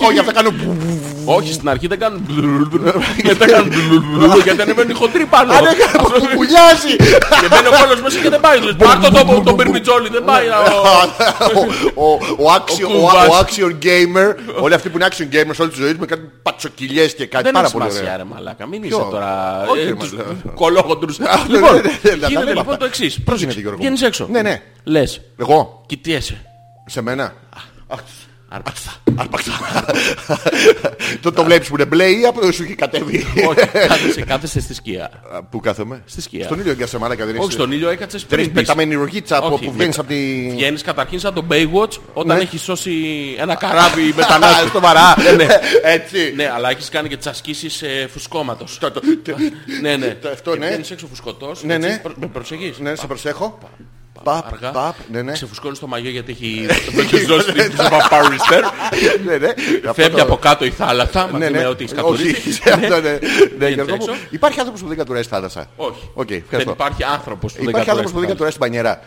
A: Όχι, αυτά κάνω.
B: Όχι, στην αρχή δεν κάνουν Μετά κάνουν γιατί ανεβαίνουν οι χοντροί πάνω.
A: Αν έκανα που πουλιάζει.
B: Και μπαίνει ο κόλλος μέσα και δεν πάει. Λες, Πάρ' το τόπο, τον Μπερμιτζόλι, δεν
A: Ναι.
B: πάει. α,
A: Ο- ο- ο action-
B: Ο
A: ο-
B: κουβάς.
A: Ο action gamer, όλοι αυτοί που είναι action gamers όλη τη ζωή τους με κάτι πατσοκυλιές και κάτι
B: Δεν έχει
A: πάρα πολύ
B: σημασία
A: ωραία.
B: ρε μαλάκα, μην
A: Ποιο?
B: είσαι τώρα
A: Όχι,
B: ε,
A: ρε,
B: τους
A: μαλάκα.
B: κολόγοντρους.
A: ναι,
B: Λοιπόν,
A: ναι, ναι, τα λέμε
B: γίνεται λοιπόν
A: αυτά.
B: το εξής. Πρόσεξε,
A: γίνεται, Γιώργο μου?
B: βγαίνεις έξω.
A: Ναι, ναι.
B: Λες,
A: Εγώ,
B: κοιτιέσαι.
A: σε μένα.
B: Αρπαξά.
A: Άρπαξα. Το το βλέπεις που είναι μπλε ή από σου έχει κατέβει.
B: Όχι, κάθεσαι, κάθεσαι στη σκιά.
A: Α, Πού κάθομαι.
B: Στη σκιά.
A: Στον ήλιο έγκασε μαλάκα δεν
B: Όχι,
A: έχεις-
B: στον ήλιο έκατσες
A: Δεν
B: πριν
A: έχεις
B: πεις.
A: πεταμένη ρογίτσα από
B: Όχι,
A: που βγαίνεις
B: μετά.
A: από τη...
B: Βγαίνεις καταρχήν σαν τον Baywatch όταν
A: Ναι.
B: έχεις σώσει ένα καράβι μετανάστη.
A: Μετανάστε στο βαρά.
B: Ναι, ναι.
A: Έτσι.
B: Ναι, αλλά έχεις κάνει και τις ασκήσεις ε, φουσκώματος.
A: Το- το- το-
B: Ναι, ναι.
A: το- αυτό,
B: Και
A: ναι.
B: βγαίνεις έξω φουσκωτός.
A: Ναι,
B: έτσι,
A: ναι.
B: προ- Με προσεγείς.
A: Ναι, σε προσέχω. Παπ,
B: αργά.
A: παπ, ναι, ναι.
B: Ξεφουσκώνει το μαγιό γιατί έχει δοκιζώσει την Παπαριστέρ.
A: Ναι, ναι. Αυτό
B: Φεύγει
A: το-
B: από κάτω η θάλασσα.
A: Ναι,
B: Μαζί
A: ναι.
B: με ότι έχει
A: Όχι,
B: κατουρίσει.
A: σε αυτό, ναι. Ναι, Γιώργο
B: έξω.
A: μου. Υπάρχει άνθρωπος που δεν κατουράει στη θάλασσα.
B: Όχι.
A: Οκ,
B: Δεν
A: ευχαριστώ.
B: υπάρχει άνθρωπος που δεν
A: Υπάρχει άνθρωπος που δεν κατουράει
B: κατουράει.
A: στην πανιέρα.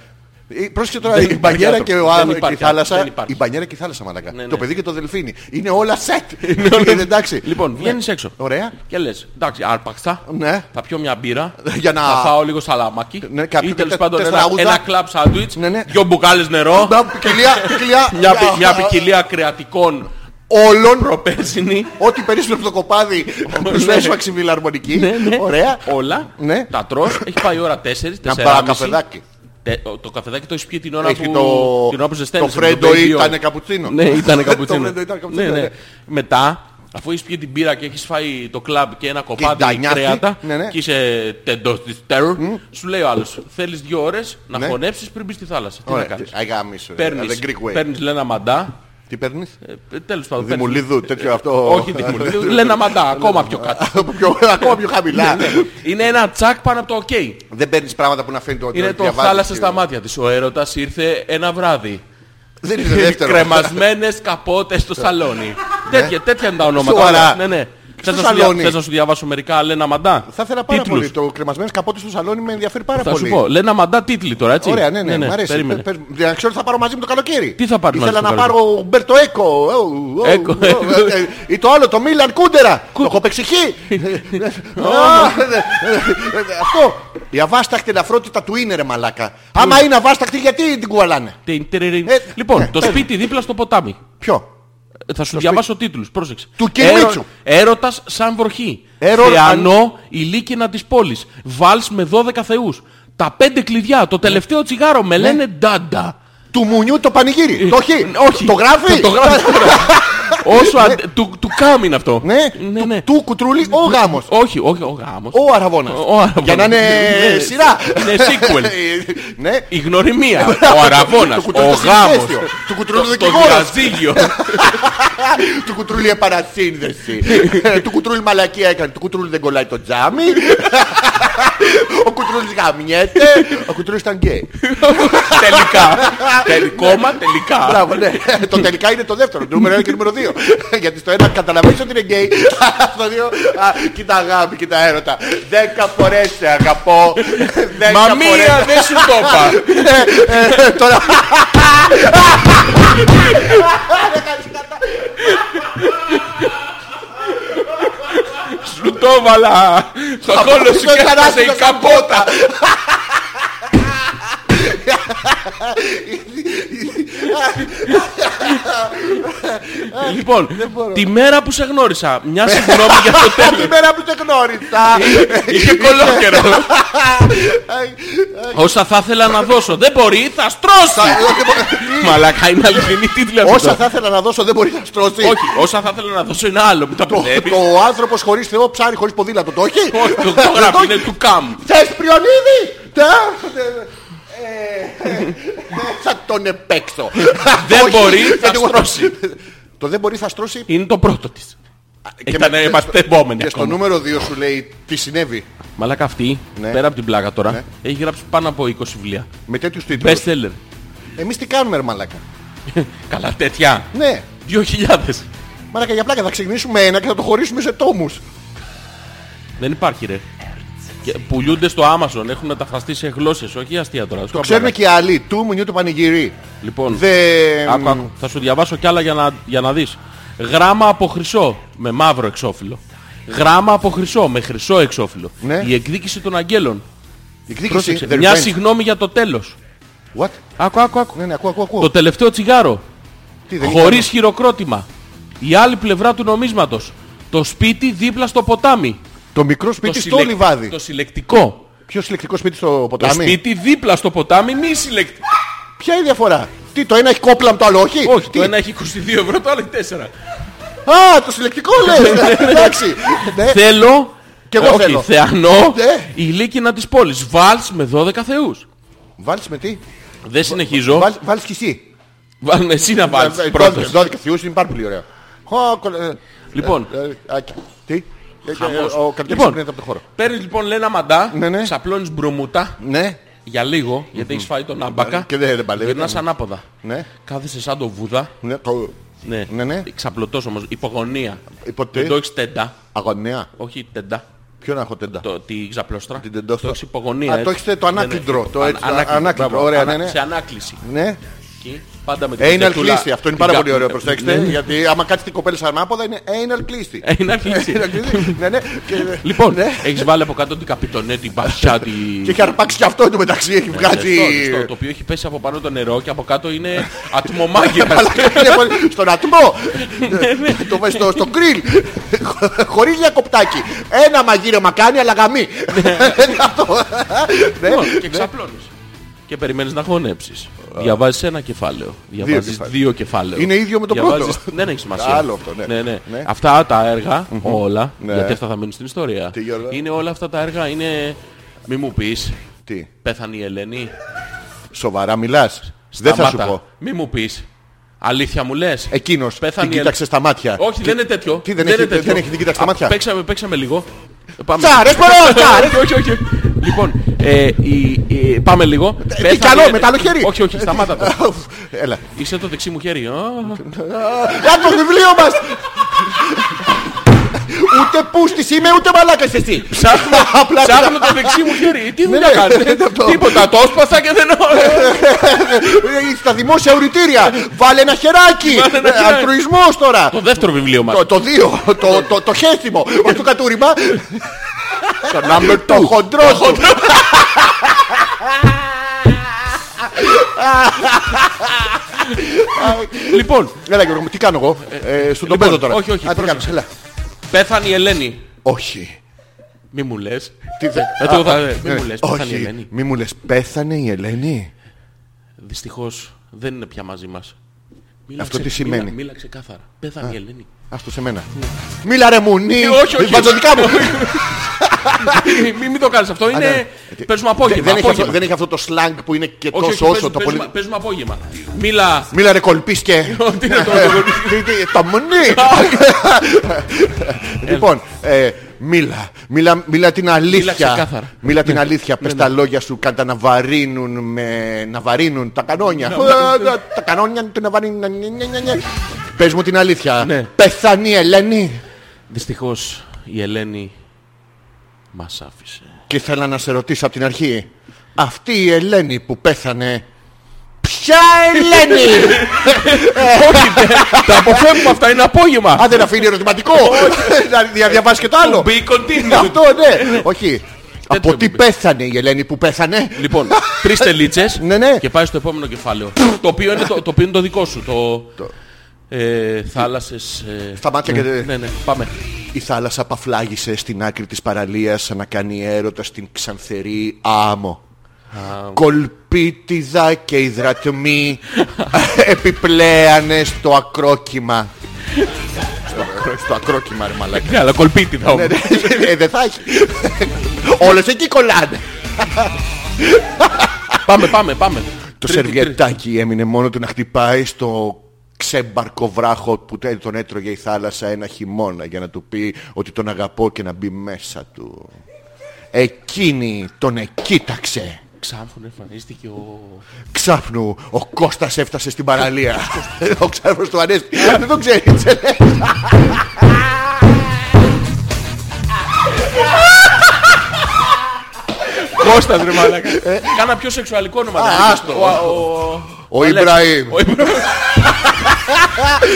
A: Ε, Πρόσεχε τώρα
B: Δεν
A: η
B: υπάρχει
A: μπανιέρα
B: άνθρωπο.
A: και, ο
B: Δεν
A: άλλο- και η
B: υπάρχει άνθρωπο.
A: θάλασσα.
B: Δεν υπάρχει.
A: Η μπανιέρα και η θάλασσα, μαλακά.
B: Ναι, ναι.
A: Το παιδί και το δελφίνι. Είναι όλα σετ. Είναι εντάξει.
B: Λοιπόν,
A: Ναι.
B: βγαίνεις έξω.
A: Ωραία.
B: Και λες, εντάξει, άρπαξα.
A: Ναι.
B: Θα πιω μια μπύρα.
A: Για να-
B: Θα φάω λίγο σαλάμακι.
A: Ναι, κάποιο
B: ή τέλος
A: τε-
B: πάντων ένα,
A: τετραγούδα.
B: ένα κλαμπ σάντουιτς.
A: Ναι, ναι.
B: Δυο μπουκάλες νερό.
A: Μια ποικιλία, ποικιλία-
B: μια, πι- μια ποικιλία κρεατικών
A: όλων.
B: προπέσινη.
A: Ό,τι περίσσουμε από το κοπάδι σου
B: ναι.
A: έσφαξε βιλαρμονική. Ωραία.
B: Όλα.
A: Ναι.
B: Τα τρως. Έχει πάει η ώρα 4.
A: Να πάρω καφεδάκι.
B: Ε, Το καφεδάκι το έχεις πιει την ώρα
A: Έχει
B: που,
A: το,
B: την ώρα που ζεσταίνεσαι.
A: το
B: με τον
A: φρέντο
B: Baby Yoda.
A: ήταν καπουτσίνο.
B: Ναι, ήταν καπουτσίνο.
A: το φρέντο ήταν καπουτσίνο.
B: Ναι, ναι.
A: ναι.
B: Μετά, αφού έχεις πιει την πύρα και έχεις φάει το κλαμπ και ένα κοπάδι
A: ντανιάκι.
B: κρέατα
A: Ναι, ναι.
B: και είσαι τεντός της terror, σου λέει ο άλλος: Θέλεις δύο ώρες να
A: Ναι.
B: χωνέψεις πριν μπεις στη θάλασσα. Τι να
A: Ωραία,
B: κάνει.
A: αγάμισο, ρε.
B: Παίρνεις
A: The Greek way.
B: Λένα Μαντά.
A: Τι παίρνεις.
B: Τέλος πάντων. παίρνεις-
A: Δημουλίδου, τέτοιο αυτό.
B: Όχι Δημουλίδου, Λένα Μαντά, ακόμα πιο κάτω.
A: Πιο- Ακόμα πιο χαμηλά.
B: Είναι ένα τσακ πάνω από το OK.
A: Ναι, Δεν παίρνεις πράγματα που να φαίνεται ότι
B: Είναι το
A: διαβάζεις
B: θάλασσα
A: και-
B: στα μάτια της. Ο έρωτας ήρθε ένα βράδυ.
A: Δεν είναι δεύτερο.
B: Κρεμασμένες καπότες στο σαλόνι. τέτοια, τέτοια είναι τα ονόματα.
A: Σοβαρά.
B: Ναι, ναι.
A: Στο
B: Θες να, σου δια-
A: σαλόνι.
B: θες να σου διαβάσω μερικά Λένα Μαντά.
A: Θα ήθελα πάρα
B: Τίτλους.
A: πολύ. Το κρεμασμένο καπότι στο σαλόνι με ενδιαφέρει πάρα
B: Θα σου
A: πολύ.
B: πω. Λένα Μαντά τίτλοι τώρα, έτσι.
A: Ωραία, ναι, ναι, μου αρέσει.
B: περίμενε.
A: Πες- πες μου. Για να ξέρω τι θα πάρω μαζί μου το καλοκαίρι.
B: Τι θα πάρεις
A: Ήθελα
B: μαζί
A: να
B: το καλοκαίρι?
A: πάρω Μπερτο Έκο. Ω, ω,
B: Έκο,
A: ω, ε, ε, Ή το άλλο, το Μίλαν Κούντερα. Το ε, έχω παίξει χ. Α, ε, ε, ε, Αυτό. Η αβάσταχτη ελαφρότητα του είναι ρε μαλάκα. Άμα είναι αβάσταχτη, γιατί την κουβαλάνε.
B: Τιν, τιριριν.
A: Ε,
B: λοιπόν,
A: ναι,
B: το
A: πες.
B: σπίτι δίπλα στο ποτάμι.
A: Ποιο.
B: Ε, Θα σου διαβάσω τίτλους, πρόσεξε.
A: Του κ. Μίτσου.
B: Έρωτας σαν βροχή.
A: Έρω-
B: Θεανό, η λίκηνα της πόλης. Βάλς με 12 θεούς. Τα πέντε κλειδιά, το τελευταίο τσιγάρο
A: Ναι.
B: με λένε ντάντα.
A: Του μουνιού το πανηγύρι. Το χ.
B: Ε, Όχι.
A: Το γράφει.
B: Το γράφει. Όσο αν... του, του κάμ είναι αυτό.
A: Ναι.
B: ναι, ναι.
A: Του κουτρούλι ο γάμος.
B: Όχι, όχι, ο γάμος.
A: Ο αραβόνα.
B: Ο αραβώνας.
A: Για να είναι
B: Ναι,
A: σειρά.
B: ναι, sequel.
A: ναι.
B: Η γνωριμία. ο
A: Το
B: αραβώνας. ο
A: κουτρούλι στο
B: γάμος.
A: συνδέσιο. Του κουτρούλι
B: Το, το
A: δικηγόρος.
B: διαζύγιο.
A: Του κουτρούλι επανασύνδεση. Του κουτρούλι μαλακία έκανε. Του κουτρούλι δεν κολλάει το τζάμι. Ο κουτρούλι γαμιέται. Ο κουτρούλι ήταν γκέι.
B: τελικά. Τελικόμα, τελικά.
A: Μπράβο, ναι. Το τελικά είναι το δεύτερο. Το νούμερο 1 και νούμερο 2. Γιατί στο ένα καταλαβαίνεις ότι είναι γκέι. Στο δύο, α, κοίτα αγάπη, κοίτα έρωτα. Δέκα φορές σε αγαπώ. Δέκα
B: Μα
A: φορές-
B: μία δεν σου το είπα.
A: Ε, Τώρα.
B: Σου το έβαλα. Στο κόλλο σου
A: το
B: και έφτασε η
A: θανάτινο
B: καμπότα. Λοιπόν, τη μέρα που σε γνώρισα, μια συγγνώμη για το
A: Την
B: τέλος.
A: μέρα που δεν γνώρισα.
B: Είχε κολόκερο. Όσα θα ήθελα να δώσω. Δεν μπορεί, θα στρώσει. Μαλακά, είναι αληθινή τίτλη αυτή.
A: Όσα θα ήθελα να δώσω δεν μπορεί να στρώσει.
B: Όχι, όσα θα ήθελα να δώσω είναι άλλο. Μην τα
A: Το,
B: πειρεύεις.
A: το άνθρωπος χωρίς θεό ψάρι χωρίς ποδήλατο. Το όχι.
B: Όχι, Το το γράφει, είναι του καμ.
A: Θες πριονίδι. Τα. Ε, ε, Θα τον επέξω.
B: Δεν
A: Όχι,
B: μπορεί, θα
A: εγώ-
B: στρώσει.
A: Το δεν μπορεί θα στρώσει.
B: Είναι το πρώτο της. Ήταν
A: με-
B: επαστευόμενη
A: Και στο
B: ακόμα.
A: νούμερο 2 σου λέει τι συνέβη
B: Μαλάκα αυτή,
A: Ναι.
B: πέρα από την πλάκα
A: Ναι.
B: τώρα, έχει γράψει πάνω από 20 βιβλία.
A: με τέτοιους τίτλους.
B: Best seller.
A: Εμείς τι κάνουμε ρε μαλάκα.
B: Καλά τέτοια.
A: Ναι.
B: 2.000.
A: Μαλάκα για πλάκα θα ξεκινήσουμε ένα και θα το χωρίσουμε σε τόμους.
B: Δεν υπάρχει ρε. Και πουλούνται στο Amazon, έχουν μεταφραστεί σε γλώσσες, όχι αστεία τώρα. Το
A: Ξέρουν και οι άλλοι. Του μουνιού του πανηγυρί.
B: Λοιπόν,
A: Δε...
B: άκου, άκου. θα σου διαβάσω κι άλλα για να, για να δεις. Γράμμα από χρυσό με μαύρο εξώφυλλο. Γράμμα από χρυσό με χρυσό εξώφυλλο.
A: Ναι.
B: Η εκδίκηση των αγγέλων.
A: Εκδίκηση.
B: Πρόσεξε.
A: The
B: Μια
A: revenge.
B: συγγνώμη για το τέλος.
A: What?
B: Άκου, άκου, άκου.
A: Ναι, ναι, ακούω, ακούω, ακούω.
B: Το τελευταίο τσιγάρο.
A: Τι, δεν
B: Χωρίς
A: ήταν.
B: χειροκρότημα. Η άλλη πλευρά του νομίσματος. Το σπίτι δίπλα στο ποτάμι.
A: Το μικρό σπίτι στο
B: συλλεκ-
A: λιβάδι.
B: Το συλλεκτικό.
A: Ποιο συλλεκτικό σπίτι στο
B: Το
A: ποτάμι.
B: σπίτι δίπλα στο ποτάμι μη συλλεκτικό.
A: Ποια είναι η διαφορά. Τι, το ένα έχει κόπλα με το άλλο, όχι.
B: Όχι,
A: Τι?
B: το ένα έχει 22 ευρώ, το άλλο έχει ναι, 4.
A: Α, το συλλεκτικό λες. Εντάξει. Ναι.
B: Θέλω.
A: Κι εγώ
B: όχι,
A: θέλω.
B: Θεανό.
A: Ναι.
B: Η λίκηνα της πόλης. Βάλς με 12 θεούς.
A: Βάλεις με τι.
B: Δεν συνεχίζω.
A: Βάλ- Βάλεις κι εσύ.
B: Βάλ- εσύ να βάλεις
A: Ε,
B: πρώτος.
A: 12 θεούς είναι πάρα πολύ ωραία. Ω, κολε- ε,
B: Λοιπόν.
A: ε, ε, α, Τι. Ε,
B: Χαμός.
A: Ο καρδιάς
B: Λοιπόν.
A: πνέεται από το χώρο.
B: Παίρνεις λοιπόν λένα μαντά,
A: Ναι, ναι.
B: ξαπλώνεις μπρομούτα
A: Ναι.
B: για λίγο, γιατί έχεις φάει τον άμπακα.
A: Και δεν- δεν παλεύει.
B: Γυρνάς ανάποδα.
A: Ναι.
B: Κάθεσαι σαν το βούδα.
A: Ναι. Το...
B: Ναι,
A: Ναι, ναι.
B: Ξαπλωτός όμως, υπογωνία.
A: Υπό τι?
B: Δεν το έχεις τέντα.
A: Αγωνία.
B: Όχι τέντα.
A: Ποιο να έχω τεντά.
B: Το, τη ξαπλώστρα.
A: Την τεντόστρα.
B: Το έχεις υπογωνία.
A: Α,
B: έτσι.
A: το έχετε το
B: Ναι, ναι.
A: ανάκλητρο, το
B: Α-
A: έτσι,
B: ανάκλητρο,
A: ανάκλητρο,
B: μπράβο.
A: ωραία,
B: Ανα-
A: ναι, ναι.
B: Σε ανάκληση.
A: Ναι.
B: Εκεί, πάντα με την
A: Anal
B: κουτετούλα.
A: κλείστη. Αυτό Ε, είναι
B: Την
A: πάρα
B: κα-
A: πολύ ωραίο, προσέξτε.
B: Ναι. Ε,
A: Γιατί άμα κάτσεις την κοπέλα σαν ανάποδα είναι anal κλείστη.
B: Anal κλείστη.
A: Anal κλείστη, Ναι, ναι. Και-
B: Λοιπόν,
A: Ναι.
B: έχεις βάλει από κάτω την καπιτονέ, την μπασιά, τη-
A: Και έχει αρπάξει και αυτό του μεταξύ.
B: Ε,
A: Έχει βγάλει.
B: Ζεστό, ζεστό, Το οποίο έχει πέσει από πάνω το νερό και από κάτω είναι ατμομάγειρας.
A: Είναι πολύ- Στον ατμό.
B: Ναι,
A: Το βάζει στο- στο γκριλ. Χωρί διακοπτάκι. Ένα μαγείρεμα κάνει, αλλά γαμί. Αυτό. Ναι.
B: Λοιπόν, και ξαπλώνεις. Και περιμένεις να χωνέψεις. Διαβάζεις ένα κεφάλαιο. Διαβάζεις
A: κεφάλαια.
B: δύο κεφάλαιο.
A: Είναι ίδιο με το πρώτο.
B: Δεν έχει σημασία.
A: Άλλο αυτό, ναι. Ναι.
B: Αυτά τα εργα όλα,
A: Ναι.
B: γιατί αυτά θα μείνουν στην ιστορία.
A: Τι, Γιώργο?
B: Είναι όλα αυτά τα έργα, είναι... Μη μου πεις,
A: Τι,
B: πέθανε η Ελένη.
A: σοβαρά μιλάς Δεν θα σου
B: Σταμάτα.
A: πω.
B: Μη μου πεις. Αλήθεια μου λες.
A: Εκείνος
B: Πέθανε
A: την
B: η Ελένη.
A: κοίταξε στα μάτια.
B: Όχι, δεν είναι τέτοιο.
A: τι, δεν έχει-
B: είναι τέτοιο.
A: δεν έχει την κοίταξη στα
B: Α,
A: μάτια.
B: Παίξαμε, παίξαμε λίγο. Ε, Πάμε.
A: Τσάρες, παρό, τσάρες.
B: όχι, όχι, όχι. Λοιπόν, ε, η, η, πάμε λίγο. Πέθανε
A: Ε, καλό,
B: η-
A: με τα άλλο χέρι.
B: Όχι, όχι, σταμάτα το.
A: Έλα.
B: Είσαι το δεξί μου χέρι. Α,
A: Κάτω το βιβλίο μας Ούτε πούστης είμαι ούτε μαλάκας εσύ
B: Ψάχνω,
A: Απλά
B: ψάχνω το δεξί μου χέρι. Τι δουλειά
A: ναι,
B: κάνεις. ε?
A: είναι αυτό.
B: Τίποτα, το έσπαθα και δεν...
A: Ε, Στα δημόσια ουρητήρια Βάλε ένα χεράκι
B: Βάλε ένα
A: Ε,
B: χεράκι.
A: Αλτρουισμός τώρα
B: Το δεύτερο βιβλίο μας.
A: Το- Το δύο Το- το- Το χέστημο Όχι το κατούριμα
B: Το number
A: Το χοντρό σου
B: Λοιπόν,
A: Έλα Γιώργο μου τι κάνω εγώ Ε, Σου τον
B: λοιπόν,
A: παίζω τώρα
B: όχι, όχι,
A: Α, τι
B: πρόσεξε.
A: κάνεις, έλα.
B: πέθανε η Ελένη.
A: Όχι
B: Μη μου λες.
A: Τι θε-
B: Ε, το
A: Α,
B: θα-
A: α,
B: μη
A: ε,
B: μου λες, πέθανε η
A: Όχι
B: Ελένη.
A: Μη μου λες πέθανε η Ελένη
B: Δυστυχώς δεν είναι πια μαζί μας. Μίλα
A: Αυτό
B: ξε-
A: τι σημαίνει?
B: Μίλα, μίλα ξεκάθαρα. Πέθανε η Ελένη.
A: Ας το σε μένα Μίλα ρε μουνί
B: Ε, όχι, όχι.
A: Βατζωτικά μου
B: μην, μην το κάνεις αυτό. Είναι... Ε, Παίζουμε απόγευμα.
A: Δεν έχει αυτό-
B: απόγευμα.
A: Δεν έχει αυτό το slang που είναι και
B: Όχι,
A: τόσο όσο
B: όχι, παίζουμε-
A: το πολύ
B: παίζουμε- Παίζουμε απόγευμα. Μίλα...
A: Μίλα ρε κολπίσκε.
B: Τι είναι το-
A: Τι- τι- Το μουνί. Λοιπόν, ε, μίλα. Μίλα, μίλα την αλήθεια.
B: ξεκάθαρα. Ναι,
A: Μίλα την αλήθεια. Πες τα λόγια σου κατά να βαρύνουν, με, να βαρύνουν τα
B: Ναι,
A: κανόνια. Ε, Τα κανόνια του να βαρύνουν. ναι, νι, νι, νι, νι. Πες μου την αλήθεια.
B: Ναι.
A: Πεθανή Ελένη.
B: Δυστυχώς η Ελένη μας άφησε.
A: Και ήθελα να σε ρωτήσω από την αρχή. Αυτή η Ελένη που πέθανε. Ποια Ελένη!
B: Τα αποφεύγουμε αυτά, είναι απόγευμα.
A: Α, δεν αφήνει ερωτηματικό. Να δια- διαβάσεις και το άλλο.
B: Be continued.
A: Αυτό ναι. Όχι. Από τι
B: μπιπ.
A: πέθανε η Ελένη που πέθανε.
B: Λοιπόν, τρεις τελίτσες
A: Ναι, ναι.
B: και πάει στο επόμενο κεφάλαιο. το, οποίο είναι το, το οποίο είναι το δικό σου. Το. ε, Θάλασσες. Ε,
A: Στα μάτια και-
B: Ναι, ναι, πάμε.
A: Η θάλασσα παφλάγησε στην άκρη της παραλίας να κάνει έρωτα στην ξανθερή άμμο. Κολπίτιδα και υδρατμή επιπλέανε στο ακρόκυμα. Στο ακρό- Στο ακρόκυμα, ρε μαλάκα.
B: Ναι, αλλά κολπίτη θα
A: Ναι, ναι, ε, Δεν θα έχει. Όλες εκεί κολλάνε.
B: Πάμε, πάμε, πάμε.
A: Το
B: Τρίτη, τρίτη.
A: σερβιετάκι έμεινε μόνο του να χτυπάει στο ξέμπαρκο βράχο που τε- τον έτρωγε η θάλασσα ένα χειμώνα για να του πει ότι τον αγαπώ και να μπει μέσα του. Εκείνη τον εκείταξε.
B: Ξάφνου εμφανίστηκε ο.
A: Ξάφνου ο Κώστας έφτασε στην παραλία. ο ξάφνος του Ανέστη. Δεν το ξέρει.
B: Κώστας ρε μαλάκα. Κάνα πιο σεξουαλικό όνομα. ρε.
A: άστο.
B: Ε. Ο- ο-
A: Ο Ιμπραήμ.
B: Ο Ιμπραήμ.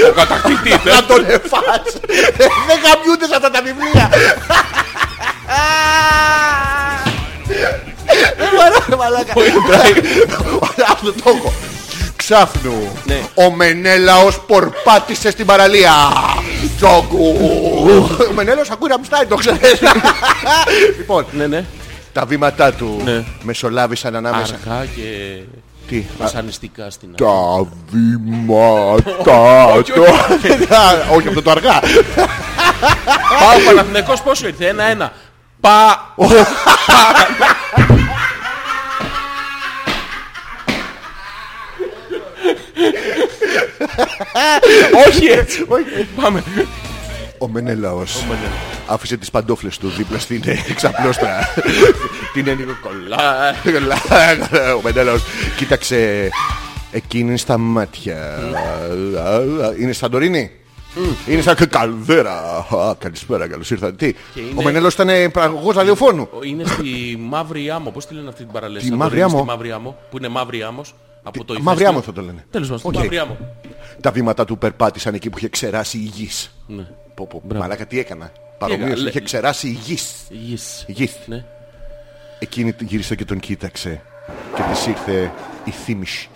B: Ο κατακτητής. ε.
A: Να τον εφάς. Δεν γαμιούνται σε αυτά τα βιβλία. Δεν μπορώ, ρε μαλάκα. Αυτό το έχω. Ξάφνου,
B: Ναι.
A: ο Μενέλαος πορπάτησε στην παραλία. Τζόγκου. Ο Μενέλαος ακούει Ραμστάιν, το ξέρεις. Λοιπόν,
B: Ναι, ναι.
A: τα βήματά του
B: Ναι.
A: μεσολάβησαν ανάμεσα.
B: Αρχά και.
A: Τι, α,
B: Βασανιστικά στην αρχή.
A: τα βήματά του. Όχι αυτό το αργά.
B: Πάω Παναθηναϊκός πόσο ήρθε, ένα-ένα. Πα... Όχι έτσι. Πάμε.
A: Ο Μενέλαος άφησε τις παντόφλες του δίπλα στην ε, ξαπλώστρα. Την ένιγο
B: Α,
A: κολλά. Ο Μενέλαος κοίταξε εκείνη στα μάτια. Είναι Σαντορίνη. Είναι σαν καλδέρα. Α, Καλησπέρα, καλώς ήρθατε. Τι.
B: είναι-
A: Ο Μενέλος ήταν παραγωγός ραδιοφώνου.
B: Είναι στη Μαύρη Άμμο. Πώς τη λένε αυτή την παραλία.
A: Τη
B: Σαν
A: Μαύρη
B: τώρα είναι
A: Άμμο.
B: Στη Μαύρη Άμμο. Που είναι Μαύρη Άμμος. Από το
A: Μαύρη
B: ηφαίστειο.
A: Άμμο θα το λένε.
B: Τέλος πάντων.
A: Οκ.
B: στη Μαύρη Άμμο.
A: Τα βήματα του περπάτησαν εκεί που είχε ξεράσει η γης.
B: Ναι.
A: Πω, πω,
B: Μπράβο.
A: Μαλάκα τι έκανα. Παρομοίως
B: έκανα,
A: είχε
B: λέ-
A: ξεράσει η γης.
B: Yes.
A: Γης.
B: Ναι.
A: Εκείνη γύρισε και τον κοίταξε και της ήρθε η θύμηση.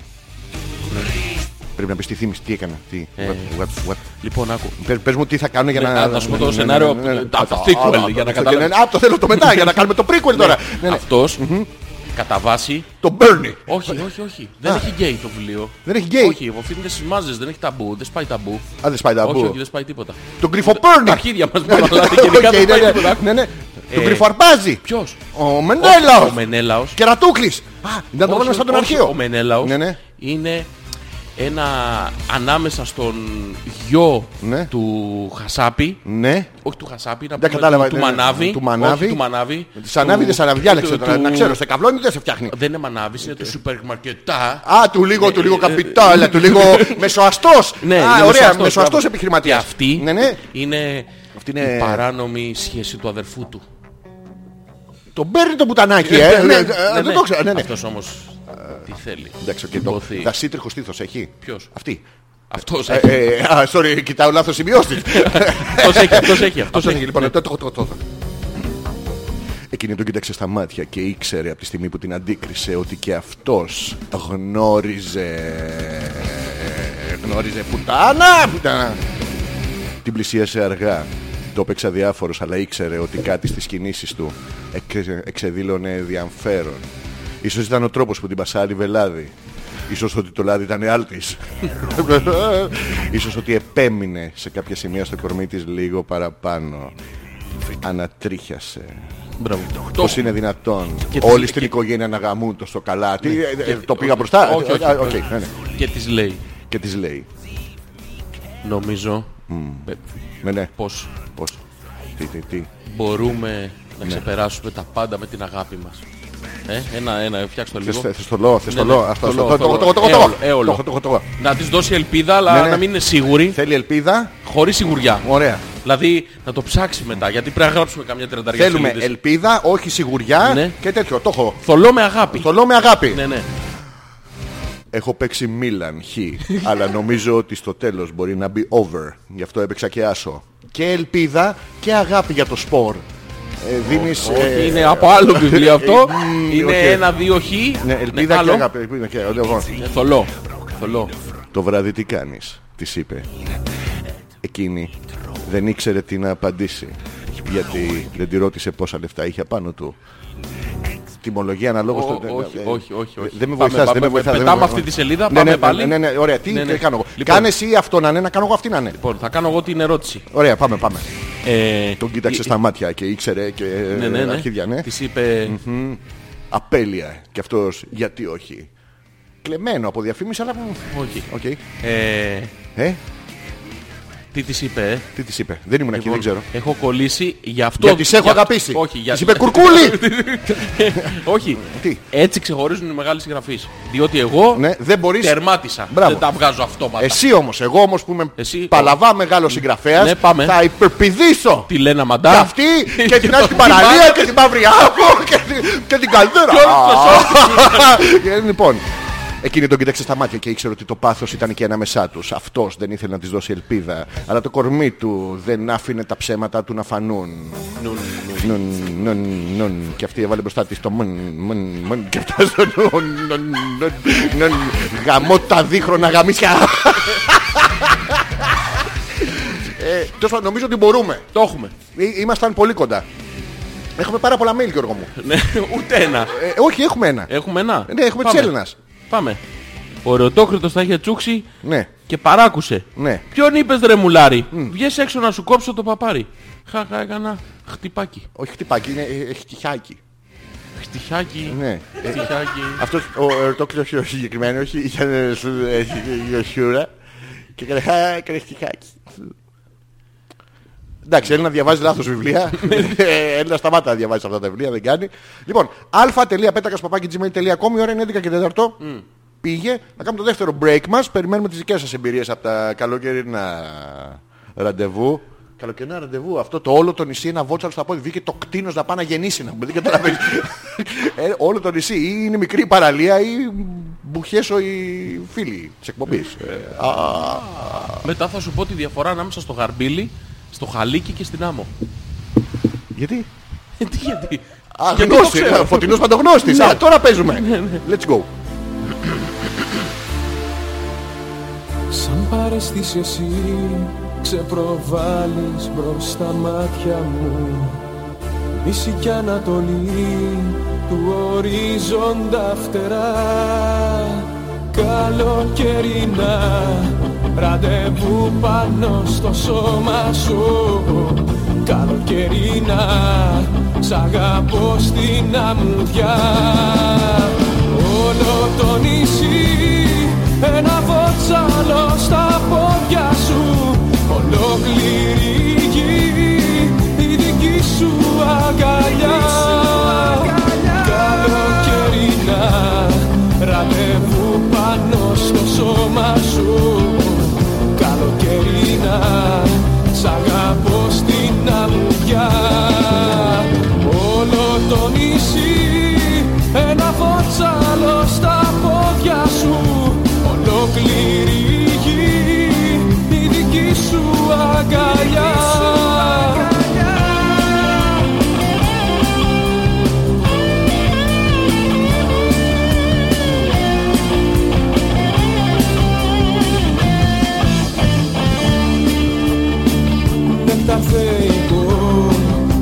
A: Πρέπει να πεις τη θύμηση, τι έκανα, τι, what, what, what.
B: Λοιπόν, άκου.
A: Πες, πες μου τι θα κάνω για
B: Ε. Ναι,
A: να...
B: α, θα σου πω το
A: ναι, ναι,
B: σενάριο
A: ναι, ναι, ναι.
B: από το-
A: Α,
B: από το
A: α,
B: sequel,
A: α,
B: για να
A: α,
B: καταλάβεις.
A: ναι, ναι, Α, το θέλω το μετά, για να κάνουμε το prequel τώρα. Ναι, ναι.
B: Αυτός κατά βάση
A: Το Μπέρνι.
B: Όχι, όχι, όχι. Δεν έχει γκέι το βιβλίο.
A: Ε, Δεν έχει γκέι.
B: Όχι, οφείλεται στις μάζες, δεν έχει ταμπού, δεν σπάει ταμπού.
A: Α, δεν σπάει ταμπού. Ναι,
B: Όχι, όχι, δεν σπάει τίποτα.
A: Τον κρυφοπέρνει.
B: Τα αρχίδια μας μόνο, αλλά γενικά δεν σπάει τίποτα.
A: Ναι, ναι.
B: Ε,
A: Τον κρυφοαρπάζει.
B: Ποιος.
A: Ο Μενέλαος.
B: Ο Μενέλαος.
A: Κερατούκλης. Α, να το
B: Όχι,
A: βάλουμε σαν τον
B: όχι,
A: αρχείο.
B: Ο Μενέλαος
A: Ναι, ναι.
B: είναι ένα ανάμεσα στον γιο
A: Ναι.
B: του Χασάπη.
A: Ναι.
B: Όχι του Χασάπη, να
A: Δεν
B: πούμε
A: κατάλαβα,
B: του
A: ναι, ναι,
B: Μανάβη.
A: του Μανάβη.
B: Όχι, του Μανάβη.
A: Τη ανάβει
B: Του-
A: δεν σε ανάβει, διάλεξε
B: του-
A: τώρα.
B: του-
A: Να ξέρω, σε καβλώνει δεν σε φτιάχνει.
B: Δεν είναι Μανάβης,
A: Ε,
B: είναι του σούπερ μαρκετά.
A: Α, του λίγο, του λίγο καπιτά, αλλά του λίγο μεσοαστός.
B: ε, Ναι, είναι
A: Α, ωραία,
B: μεσοαστός,
A: μεσοαστός
B: μπράβο.
A: επιχειρηματίας.
B: Και αυτή
A: Ναι, ναι.
B: είναι,
A: Αυτή είναι-
B: η παράνομη σχέση του αδερφού του.
A: Τον παίρνει το μπουτανάκι, ε. Ναι, ε, Δεν το ξέρω. Ναι, Ε, ναι.
B: Αυτός όμως τι θέλει.
A: Εντάξει, και
B: Να
A: το
B: σηκωθεί.
A: δασίτριχο στήθος έχει.
B: Ποιος?
A: Αυτή.
B: Αυτός
A: Ε,
B: έχει.
A: ε, Α, sorry, κοιτάω λάθος σημειώσεις.
B: Αυτός έχει, αυτός έχει. Αυτός
A: Αυτός
B: έχει.
A: έγινε λοιπόν. το- το- το- το- το. Εκείνη τον κοίταξε στα μάτια και ήξερε από τη στιγμή που την αντίκρισε ότι και αυτός γνώριζε... Γνώριζε πουτάνα, πουτάνα. Την πλησίασε αργά. Το έπαιξε αδιάφορος αλλά ήξερε ότι κάτι στις κινήσεις του εξε- εξεδήλωνε ενδιαφέρον. Ίσως ήταν ο τρόπος που την πασάρει βελάδι. Ίσως ότι το λάδι ήταν άλτης. Ίσως ότι επέμεινε σε κάποια σημεία στο κορμί της λίγο παραπάνω. Ανατρίχιασε.
B: Μπράβο. Το-
A: Πώς είναι δυνατόν
B: Και-
A: όλοι
B: και- Ναι.
A: στην οικογένεια να γαμούν το στο καλά. Τι, ε, ε, Το πήγα μπροστά.
B: Όχι, όχι,
A: Α, οκ,
B: όχι.
A: ναι, ναι.
B: Και της λέει,
A: Και της λέει.
B: νομίζω, ε,
A: Ναι, ναι.
B: πως
A: Πώς. Τι, τι, τι.
B: μπορούμε
A: Ναι.
B: να ξεπεράσουμε τα πάντα με την αγάπη μας. Ε, ένα, ένα, φτιάξτε το
A: Θες
B: λίγο.
A: θες το λόγο, θες
B: Ναι,
A: το
B: ναι,
A: λόγο. Αυτό,
B: το
A: αυτό,
B: λόγο,
A: το- το- το-
B: το
A: το- το-
B: λόγο. Ε,
A: το-
B: Έολο,
A: το- το- το- το-
B: Να της δώσει ελπίδα,
A: Ναι,
B: αλλά
A: ναι.
B: να μην είναι σίγουρη,
A: Θέλει ελπίδα.
B: χωρίς σιγουριά.
A: Ωραία.
B: Δηλαδή να το ψάξει μετά, γιατί πρέπει να γράψουμε καμιά τριανταριά
A: Θέλουμε
B: σελίδες.
A: ελπίδα, όχι σιγουριά
B: Ναι.
A: και τέτοιο. Το έχω.
B: Θολό με αγάπη.
A: Το λέω με αγάπη.
B: Ναι, ναι.
A: Έχω παίξει Μίλαν χ, αλλά νομίζω ότι στο τέλος μπορεί να μπει over. Γι' αυτό έπαιξα και άσο. Και ελπίδα και αγάπη για το σπορ. Ε, δίνεις... ε,
B: είναι από άλλο βιβλίο αυτό.
A: μ,
B: είναι
A: οκ.
B: ένα-δύο χ.
A: ε, ναι, ελπίδα και
B: άλλο.
A: αγάπη. ελπίδα και- λοιπόν.
B: Ναι, θολό. Θολό.
A: Το βράδυ τι κάνεις, της είπε. Εκείνη δεν ήξερε τι να απαντήσει, γιατί δεν τη ρώτησε πόσα λεφτά είχε απάνω του. Τιμολογία αναλόγως...
B: Ο-
A: το- Ε,
B: όχι, όχι, όχι, όχι.
A: Δεν με
B: Πάμε,
A: βοηθάς, δεν με
B: πάμε,
A: βοηθάς. δεν με
B: πετάμε
A: βοηθάς.
B: αυτή τη σελίδα,
A: Ναι,
B: πάμε
A: ναι,
B: πάλι.
A: Ναι, ναι, ναι, ωραία, τι
B: Ναι, ναι.
A: τι κάνω εγώ.
B: Λοιπόν.
A: Κάνε εσύ αυτό να είναι, να κάνω εγώ αυτή να είναι.
B: Λοιπόν, θα κάνω εγώ την ερώτηση.
A: Ωραία, πάμε, πάμε.
B: Ε,
A: Τον κοίταξε στα μάτια και ήξερε και
B: ναι, ναι, ναι.
A: αρχίδια, ναι.
B: Της είπε...
A: Απέλεια. Και αυτός γιατί όχι. Κλεμμένο από διαφήμιση, αλλά...
B: Όχι.
A: Οκ.
B: Ε,
A: Ε,
B: τι της είπε, ε.
A: τι της είπε. Δεν ήμουν εκεί,
B: Λοιπόν,
A: δεν ξέρω.
B: Έχω κολλήσει για αυτό.
A: Γιατί σε έχω
B: για-
A: αγαπήσει.
B: Όχι, για...
A: Της είπε κουρκούλη.
B: όχι.
A: Τι?
B: Έτσι ξεχωρίζουν οι μεγάλοι συγγραφείς. Διότι εγώ
A: ναι, δεν μπορείς.
B: τερμάτισα.
A: Μπράβο.
B: Δεν τα βγάζω αυτόματα.
A: Εσύ όμως, εγώ όμως που είμαι
B: Εσύ,
A: παλαβά μεγάλος συγγραφέας,
B: Ναι, πάμε.
A: θα υπερπηδήσω.
B: Τη λένε μαντά.
A: Και αυτή και την
B: το-
A: άλλη την παραλία και την μαύρη άμμο και την- και την καλδέρα.
B: Και όλους τους
A: Ε, Λοιπόν, εκείνη τον κοίταξε στα μάτια και ήξερε ότι το πάθος ήταν και ανάμεσά τους. Αυτός δεν ήθελε να της δώσει ελπίδα, αλλά το κορμί του δεν άφηνε τα ψέματα του να φανούν. Νουν, νουν, νουν. Και αυτή έβαλε μπροστά της το μουν, μουν, μουν. Και αυτά στο νουν, νουν, νουν, νουν. Γαμώ τα δίχρονα γαμίσια. Ε, τέλος πάντων, νομίζω ότι μπορούμε.
B: Το έχουμε.
A: Ή- Ήμασταν πολύ κοντά. Έχουμε πάρα πολλά mail, Γιώργο μου.
B: Ναι, ούτε ένα.
A: Ε, όχι, έχουμε ένα.
B: Έχουμε ένα.
A: ναι, έχουμε
B: Πάμε.
A: της Έλληνα.
B: Πάμε. Ο Ρεοτόκριτος τα είχε τσούξει
A: Ναι.
B: και παράκουσε.
A: Ναι.
B: Ποιον είπες ρε μουλάρι. Βγες έξω να σου κόψω το παπάρι. Χαχα έκανα χτυπάκι.
A: Όχι χτυπάκι, είναι ε, ε, χτυχιάκι.
B: Χτυχιάκι.
A: Ναι.
B: Χτυχιάκι.
A: Αυτός ο ε, ερωτόκλητο ο συγκεκριμένος ήταν ε, σου- ε, η Οσιούρα και έκανε, «Χα, έκανε χτυχιάκι. Εντάξει, Έλληνα διαβάζει λάθος βιβλία. Ε, Έλληνα σταμάτα να διαβάζει αυτά τα βιβλία, δεν κάνει. Λοιπόν, α.πέτακα.gmail.com η ώρα είναι 11 και 4. Πήγε να κάνουμε το δεύτερο break μας. Περιμένουμε τις δικές σας εμπειρίες από τα καλοκαιρινά ραντεβού. Καλοκαιρινό ραντεβού. Αυτό το όλο το νησί ένα βότσαλο στα πόδια. Βγήκε το κτίνος να πάει να γεννήσει να μου δει καταλαβαίνει. ε, όλο το νησί ή είναι μικρή η παραλία ή μπουχέσω οι φίλοι της εκπομπής. Ε, α,
B: Μετά θα σου πω τη διαφορά ανάμεσα στο γαρμπίλι, στο χαλίκι και στην άμμο.
A: γιατί?
B: Ε, Τι γιατί.
A: Α,
B: Γιατί το
A: γνώση,
B: ξέρω. Ναι.
A: φωτεινός παντογνώστης. Α, τώρα παίζουμε. Let's go.
D: Σαν παρέστηση εσύ ξεπροβάλλεις μπρος στα μάτια μου Δύση κι Ανατολή του ορίζοντα φτερά Καλοκαιρινά ραντεβού πάνω στο σώμα σου Καλοκαιρινά σ' αγαπώ στην αμμουδιά Όλο το νησί ένα βότσαλο στα πόδια σου Ολόκληρη η γη η δική σου αγκαλιά Καλοκαιρινά ραντεβού πάνω στο σώμα σου Καλοκαιρινά σ' αγαπώ στην αμμουδιά Όλο το νησί ένα βότσαλο στα πόδια σου Ολόκληρη η γη η δική σου αγκαλιά νεκτα θεϊκό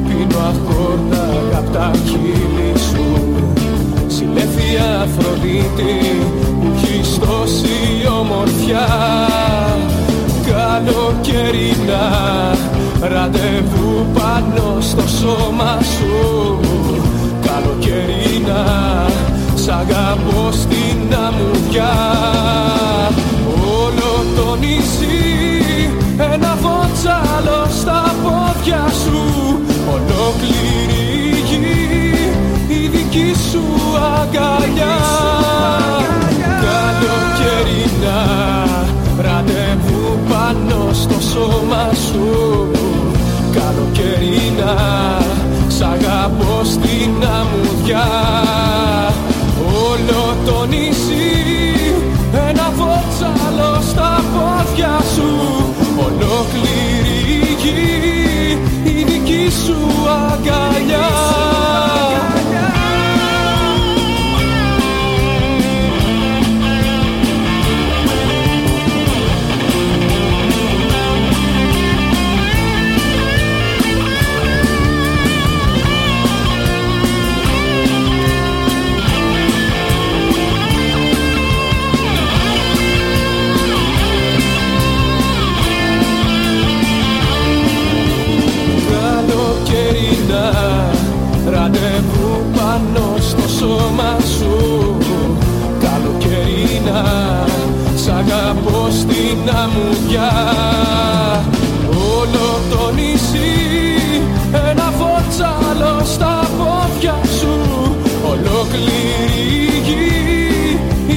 D: Πίνω αχόρταγα απ' τα χείλη σου Συλλέφει η Αφροδίτη που έχει δώσει ομορφιά Καλοκαιρινά ραντεβού πάνω στο σώμα σου Καλοκαιρινά σ' αγαπώ στην αμμουδιά Όλο το νησί ένα βότσαλο στα πόδια σου Ολόκληρη η γη η δική σου αγκαλιά Καλοκαιρινά ραντεβού πάνω στο σώμα σου Καλοκαιρινά σ' αγαπώ στην αμμουδιά Όλο το νησί ένα βότσαλο στα πόδια σου Ολόκληρη η γη η δική σου αγκαλιά Καλοκαιρινά ραντεβού πάνω στο σώμα σου Καλοκαιρινά σ' αγαπώ στην αμμουδιά Όλο το νησί ένα φωτσάλο στα πόδια σου Ολόκληρη η γη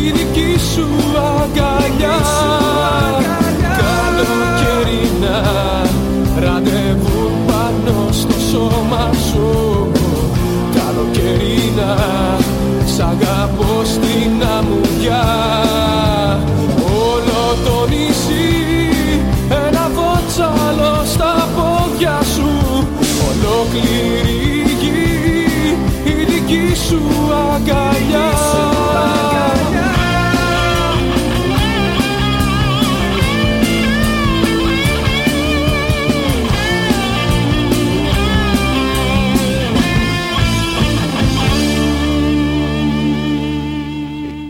D: η δική σου αγκαλιά Καλοκαιρινά ραντεβού πάνω στο σώμα σου Καλοκαιρινά σ' αγαπώ στην αμμουδιά Όλο το νησί ένα βότσαλο στα πόδια σου Ολόκληρη η γη η δική σου αγκαλιά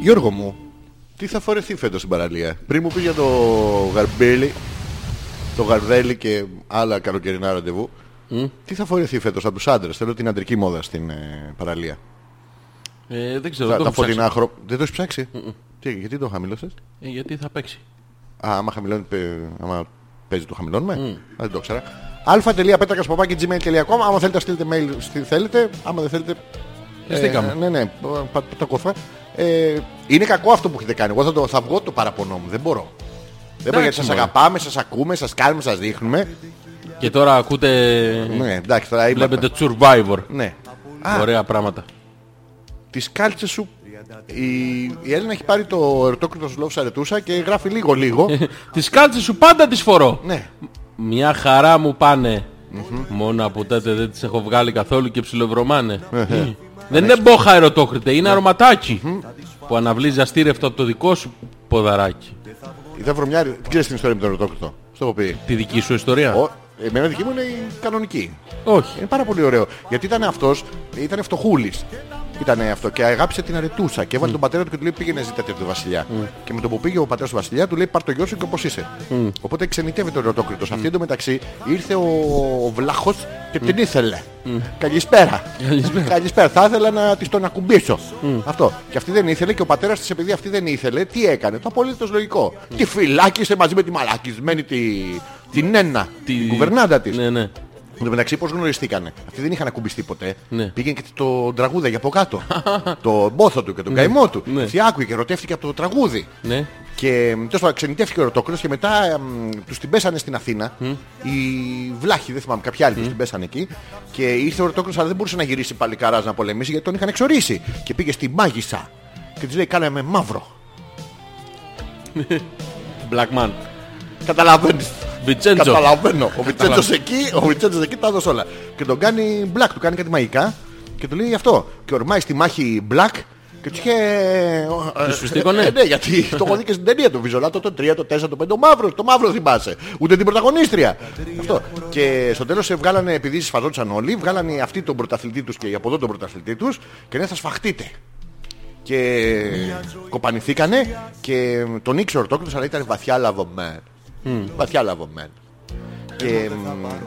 A: Γιώργο μου, τι θα φορεθεί φέτος στην παραλία. Πριν μου πει για το γαρμπέλι, το γαρδέλι και άλλα καλοκαιρινά ραντεβού. Τι θα φορεθεί φέτος από τους άντρες. Θέλω την αντρική μόδα στην ε, παραλία.
B: Ε, δεν ξέρω,
A: Τα,
B: δεν
A: τα
B: το έχω ψάξει.
A: φωτεινά χρώματα. Δεν το έχεις ψάξει. Τι, γιατί το χαμηλώσες.
B: Ε, γιατί θα παίξει.
A: Α, άμα χαμηλώνει, παι- άμα παίζει το χαμηλώνουμε. Α, δεν το ξέρα. α.πέτρακα.gmail.com Άμα θέλετε να στείλετε mail, στη- θέλετε. Άμα δεν θέλετε.
B: Χεστήκαμε.
A: ναι, ναι, πα- πα- τα κόφα. Ε, είναι κακό αυτό που έχετε κάνει. Εγώ θα, το, θα βγω το παραπονό μου. Δεν μπορώ. Δεν μπορεί γιατί σας
B: μωρέ.
A: αγαπάμε, σας ακούμε, σας κάνουμε, σας δείχνουμε.
B: Και τώρα ακούτε.
A: Ναι, εντάξει, τώρα είπα.
B: Βλέπετε Survivor.
A: Ναι.
B: Ωραία πράγματα.
A: Τις κάλτσες σου. Η, η Έλληνα έχει πάρει το ερωτόκριτος σου λόγου αρετούσα και γράφει λίγο λίγο.
B: Ε. Τις κάλτσες σου πάντα τις φορώ.
A: ναι.
B: Μια χαρά μου πάνε. Μόνο από τότε δεν τις έχω βγάλει καθόλου και ψιλοβρωμάνε. Δεν είναι μπόχα ερωτόκριτε, είναι αρωματάκι. Που αναβλύζει αστήρευτο από το δικό σου ποδαράκι.
A: Η Δε Βρωμιάρη, τι ξέρεις την ιστορία με τον ερωτόκριτο. Στο έχω πει.
B: Τη δική σου ιστορία.
A: Ο, εμένα δική μου είναι η κανονική.
B: Όχι.
A: Είναι πάρα πολύ ωραίο. Γιατί ήταν αυτός, ήταν φτωχούλης. Ήταν αυτό και αγάπησε την αρετούσα και
B: Mm.
A: έβαλε τον πατέρα του και του λέει πήγαινε ζητάτε του βασιλιά. Και με το που πήγε ο πατέρας του βασιλιά του λέει πάρ το γιο σου και όπως είσαι.
B: Mm.
A: Οπότε ξενιτεύεται ο ερωτόκριτος. Αυτή εντωμεταξύ ήρθε ο, ο Βλάχος και την ήθελε. Καλησπέρα.
B: Mm. Καλησπέρα. Mm.
A: Καλησπέρα. Θα ήθελα να της τον ακουμπήσω. Αυτό. Και αυτή δεν ήθελε και ο πατέρας της επειδή αυτή δεν ήθελε, τι έκανε. Το απολύτως λογικό.
B: Mm.
A: Τη φυλάκισε μαζί με τη μαλακισμένη τη, την Νένα, την κουβερνάντα της.
B: Ναι, ναι.
A: Εν τω μεταξύ πώς γνωριστήκανε. Αυτοί δεν είχαν ακουμπιστεί ποτέ.
B: Ναι.
A: Πήγαινε και το τραγούδι για από κάτω. το μπόθο του και τον καημό του.
B: Ναι.
A: Αυτή άκουγε και ερωτεύτηκε από το τραγούδι.
B: ναι.
A: Και μ, τέλος πάντων ξενιτεύτηκε ο Ροτόκριτος και μετά μ, τους την πέσανε στην Αθήνα. Οι Βλάχοι, δεν θυμάμαι, κάποιοι άλλοι τους την πέσανε εκεί. Και ήρθε ο Ροτόκριτος αλλά δεν μπορούσε να γυρίσει πάλι καράς να πολεμήσει γιατί τον είχαν εξορίσει. Και πήγε στη Μάγισσα και της λέει κάναμε μαύρο.
B: Black man.
A: Καταλαβαίνεις.
B: Βιτσέντζο.
A: Καταλαβαίνω. Ο Βιτσέντος εκεί, ο Βιτσέντος εκεί τα έδωσε όλα. Και τον κάνει μπλακ, του κάνει κάτι μαγικά και του λέει αυτό. Και ορμάει στη μάχη μπλακ και του είχε.
B: σου στήκωνε?
A: Ε, Ναι, γιατί το έχω δει και στην ταινία του Βιζολάτο, το 3, το 4, το 5, το μαύρος. Το μαύρο θυμάσαι. Ούτε την πρωταγωνίστρια. Αυτό. Και στο τέλος βγάλανε, επειδή σφαζόντουσαν όλοι, βγάλανε αυτοί τον πρωταθλητή τους και από εδώ τον πρωταθλητή τους και λένε θα σφαχτείτε. Και κοπανηθήκανε και τον ήξερε ο Ορτόκλητος αλλά ήταν βαθιά λαβωμένο. Βαθιά λαβωμένο. Και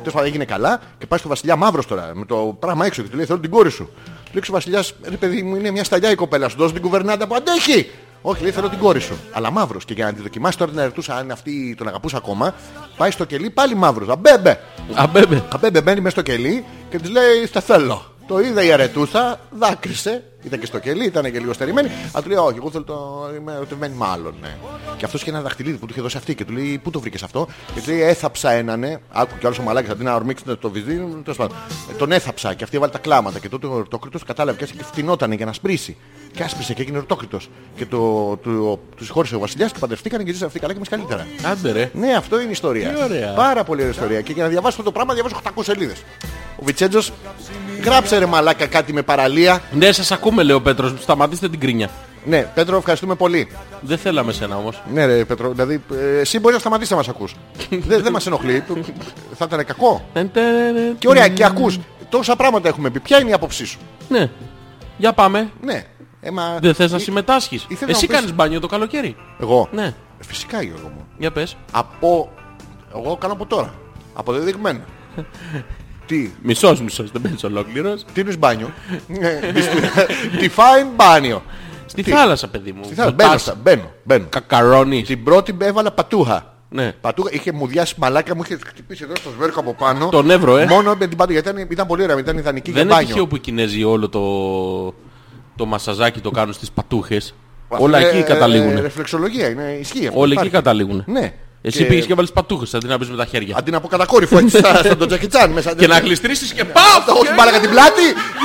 A: τέλο πάντων έγινε καλά και πάει στο βασιλιά μαύρο τώρα με το πράγμα έξω και του λέει: Θέλω την κόρη σου. Του λέει ο βασιλιά: Ρε παιδί μου, είναι μια σταλιά η κοπέλα σου. Δώσε την κουβερνάντα που αντέχει. Όχι, λέει: Θέλω την κόρη σου. Αλλά μαύρο. Και για να τη δοκιμάσει τώρα την αρετούσα, αν αυτή τον αγαπούσε ακόμα, πάει στο κελί πάλι μαύρο. Αμπέμπε.
B: Αμπέμπε.
A: Αμπέμπε μπαίνει μέσα στο κελί και τη λέει: Στα θέλω. Το είδα η αρετούσα, δάκρυσε. Ήταν και στο κελί, ήταν και λίγο στερημένη. Αλλά του λέει: Όχι, εγώ θέλω το. Είμαι ερωτευμένη, μάλλον. Ναι. Και αυτός είχε ένα δαχτυλίδι που του είχε δώσει αυτή και του λέει: Πού το βρήκες αυτό. Και του λέει: Έθαψα έναν. Ναι. Άκου κι άλλος ο μαλάκι, αντί να ορμήξουν το βυζί. τέλος πάντων. Ε, Τον έθαψα και αυτή έβαλε τα κλάματα. Και τότε ο ορτόκριτος κατάλαβε και έτσι φτηνότανε για να σπρίσει. Και άσπρισε και έγινε ορτόκριτος. Και το, του, του συγχώρησε ο βασιλιάς και παντρευτήκανε και ζήσαν αυτοί καλά και εμείς καλύτερα.
B: Άντε ρε.
A: Ναι, αυτό είναι η ιστορία.
B: Τι ωραία.
A: Πάρα πολύ ωραία ιστορία. Και για να διαβάσω το πράγμα, διαβάζω 800 σελίδες. Ο Βιτσέντζος, γράψε ρε μαλάκα κάτι με παραλία.
B: Ναι, σας ακούμε, λέει ο Πέτρος. Σταματήστε την κρίνια.
A: Ναι, Πέτρο, ευχαριστούμε πολύ.
B: Δεν θέλαμε σένα όμως.
A: Ναι, ρε Πέτρο, δηλαδή ε, εσύ μπορείς να σταματήσεις να μας ακούς. δεν δεν μας ενοχλεί. Θα ήταν κακό. Και ωραία, και ακούς. Τόσα πράγματα έχουμε πει. Ποια είναι η άποψή σου.
B: Ναι. Για πάμε.
A: Ναι. Ε, μα...
B: Δεν θες να
A: Ε,
B: συμμετάσχεις.
A: ήθελα να
B: Εσύ
A: μου πεις-
B: κάνεις μπάνιο το καλοκαίρι.
A: Εγώ.
B: Ναι.
A: Φυσικά, Γιώργο μου.
B: Για πες.
A: Από. Εγώ κάνω από τώρα. Αποδεδειγμένα. Τι,
B: Μισός μισός. Δεν μπαίνεις ολόκληρος.
A: τι είναι μπάνιο. Ναι, Τι φάει μπάνιο.
B: Στη
A: Τι?
B: θάλασσα, παιδί μου.
A: Τι θα μπαίνω,
B: Φωτάς,
A: στα, μπαίνω, μπαίνω.
B: Κακαρώνεις.
A: Την πρώτη έβαλα πατούχα.
B: Ναι.
A: Πατούχα, είχε μου διάσει μαλάκα, μου είχε χτυπήσει εδώ στο σβέρκο από πάνω.
B: Τον εύρο, ε.
A: Μόνο με την πατούχα, γιατί ήταν, ήταν πολύ ωραία, ήταν ιδανική
B: Δεν
A: για
B: είναι
A: μπάνιο.
B: τυχαίο που οι Κινέζοι όλο το, το μασαζάκι το κάνουν στις πατούχες.
A: Αυτό
B: Όλα
A: είναι,
B: εκεί
A: ε, ε,
B: καταλήγουν.
A: ρεφλεξολογία, είναι ισχύει. αυτό,
B: Όλοι εκεί
A: υπάρχει.
B: καταλήγουν.
A: Ναι.
B: Εσύ πήγες και βάλεις πατούχες αντί να μπεις με τα χέρια.
A: Αντί να πω κατακόρυφο έτσι στα- στον Τζακιτσάν μέσα.
B: Και να γλιστρήσεις
A: Ναι.
B: και πάω!
A: Αυτό, όχι μπάλακα την πλάτη,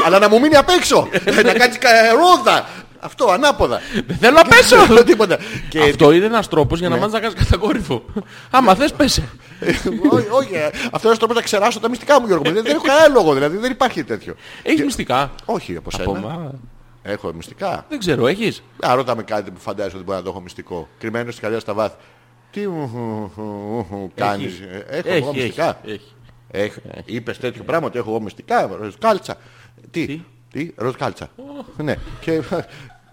A: αλλά να μου μείνει απ' έξω. να κάνει ρόδα. Αυτό, ανάποδα.
B: Δεν θέλω να πέσω!
A: Τίποτα. Και Ναι.
B: Αυτό είναι ένας τρόπος για να μάθεις να κάνεις κατακόρυφο. Άμα θες πέσε.
A: όχι, όχι, ε, αυτό είναι ο τρόπος να ξεράσω τα μυστικά μου, Γιώργο. μου. Δεν δεν έχω κανένα λόγο, δηλαδή δεν υπάρχει τέτοιο.
B: Έχεις μυστικά.
A: Όχι από σένα.
B: Ακόμα.
A: Έχω μυστικά.
B: Δεν ξέρω, έχεις.
A: Α, ρώτα με κάτι που φαντάζεσαι ότι μπορεί να το έχω μυστικό. Κρυμμένος της καρδιά στα βάθη. Τι μου κάνεις.
B: Έχεις.
A: Έχω εγώ
B: Έχει,
A: μυστικά.
B: έχει, έχει.
A: Είπες τέτοιο πράγμα ότι έχω εγώ μυστικά. Ροζ κάλτσα. Τι.
B: Τι?
A: Τι. Ροζ κάλτσα. Ναι. Και,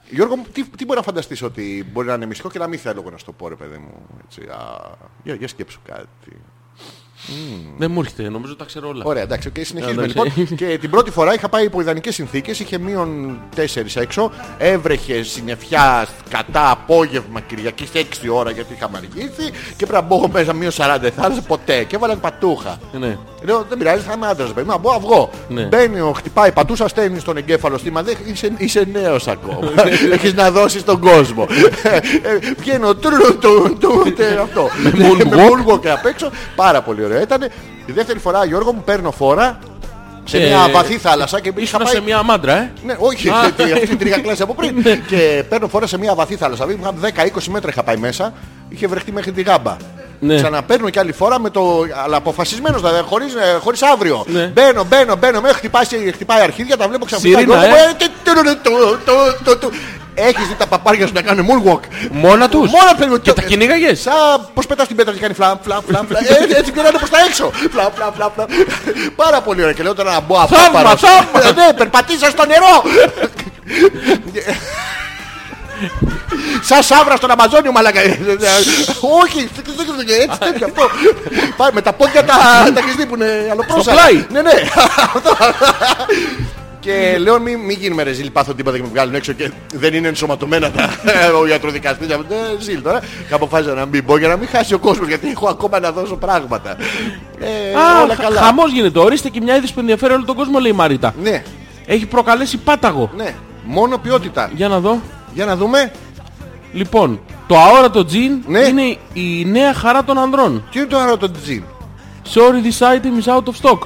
A: Γιώργο, μου, τι, τι μπορεί να φανταστείς ότι μπορεί να είναι μυστικό και να μην θέλω εγώ να σου το πω, ρε παιδί μου. Έτσι, α, για, για σκέψου κάτι.
B: Δεν μου έρχεται, νομίζω τα ξέρω όλα.
A: Ωραία, εντάξει, okay, συνεχίζουμε
B: Εντάξει.
A: λοιπόν. και την πρώτη φορά είχα πάει υπό ιδανικές συνθήκες, είχε μείον 4 έξω, έβρεχε συννεφιά κατά απόγευμα Κυριακής 6 ώρα γιατί είχα αργήσει και πρέπει να μπω μέσα μείον 40 η θάλασσα ποτέ και έβαλαν πατούχα.
B: Ναι.
A: Λέω δεν πειράζει, θα είμαι άντρας, παιδί μου, να μπω αυγό.
B: Ναι.
A: Μπαίνει, ο- χτυπάει πατούσα, στέλνει στον εγκέφαλο στήμα, δεν είσαι, είσαι νέος ακόμα.
B: Ναι.
A: Έχεις να δώσεις τον κόσμο. Ε, Βγαίνω τρου, του, του, τε, αυτό.
B: moonwalk.
A: Μπούλγο και απ' έξω, πάρα πολύ ωραίο ήταν. Τη δεύτερη φορά, Γιώργο μου, παίρνω φόρα σε
B: Ε,
A: μια βαθύ θάλασσα και είχα
B: Ήσουν
A: πάει...
B: σε μια μάντρα, ε.
A: Ναι, όχι,
B: Α.
A: γιατί αυτή την τριγακλάση από πριν. και παίρνω φορά σε μια βαθύ θάλασσα. Δηλαδή, είχα 10-20 μέτρα είχα πάει μέσα, είχε βρεχτεί μέχρι τη γάμπα.
B: Ναι.
A: Ξαναπαίρνω και άλλη φορά με το. Αλλά αποφασισμένος, δηλαδή, χωρίς, ε, χωρίς αύριο.
B: Ναι.
A: Μπαίνω, μπαίνω, μπαίνω, μέχρι χτυπάει, χτυπάει αρχίδια, τα βλέπω ξαφνικά.
B: Σιρήνα,
A: Γιώργο,
B: ε.
A: ε, τι- του- του- του- του- του- του. Έχεις δει τα παπάρια σου να κάνουν moonwalk.
B: Μόνα τους.
A: Μόνα τους.
B: Και τα κυνήγαγες.
A: Σαν πως πετάς την πέτρα και κάνει φλαμ, φλαμ, φλαμ. φλαμ. Ε, Έτσι πηγαίνανε προς τα έξω. Φλαμ, φλαμ, φλαμ, φλαμ. Πάρα πολύ ωραία. Και λέω τώρα να μπω αυτό.
B: Θαύμα,
A: παρός.
B: θαύμα.
A: Ε, Ναι, περπατήσα στο νερό. Σαν σαύρα στον Αμαζόνιο, μαλακά. Όχι, έτσι τέτοιο αυτό. Πάει με τα πόδια τα, τα κλειστή που είναι αλλοπρόσα.
B: πλάι.
A: Ναι, ναι. Αυτό. Και λέω μην μη γίνουμε ρε ζήλ, πάθω τίποτα και με βγάλουν έξω και δεν είναι ενσωματωμένα τα, ο ιατροδικαστής. Ε, Ζήλ τώρα. Και αποφάσισα να μην πω για να μην χάσει ο κόσμος γιατί έχω ακόμα να δώσω πράγματα. Ε, όλα
B: Α,
A: καλά.
B: χαμός γίνεται. Ορίστε και μια είδηση που ενδιαφέρει όλο τον κόσμο, λέει η Μαρίτα.
A: Ναι,
B: Έχει προκαλέσει πάταγο.
A: ναι. Μόνο ποιότητα.
B: Για να δω.
A: Για να δούμε.
B: Λοιπόν, το αόρατο τζιν
A: Ναι.
B: είναι η νέα χαρά των ανδρών.
A: Τι είναι το άλλο το τζιν.
B: Sorry, this item is out of stock.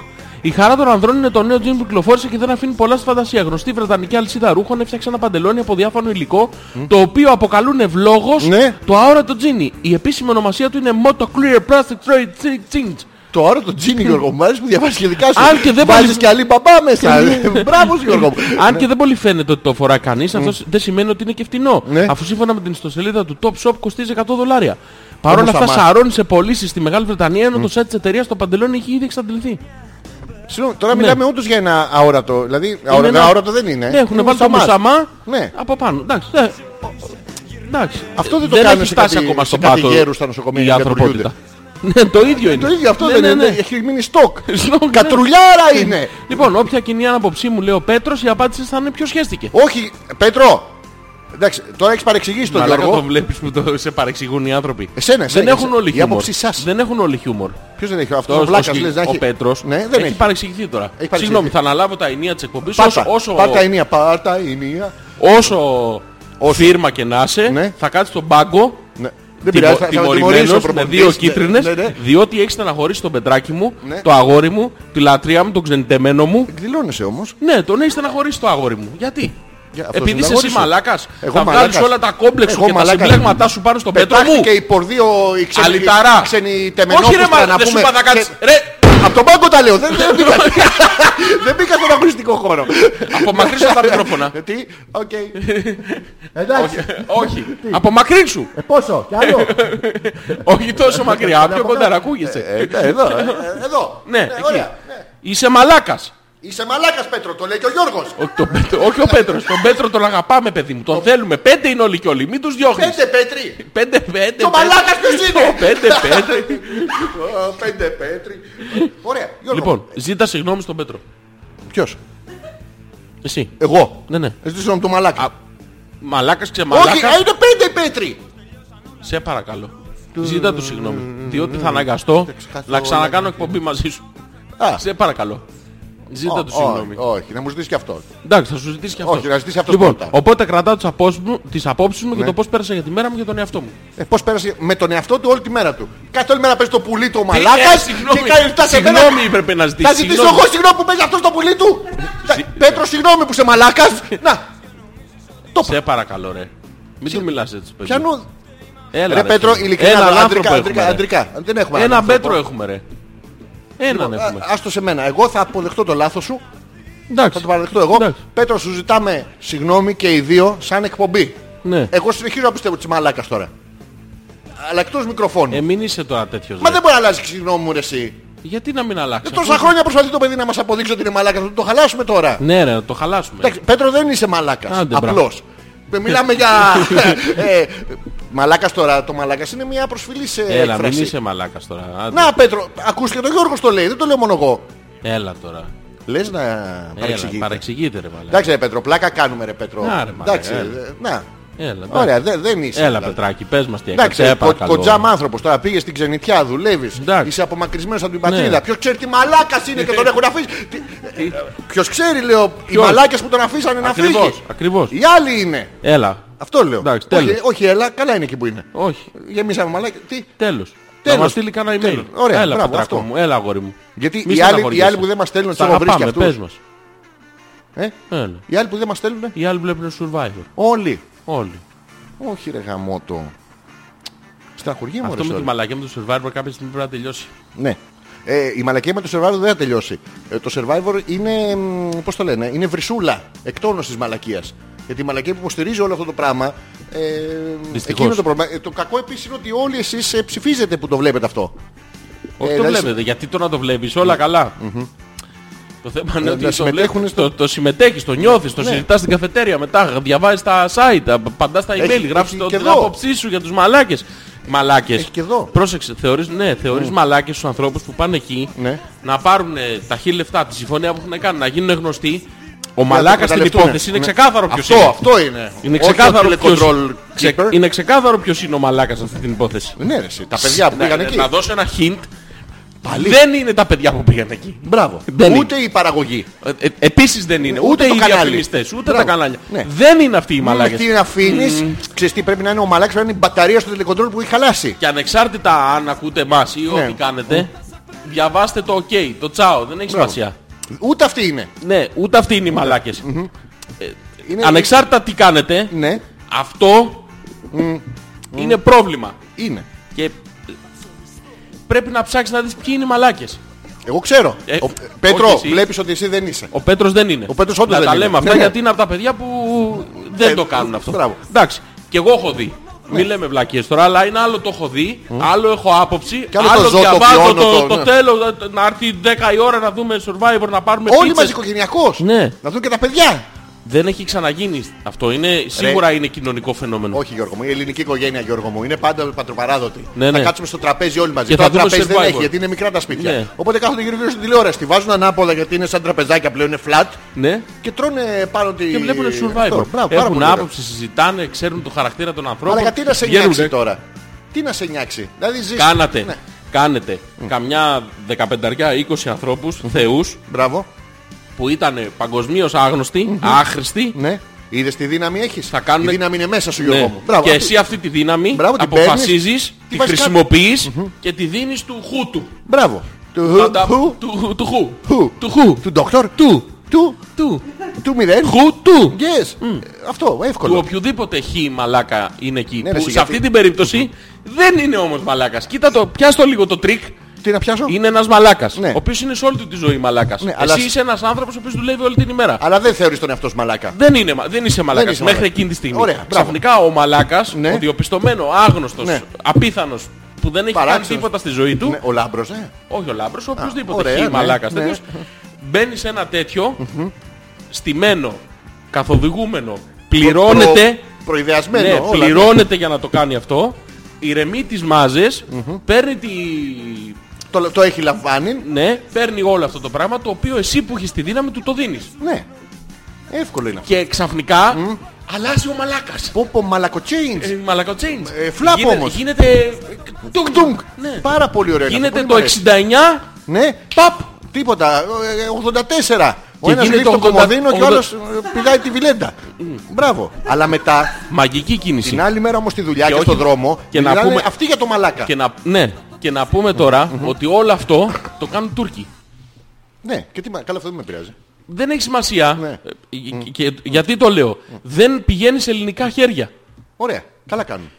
B: Η χαρά των ανδρών είναι το νέο τζιν που κυκλοφόρησε και δεν αφήνει πολλά στη φαντασία. Γνωστή βρετανική αλυσίδα ρούχων έφτιαξε ένα παντελόνι από διάφανο υλικό, το οποίο αποκαλούν ευλόγω
A: Ναι.
B: το αόρατο τζίνι. Η επίσημη ονομασία του είναι Moto Clear Plastic Trade Change.
A: Το άλλο το τζιν Γιώργο μου, αρέσει που διαβάζεις και δικά σου.
B: Αν και δεν Ναι.
A: βάζεις
B: βάλεις-
A: και άλλη μπαμπά μέσα. Μπράβο Γιώργο μου.
B: Αν και δεν πολύ φαίνεται ότι το φορά κανείς, αυτός δεν σημαίνει ότι είναι και φτηνό.
A: Ναι.
B: Αφού σύμφωνα με την ιστοσελίδα του Top Shop κοστίζει 100 δολάρια. Παρ' όλα
A: Όμως
B: αυτά
A: θα μάθει.
B: σαρώνει σε πωλήσει στη Μεγάλη Βρετανία,
A: Mm.
B: ενώ το site της εταιρείας το παντελόνι έχει ήδη εξαντληθεί.
A: Συγγνώμη, τώρα μιλάμε όντως για ένα αόρατο. Δηλαδή, αόρατο,
B: ναι. ένα-
A: αόρατο δεν είναι.
B: Ναι, έχουν
A: Ε, Είναι
B: βάλει το
A: μουσαμάς.
B: μουσαμά
A: Ναι.
B: από πάνω. Εντάξει, ναι. Εντάξει.
A: Αυτό δεν το κάνουν
B: έχει
A: σε
B: φτάσει
A: κάτι-
B: ακόμα
A: σε
B: στο
A: κάτι
B: πάτο
A: γέρους στα νοσοκομεία
B: η
A: και
B: ανθρωπότητα. Ναι, το ίδιο είναι.
A: Ε, Το ίδιο αυτό
B: Ναι,
A: δεν
B: ναι,
A: είναι.
B: ναι.
A: Έχει μείνει στόκ.
B: Στόκ, ναι.
A: Κατρουλιάρα είναι.
B: Λοιπόν, όποια κοινή άποψή μου λέει ο Πέτρος, η απάντηση θα είναι ποιος χέστηκε.
A: Όχι, Πέτρο. Εντάξει, τώρα έχεις παρεξηγήσει τον
B: Μαλάκα το
A: Γιώργο.
B: βλέπεις που το, σε παρεξηγούν οι άνθρωποι.
A: Εσένα,
B: δεν
A: εσένα,
B: έχουν
A: εσένα.
B: όλοι
A: Η
B: χιούμορ.
A: άποψή σας.
B: Δεν έχουν όλοι χιούμορ.
A: Ποιος δεν έχει αυτό,
B: Τώρα
A: ο
B: στο
A: Βλάκας
B: σκι-
A: λες να
B: ο
A: έχει.
B: Πέτρος
A: Ναι, δεν
B: έχει
A: έχει.
B: παρεξηγηθεί τώρα.
A: παρεξηγηθεί.
B: Συγγνώμη, θα αναλάβω τα ενία της εκπομπής.
A: Πάτα,
B: Όσο, όσο,
A: πάτα ενία, πάτα ενία.
B: όσο φύρμα και να είσαι,
A: Ναι.
B: θα κάτσεις στον πάγκο
A: Ναι. Δεν πειράζει, θα- θα με τιμωρήσει ο
B: τιμωρημένος με
A: προπονητής.
B: δύο
A: Ναι,
B: κίτρινες
A: ναι, ναι.
B: διότι έχεις στεναχωρήσει τον πετράκι μου,
A: Ναι.
B: το αγόρι μου, τη λατρεία μου, τον ξενιτεμένο μου.
A: Εκδηλώνεσαι όμως.
B: Ναι, τον έχει στεναχωρήσει το αγόρι μου. Γιατί?
A: Για- αυτός
B: Επειδή
A: είναι
B: είσαι
A: αγόρι
B: εσύ
A: σου.
B: μαλάκας,
A: Εγώ
B: θα βγάλεις
A: μαλάκας.
B: όλα τα κόμπλεξ σου
A: Εγώ
B: και τα
A: μαλάκας.
B: συμπλέγματά σου πάνω στον πέτρο μου.
A: Πετάχτηκε η πορδίο η ξένη,
B: Αλυταρά.
A: ξένη
B: Όχι ρε
A: τεμενόπουστρα
B: μαλάκα,
A: να
B: δεν σου
A: πούμε.
B: είπα να κάνεις.
A: Και-
B: Ρε,
A: Απ' τον πάγκο τα λέω, δεν, δεν, μπήκα- δεν μπήκα στον αγωνιστικό χώρο.
B: απομακρύσου τα μικρόφωνα.
A: Ε, Τι, οκ. Εντάξει,
B: Όχι, απομακρύσου.
A: ε, πόσο, κι άλλο.
B: Όχι τόσο μακριά, πιο
A: από
B: κοντά να
A: κάτω.
B: ακούγεσαι.
A: Ε, ναι, Εδώ, ε, εδώ.
B: Ναι, εκεί.
A: ωραία. ναι.
B: Είσαι μαλάκας.
A: Είσαι μαλάκας Πέτρο, το λέει και ο Γιώργος.
B: Όχι, τον Πέτρο, όχι ο Πέτρος. Τον Πέτρο τον αγαπάμε, παιδί μου. Τον θέλουμε. Πέντε είναι όλοι και όλοι. Μην τους διώχνεις.
A: Πέντε Πέτρι.
B: Πέντε, πέντε.
A: Το μαλάκας ποιος είναι.
B: Πέντε, πέντε.
A: Ω, Πέντε Πέτρι. Ωραία, Γιώργο.
B: Λοιπόν, ζήτα συγγνώμη στον Πέτρο.
A: ποιος.
B: Εσύ.
A: Εγώ.
B: Ναι, ναι.
A: Ζητήσω μου το μαλάκα.
B: Α, Μαλάκας
A: Όχι,
B: ξεμαλάκας.
A: ε, είναι πέντε Πέτρι.
B: Σε παρακαλώ. Ζήτα του συγγνώμη. Διότι θα αναγκαστώ
A: ξεκαθαρώ,
B: να ξανακάνω εκπομπή μαζί σου.
A: Α.
B: Σε παρακαλώ. Ζήτα του
A: Ω,
B: συγγνώμη.
A: όχι, Όχι, να μου ζητήσει και αυτός.
B: Εντάξει, θα σου ζητήσει και αυτό.
A: Όχι, να ζητήσει αυτός
B: Λοιπόν,
A: πρώτα. Ναι.
B: οπότε κρατάω τις απόψεις μου- τις απόψεις μου και το πώς πέρασα για τη μέρα μου και τον εαυτό μου.
A: Ε, Πώς πέρασε με τον εαυτό του όλη τη μέρα του. Κάθε όλη μέρα παίζει το πουλί του ο
B: Ε,
A: μαλάκα
B: συγγνώμη.
A: και κάνει τα σε μένα.
B: Συγγνώμη έπρεπε να
A: Θα
B: ζητήσεις.
A: ζητήσω
B: συγγνώμη.
A: εγώ συγγνώμη που παίζει αυτός το πουλί του. Τα- Πέτρο, συγγνώμη που είσαι μαλάκας. Να,
B: Σε παρακαλώ, ρε. Μην του μιλάς έτσι, παιδί.
A: πιανού.
B: Έλα,
A: Ρε Πέτρο,
B: φίλε.
A: ειλικρινά,
B: Έναν
A: αλλά
B: άνθρωπο
A: αντρικά,
B: έχουμε,
A: αντρικά,
B: ρε.
A: αντρικά. Δεν έχουμε
B: Έναν
A: άνθρωπο.
B: Πέτρο έχουμε, ρε. Έναν
A: Α,
B: έχουμε.
A: Άστος σε μένα. Εγώ θα αποδεχτώ το λάθος σου.
B: Εντάξει.
A: Θα το παραδεχτώ εγώ.
B: Εντάξει.
A: Πέτρο, σου ζητάμε συγγνώμη και οι δύο σαν εκπομπή.
B: Ναι.
A: Εγώ συνεχίζω να πιστεύω τη μαλάκα τώρα. Αλλά εκτός μικροφώνου.
B: Ε, ναι. μην είσαι τώρα τέτοιος.
A: Μα
B: ρε.
A: δεν μπορεί να αλλάζει συγγνώμη μου, ρε, εσύ.
B: Γιατί να μην αλλάξει.
A: Τόσα χρόνια προσπαθεί το παιδί να μας αποδείξει ότι είναι μαλάκα. Θα το χαλάσουμε τώρα.
B: Ναι, ρε, να το χαλάσουμε.
A: Εντάξει, Πέτρο δεν είσαι μαλάκας.
B: Άντε,
A: Απλώ. Μιλάμε για. ε, ε, Μαλάκας τώρα, το μαλάκας είναι μια προσφυλή σε
B: Έλα, μην
A: έκφραση.
B: είσαι μαλάκας τώρα. Άντε.
A: ε, Να, Πέτρο, ακούς και τον Γιώργος το λέει, δεν το λέω μόνο εγώ.
B: Έλα τώρα.
A: Λες να
B: Έλα,
A: παρεξηγεί.
B: παρεξηγείται ρε μαλάκα.
A: Εντάξει, ρε Πέτρο, πλάκα κάνουμε, ρε Πέτρο.
B: Να, ρε, μαλάκα,
A: Εντάξει,
B: έλα.
A: ε, να.
B: Έλα,
A: Ωραία,
B: εντάξει.
A: δε- δεν είσαι.
B: Έλα,
A: δηλαδή.
B: Πετράκη, πες μας τι έκανες.
A: Εντάξει,
B: Ε,
A: κο,
B: παρακαλώ.
A: κοντζάμ άνθρωπος τώρα πήγες στην ξενιτιά, δουλεύεις.
B: Εντάξει.
A: Είσαι απομακρυσμένος από την πατρίδα.
B: Ναι. Ε,
A: Ποιος ξέρει τι μαλάκας είναι και τον έχουν αφήσει. Ποιος ξέρει, λέω,
B: Ποιος?
A: οι μαλάκες που τον αφήσανε να φύγει.
B: Ακριβώς, ακριβώς.
A: Οι άλλοι είναι.
B: Έλα.
A: Αυτό λέω.
B: Εντάξει,
A: όχι,
B: τέλος.
A: όχι, έλα, καλά είναι εκεί που είναι.
B: Όχι.
A: Γεμίσαμε μαλάκα. Τι.
B: Τέλος.
A: Τέλος.
B: Να μας στείλει κανένα email.
A: Τέλος. Ωραία,
B: έλα,
A: μπράβο,
B: Πετράκο
A: αυτό.
B: μου, έλα, αγόρι μου.
A: Γιατί
B: Μη
A: οι άλλοι, οι
B: στεναχωριέσαι.
A: άλλοι που δεν μας στέλνουν,
B: Τα
A: του έχω βρει και
B: αγαπάμε, πες
A: αυτού.
B: μας.
A: Ε?
B: Έλα.
A: Οι άλλοι που δεν μας στέλνουν,
B: Οι άλλοι βλέπουν Survivor.
A: όλοι.
B: Όλοι.
A: Όχι, ρε γαμότο. Στεναχουργία μου,
B: Αυτό
A: ρε,
B: με τη
A: sorry.
B: μαλακία με το Survivor κάποια στιγμή πρέπει να τελειώσει.
A: Ναι. Ε, η μαλακία με το Survivor δεν θα τελειώσει. Ε, το Survivor είναι, μ, πώς το λένε, είναι βρυσούλα εκτόνωσης μαλακίας. Γιατί η μαλακία που υποστηρίζει όλο αυτό το πράγμα, ε,
B: Δυστυχώς.
A: εκείνο το πρόβλημα. Ε, το κακό επίσης είναι ότι όλοι εσείς ε, ψηφίζετε που το βλέπετε αυτό.
B: Όχι το
A: δηλαδή-
B: βλέπετε, γιατί το να το βλέπεις, όλα καλά. Το θέμα είναι
A: Ναι. Ε, να
B: ότι το,
A: συμμετέχουν
B: βλέπεις,
A: στο- Ναι.
B: το, το συμμετέχεις, το νιώθεις, το συζητάς στην καφετέρια μετά, διαβάζεις τα site, παντάς τα email,
A: έχει
B: γράφεις το,
A: και
B: την
A: εδώ.
B: άποψή σου για τους μαλάκες. Μαλάκες.
A: Έχει και εδώ.
B: Πρόσεξε, θεωρείς, ναι, θεωρείς μαλάκες τους ανθρώπους που πάνε εκεί
A: Ναι.
B: να πάρουν ε, τα χίλια λεφτά, τη συμφωνία που έχουν κάνει, να γίνουν γνωστοί. Ο
A: να το
B: μαλάκας στην
A: εκμεταλλευτούνε.
B: υπόθεση είναι
A: Ναι.
B: ξεκάθαρο ποιος
A: Αυτό,
B: είναι.
A: αυτό είναι.
B: Είναι
A: Όχι ο
B: ξεκάθαρο, ποιος,
A: telecontrol
B: ξε-
A: keeper.
B: είναι ξεκάθαρο ποιος είναι ο μαλάκας σε αυτή την υπόθεση.
A: Ναι, ρε, εσύ, τα παιδιά που
B: Να-
A: πήγαν
B: να-
A: εκεί.
B: ναι, Να δώσω ένα hint.
A: Πάλι.
B: Δεν είναι τα παιδιά που πήγαν εκεί.
A: Μπράβο.
B: Δεν είναι.
A: Ούτε η παραγωγή.
B: Ε, επίσης δεν είναι.
A: Ούτε
B: Ούτε,
A: το
B: οι
A: κανάλι.
B: διαφημιστές, ούτε
A: Μπράβο.
B: τα κανάλια.
A: Ναι.
B: Δεν είναι αυτοί οι
A: Μαλάκες.
B: μαλάκες.
A: Αυτή την αφήνεις, ξέρεις τι πρέπει να είναι ο μαλάκας, πρέπει να είναι η μπαταρία στο τηλεκοντρόλ που έχει χαλάσει.
B: Και ανεξάρτητα αν ακούτε εμάς ή
A: Ναι.
B: ό,τι κάνετε, διαβάστε το OK, το τσάο. Δεν έχει
A: Μπράβο.
B: σημασία.
A: Ούτε αυτή είναι.
B: Ναι, ούτε αυτοί είναι οι μαλάκες.
A: είναι
B: Ανεξάρτητα τι κάνετε,
A: Ναι,
B: αυτό είναι πρόβλημα.
A: είναι.
B: Και ε, πρέπει να ψάξεις να δεις ποιοι είναι οι μαλάκες.
A: Εγώ ξέρω.
B: Ε,
A: Ο-
B: όχι
A: Πέτρο,
B: εσύ.
A: βλέπεις ότι εσύ δεν είσαι.
B: Ο Πέτρος δεν είναι.
A: Ο Πέτρος όντως
B: να
A: δεν
B: τα
A: είναι.
B: λέμε αυτά
A: Ναι, ναι.
B: γιατί είναι από τα παιδιά που δεν
A: Ε,
B: το κάνουν αυτό.
A: μπράβο. Ναι.
B: Εντάξει. Και εγώ έχω δει. Μην λέμε βλακίες τώρα, αλλά είναι άλλο το έχω δει, άλλο έχω άποψη,
A: άλλο το
B: άλλο
A: ζω, το
B: διαβάζω
A: βιώνω,
B: το,
A: το-
B: το
A: ναι.
B: τέλος, να- να έρθει 10 η ώρα να δούμε Survivor, να πάρουμε
A: Όλοι
B: πίτσες.
A: μαζί οικογενειακώς.
B: Ναι.
A: Να δουν και τα παιδιά.
B: Δεν έχει ξαναγίνει αυτό, είναι, σίγουρα είναι κοινωνικό φαινόμενο.
A: Όχι Γιώργο μου, η ελληνική οικογένεια Γιώργο μου είναι πάντα πατροπαράδοτη.
B: Ναι,
A: θα
B: ναι.
A: κάτσουμε στο τραπέζι όλοι μαζί.
B: Και
A: Τώρα
B: θα δούμε
A: τραπέζι δεν
B: Survivor.
A: έχει γιατί είναι μικρά τα σπίτια.
B: Ναι.
A: Οπότε κάθονται γύρω γύρω στην τηλεόραση. Τη βάζουν ανάποδα γιατί είναι σαν τραπεζάκια πλέον είναι flat
B: Ναι.
A: και τρώνε πάνω τη.
B: Και βλέπουν Survivor.
A: Ε, Αυτό, μπράβο, πάρα
B: Έχουν
A: πολύ ωραία.
B: άποψη, συζητάνε, ξέρουν το χαρακτήρα των ανθρώπων.
A: Αλλά γιατί να σε
B: βγαίνουνε.
A: νιάξει τώρα. Τι να σε νιάξει. Δηλαδή ζεις.
B: Κάνατε,
A: Ναι.
B: κάνετε καμιά δεκαπενταριά, 20 ανθρώπους, θεούς,
A: Μπράβο.
B: που ήταν παγκοσμίως άγνωστοι, άχρηστοι.
A: Ναι. Είδες τη δύναμη έχεις.
B: Θα κάνουν-
A: Η δύναμη είναι μέσα σου
B: Ναι.
A: Γιώργο μου. Μπράβο.
B: Και εσύ αυτή τη δύναμη
A: Μπράβο, την παίρνεις,
B: αποφασίζεις, τη
A: βάζεις
B: χρησιμοποιείς και τη δίνεις του χού του.
A: Μπράβο.
B: Τα- τα-
A: Του.
B: Του χου. Του χου.
A: Who?
B: Του χου.
A: Του ντόκτορ.
B: Του.
A: Του.
B: Του.
A: Του μηδέν.
B: Χου του.
A: Yes. Ε, Αυτό,
B: Του
A: εύκολο.
B: οποιοδήποτε χ μαλάκα είναι εκεί.
A: Ναι, ρε,
B: που
A: εσύ,
B: σε αυτή
A: γιατί-
B: την περίπτωση δεν είναι όμως μαλάκας. Κοίτα το, πιάσ' το λίγο το τρίκ.
A: Τι να πιάσω.
B: Είναι ένας μαλάκας.
A: Ναι.
B: Ο οποίος είναι σε όλη του τη ζωή μαλάκας.
A: Ναι, αλλά-
B: Εσύ είσαι ένας άνθρωπος ο οποίος δουλεύει όλη την ημέρα.
A: Αλλά δεν θεωρείς τον εαυτό σου μαλάκα.
B: Δεν, είναι, μα- δεν είσαι μαλάκας
A: είσαι
B: μέχρι
A: μαλάκας.
B: εκείνη τη στιγμή.
A: Ωραία, μπράβο.
B: Ξαφνικά ο μαλάκας,
A: Ναι.
B: ο διοπιστωμένος, άγνωστος,
A: Ναι.
B: απίθανος, που δεν έχει
A: Παράξενος.
B: κάνει τίποτα στη ζωή του,
A: Ναι, ο λάμπρος, ε.
B: όχι ο λάμπρος, ο οποιοδήποτε
A: ωραία,
B: χι
A: ναι,
B: μαλάκας
A: ναι.
B: τέτοιος, μπαίνει σε ένα τέτοιο, στημένο, καθοδηγούμενο, πληρώνεται,
A: Προ- Προειδεασμένο.
B: ναι,
A: όλα, ναι.
B: πληρώνεται για να το κάνει αυτό, ηρεμεί τις μάζες, παίρνει τη...
A: Το, το έχει λαμβάνει.
B: Ναι, παίρνει όλο αυτό το πράγμα το οποίο εσύ που έχεις τη δύναμη του το δίνεις.
A: Ναι. Εύκολο είναι αυτό.
B: Και ξαφνικά αλλάζει ο μαλάκας.
A: Πω πω μαλακο change.
B: Ε, Μαλακό change.
A: Ε, flap
B: Γίνεται-
A: όμως.
B: Γίνεται. Τουγκ
A: Τουνγκ.
B: Ναι.
A: Πάρα πολύ ωραίο. είναι
B: Γίνεται
A: αυτό,
B: το
A: πολύ μ' αρέσει.
B: 69.
A: Ναι.
B: Παπ.
A: Τίποτα. Ε, 84. Ο
B: Και
A: ένας
B: γίνεται
A: γλύφει το
B: το 80
A: κομμωδίνο και ο
B: 80
A: άλλος ε, πηδάει τη βιλέντα. Μπράβο. Αλλά μετά,
B: Μαγική κίνηση.
A: την άλλη μέρα όμως στη δουλειά και,
B: όχι-
A: στον δρόμο,
B: και να
A: μιλάνε
B: πούμε-
A: αυτοί για το μαλάκα.
B: Και να, ναι, και να πούμε τώρα ότι όλο αυτό το κάνουν Τούρκοι.
A: Ναι, και τι, μα- καλά αυτό δεν με πειράζει.
B: Δεν έχει σημασία.
A: Ναι.
B: ε, και- και- γιατί το λέω. Δεν πηγαίνει σε ελληνικά χέρια.
A: Ωραία, καλά κάνουν.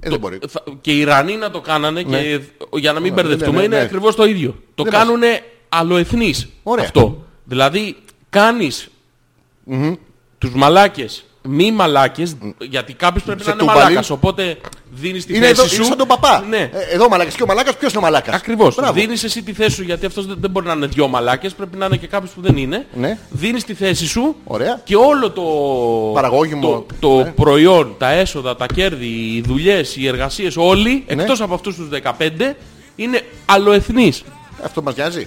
A: Ε, δεν μπορεί.
B: Θα- Και οι Ιρανοί να το κάνανε και για να μην
A: Ναι,
B: μπερδευτούμε
A: ναι, ναι,
B: είναι
A: ναι.
B: ακριβώς το ίδιο. Το
A: Δεν
B: κάνουν αλλοεθνείς
A: Ωραία.
B: αυτό. Δηλαδή κάνεις τους μαλάκες Μη μαλάκες, γιατί κάποιος πρέπει
A: Σε
B: να είναι
A: τούμπαλι.
B: μαλάκας. Οπότε δίνεις τη
A: Είναι
B: θέση
A: εδώ,
B: σου.
A: είναι σαν τον παπά.
B: Ναι.
A: Ε, Εδώ ο μαλάκας και ο μαλάκας ποιος είναι ο μαλάκας.
B: Ακριβώς.
A: Μπράβο.
B: Δίνεις εσύ τη θέση σου, γιατί αυτός δεν, δεν μπορεί να είναι δυο μαλάκες, πρέπει να είναι και κάποιος που δεν είναι.
A: Ναι.
B: Δίνεις τη θέση σου
A: Ωραία. Ναι.
B: και όλο το,
A: Παραγώγημο.
B: το, το προϊόν, τα έσοδα, τα κέρδη, οι δουλειές, οι εργασίες, όλοι,
A: Ναι.
B: εκτός από αυτούς τους 15, είναι αλλοεθνείς.
A: Αυτό μας νοιάζει.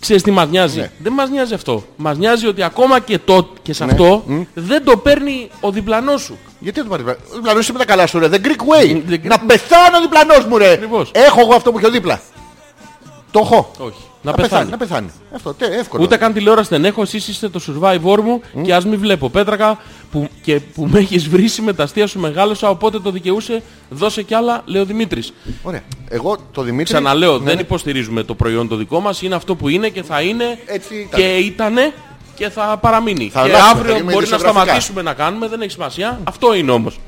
B: Ξέρεις τι μας νοιάζει.
A: Ναι.
B: Δεν μας νοιάζει αυτό. Μας νοιάζει ότι ακόμα και, το, και σε αυτό δεν το παίρνει ο διπλανός σου.
A: Γιατί δεν το πάρει. Ο διπλανός είναι με τα καλά σου, ρε. The Greek way.
B: Mm, The Greek-
A: Να πεθάνω ο διπλανός μου, ρε.
B: Ακριβώς.
A: Έχω εγώ αυτό που είχε δίπλα. Το έχω.
B: Όχι. Να, πεθάνει.
A: Να πεθάνει. Αυτό, τε, εύκολο.
B: Ούτε καν τηλεόραση δεν έχω, εσείς είστε το survivor μου και ας μην βλέπω πέτρακα που, και που με έχεις βρήσει με τα αστεία σου μεγάλωσα οπότε το δικαιούσε δώσε κι άλλα λέει ο Δημήτρης.
A: Ωραία. Εγώ το Δημήτρη.
B: Ξαναλέω
A: Ναι,
B: δεν
A: ναι.
B: υποστηρίζουμε το προϊόν το δικό μας, είναι αυτό που είναι και θα είναι
A: Έτσι ήταν.
B: και ήτανε και θα παραμείνει.
A: Θα
B: και
A: αλλάξουμε, θα
B: αύριο
A: γίνουμε
B: μπορεί να
A: δημοσιογραφικά.
B: σταματήσουμε να κάνουμε, δεν έχει σημασία. Αυτό είναι όμως.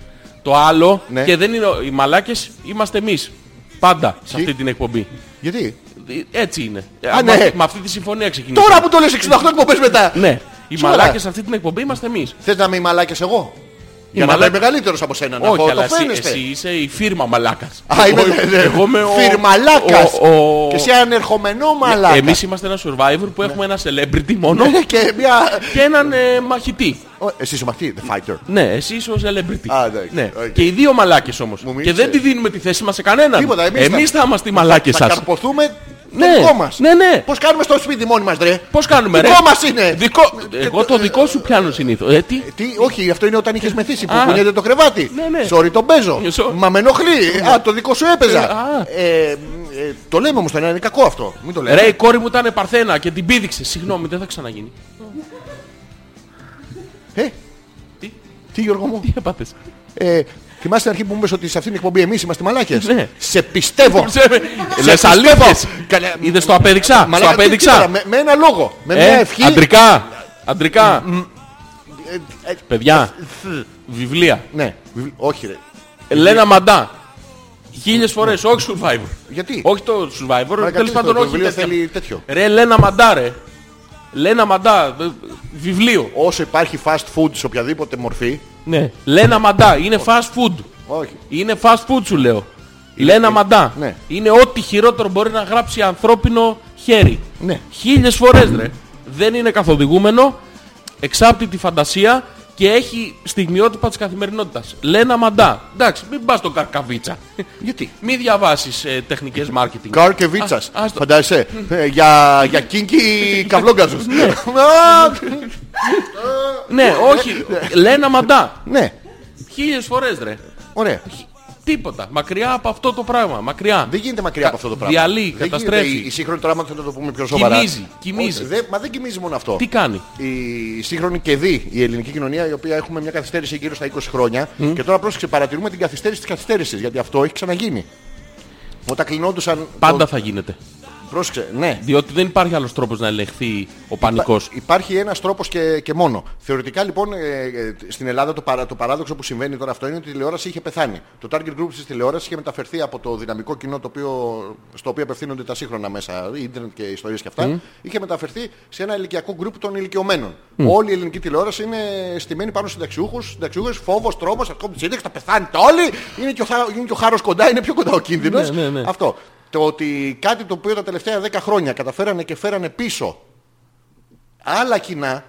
B: Το άλλο
A: Ναι.
B: και δεν είναι ο- οι μαλάκες είμαστε εμείς. Πάντα σε αυτή την εκπομπή. Ε,
A: Γιατί.
B: Ναι. Έτσι είναι.
A: Α,
B: με,
A: ναι.
B: με αυτή τη συμφωνία ξεκινήσαμε.
A: Τώρα που το λες 68 εκπομπές μετά.
B: Ναι. Οι
A: Σοβαρά.
B: μαλάκες σε αυτή την εκπομπή είμαστε εμείς.
A: Θες να με οι μαλάκες εγώ. Για να
B: μαλά-
A: είμαι μεγαλύτερος από σένα. να
B: Όχι,
A: πω,
B: αλλά
A: το
B: εσύ,
A: φαίνεστε.
B: εσύ είσαι η φίρμα μαλάκας.
A: Α, είμαι
B: Εγώ- Εγώ είμαι ο...
A: φιρμαλάκας.
B: ο- ο-
A: Και σε ανερχομενό μαλάκα. Ναι,
B: Εμείς είμαστε ένα survivor που έχουμε ένα celebrity μόνο
A: και μια...
B: και έναν ε, μαχητή.
A: Ω, Εσύ είσαι μαχητή, the fighter.
B: Ναι, εσύ είσαι ο celebrity.
A: Α, εντάξει,
B: ναι.
A: οκ.
B: Και οι δύο μαλάκες όμως.
A: Μου
B: Και
A: μίλησε.
B: δεν τη δίνουμε τη θέση μας σε κανέναν.
A: Τίποτα, εμείς
B: εμείς
A: θα-
B: θα είμαστε οι μαλάκες
A: Θα
B: σας.
A: καρποθούμε
B: Ναι,
A: το δικό μας.
B: ναι, ναι.
A: Πώς κάνουμε στο σπίτι μόνοι μας, ρε.
B: Πώς κάνουμε ρε.
A: Δικό μας είναι.
B: Δικό- Εγώ το δικό σου πιάνω συνήθως. Ε, τι.
A: Τι, όχι, αυτό είναι όταν είχες μεθύσει που
B: Α.
A: κουνιέται το κρεβάτι.
B: Ναι, ναι.
A: Sorry, τον παίζω.
B: Sorry.
A: Μα με ενοχλεί. Α, το δικό σου έπαιζα.
B: Α.
A: Ε, ε, το λέμε όμως τώρα, είναι κακό αυτό. Μην το λέμε.
B: Ρε, η κόρη μου ήταν παρθένα και την πήδηξε. Συγγνώμη, δεν θα ξαναγίνει.
A: Ε,
B: Τι,
A: τι Γιώργο μου.
B: τι έπαθες.
A: Ε, θυμάστε στην αρχή που μου είπες ότι σε αυτήν την εκπομπή εμείς είμαστε μαλάκες.
B: Ναι.
A: Σε πιστεύω.
B: Λες
A: πιστεύω.
B: αλήθειες.
A: Λοιπόν. Καλέ-
B: Είδες το απέδειξα. Στο
A: Μαλάκα, τι- κοίτα,
B: απέδειξα.
A: Με, με ένα λόγο. Με
B: Ε,
A: μια Ναι, ευχή.
B: Αντρικά. Αντρικά.
A: ε,
B: Παιδιά. Βιβλία.
A: Ναι. βιβλ- Όχι ρε.
B: Ελένα Μαντά. Χίλιες φορές. Όχι Survivor.
A: Γιατί.
B: Όχι το Survivor.
A: Μαλάκα,
B: Τέλος
A: τι
B: πάντων
A: το
B: όχι.
A: βιβλίο
B: τέτοια.
A: θέλει τέτοιο.
B: Ρε Ελένα Μαντά ρε. Λένα Μαντά. δε- Βιβλίο.
A: Όσο υπάρχει fast food σε οποιαδήποτε μορφή.
B: Ναι. Λένα Μαντά. Είναι fast food.
A: Όχι.
B: Είναι fast food σου λέω. Λένα Μαντά.
A: ναι.
B: Είναι ό,τι χειρότερο μπορεί να γράψει ανθρώπινο χέρι.
A: Ναι.
B: Χίλιες φορές ρε. Δεν είναι καθοδηγούμενο. Εξάπτει τη φαντασία και έχει στιγμιότυπα της καθημερινότητας. Λένα Μαντά. Εντάξει, μην πας στον Καρκαβίτσα.
A: Γιατί.
B: Μην διαβάσεις ε, τεχνικές marketing.
A: Γκάρ και Βίτσας.
B: Α, ας το-
A: Φαντάζεσαι. Ε, Για, για κίνκι καυλόγκαζους.
B: Ναι, όχι. Λένα Μαντά.
A: Ναι.
B: Χίλιες φορές ρε.
A: Ωραία.
B: Τίποτα. Μακριά από αυτό το πράγμα. Μακριά.
A: Δεν γίνεται μακριά από αυτό το πράγμα.
B: διαλύει,
A: Δεν γίνεται.
B: καταστρέφει.
A: Η- Η σύγχρονη τώρα, άμα θέλω να το πούμε πιο σοβαρά.
B: Κοιμίζει, κοιμίζει.
A: Όχι, δεν- μα δεν κοιμίζει μόνο αυτό.
B: Τι κάνει.
A: η σύγχρονη κεδή, η ελληνική κοινωνία, η οποία έχουμε μια καθυστέρηση γύρω στα 20 χρόνια. Και τώρα πρόσεξε, παρατηρούμε την καθυστέρηση της καθυστέρησης. Γιατί αυτό έχει ξαναγίνει. Όταν κλεινόντουσαν.
B: Πάντα
A: το-
B: θα γίνεται.
A: Πρόσεξε, ναι.
B: Διότι δεν υπάρχει άλλος τρόπος να ελεγχθεί ο πανικός.
A: Υπάρχει ένας τρόπος και, και μόνο. Θεωρητικά λοιπόν ε, ε, στην Ελλάδα το, παρα, το παράδοξο που συμβαίνει τώρα αυτό είναι ότι η τηλεόραση είχε πεθάνει. Το target group της τηλεόρασης είχε μεταφερθεί από το δυναμικό κοινό το οποίο, στο οποίο απευθύνονται τα σύγχρονα μέσα, ίντερνετ και ιστορίες και αυτά, είχε μεταφερθεί σε ένα ηλικιακό group των ηλικιωμένων. Όλη η ελληνική τηλεόραση είναι στημένη πάνω στου συνταξιούχους, συνταξιούχες, φόβος, τρόμος, ακόμα τη σύνταξη, θα πεθάνετε όλοι. Είναι και ο, χα- είναι και ο χάρος κοντά, είναι πιο κοντά ο κίνδυνος.
B: Ναι, ναι, ναι.
A: Αυτό. Το ότι κάτι το οποίο τα τελευταία 10 χρόνια καταφέρανε και φέρανε πίσω άλλα κοινά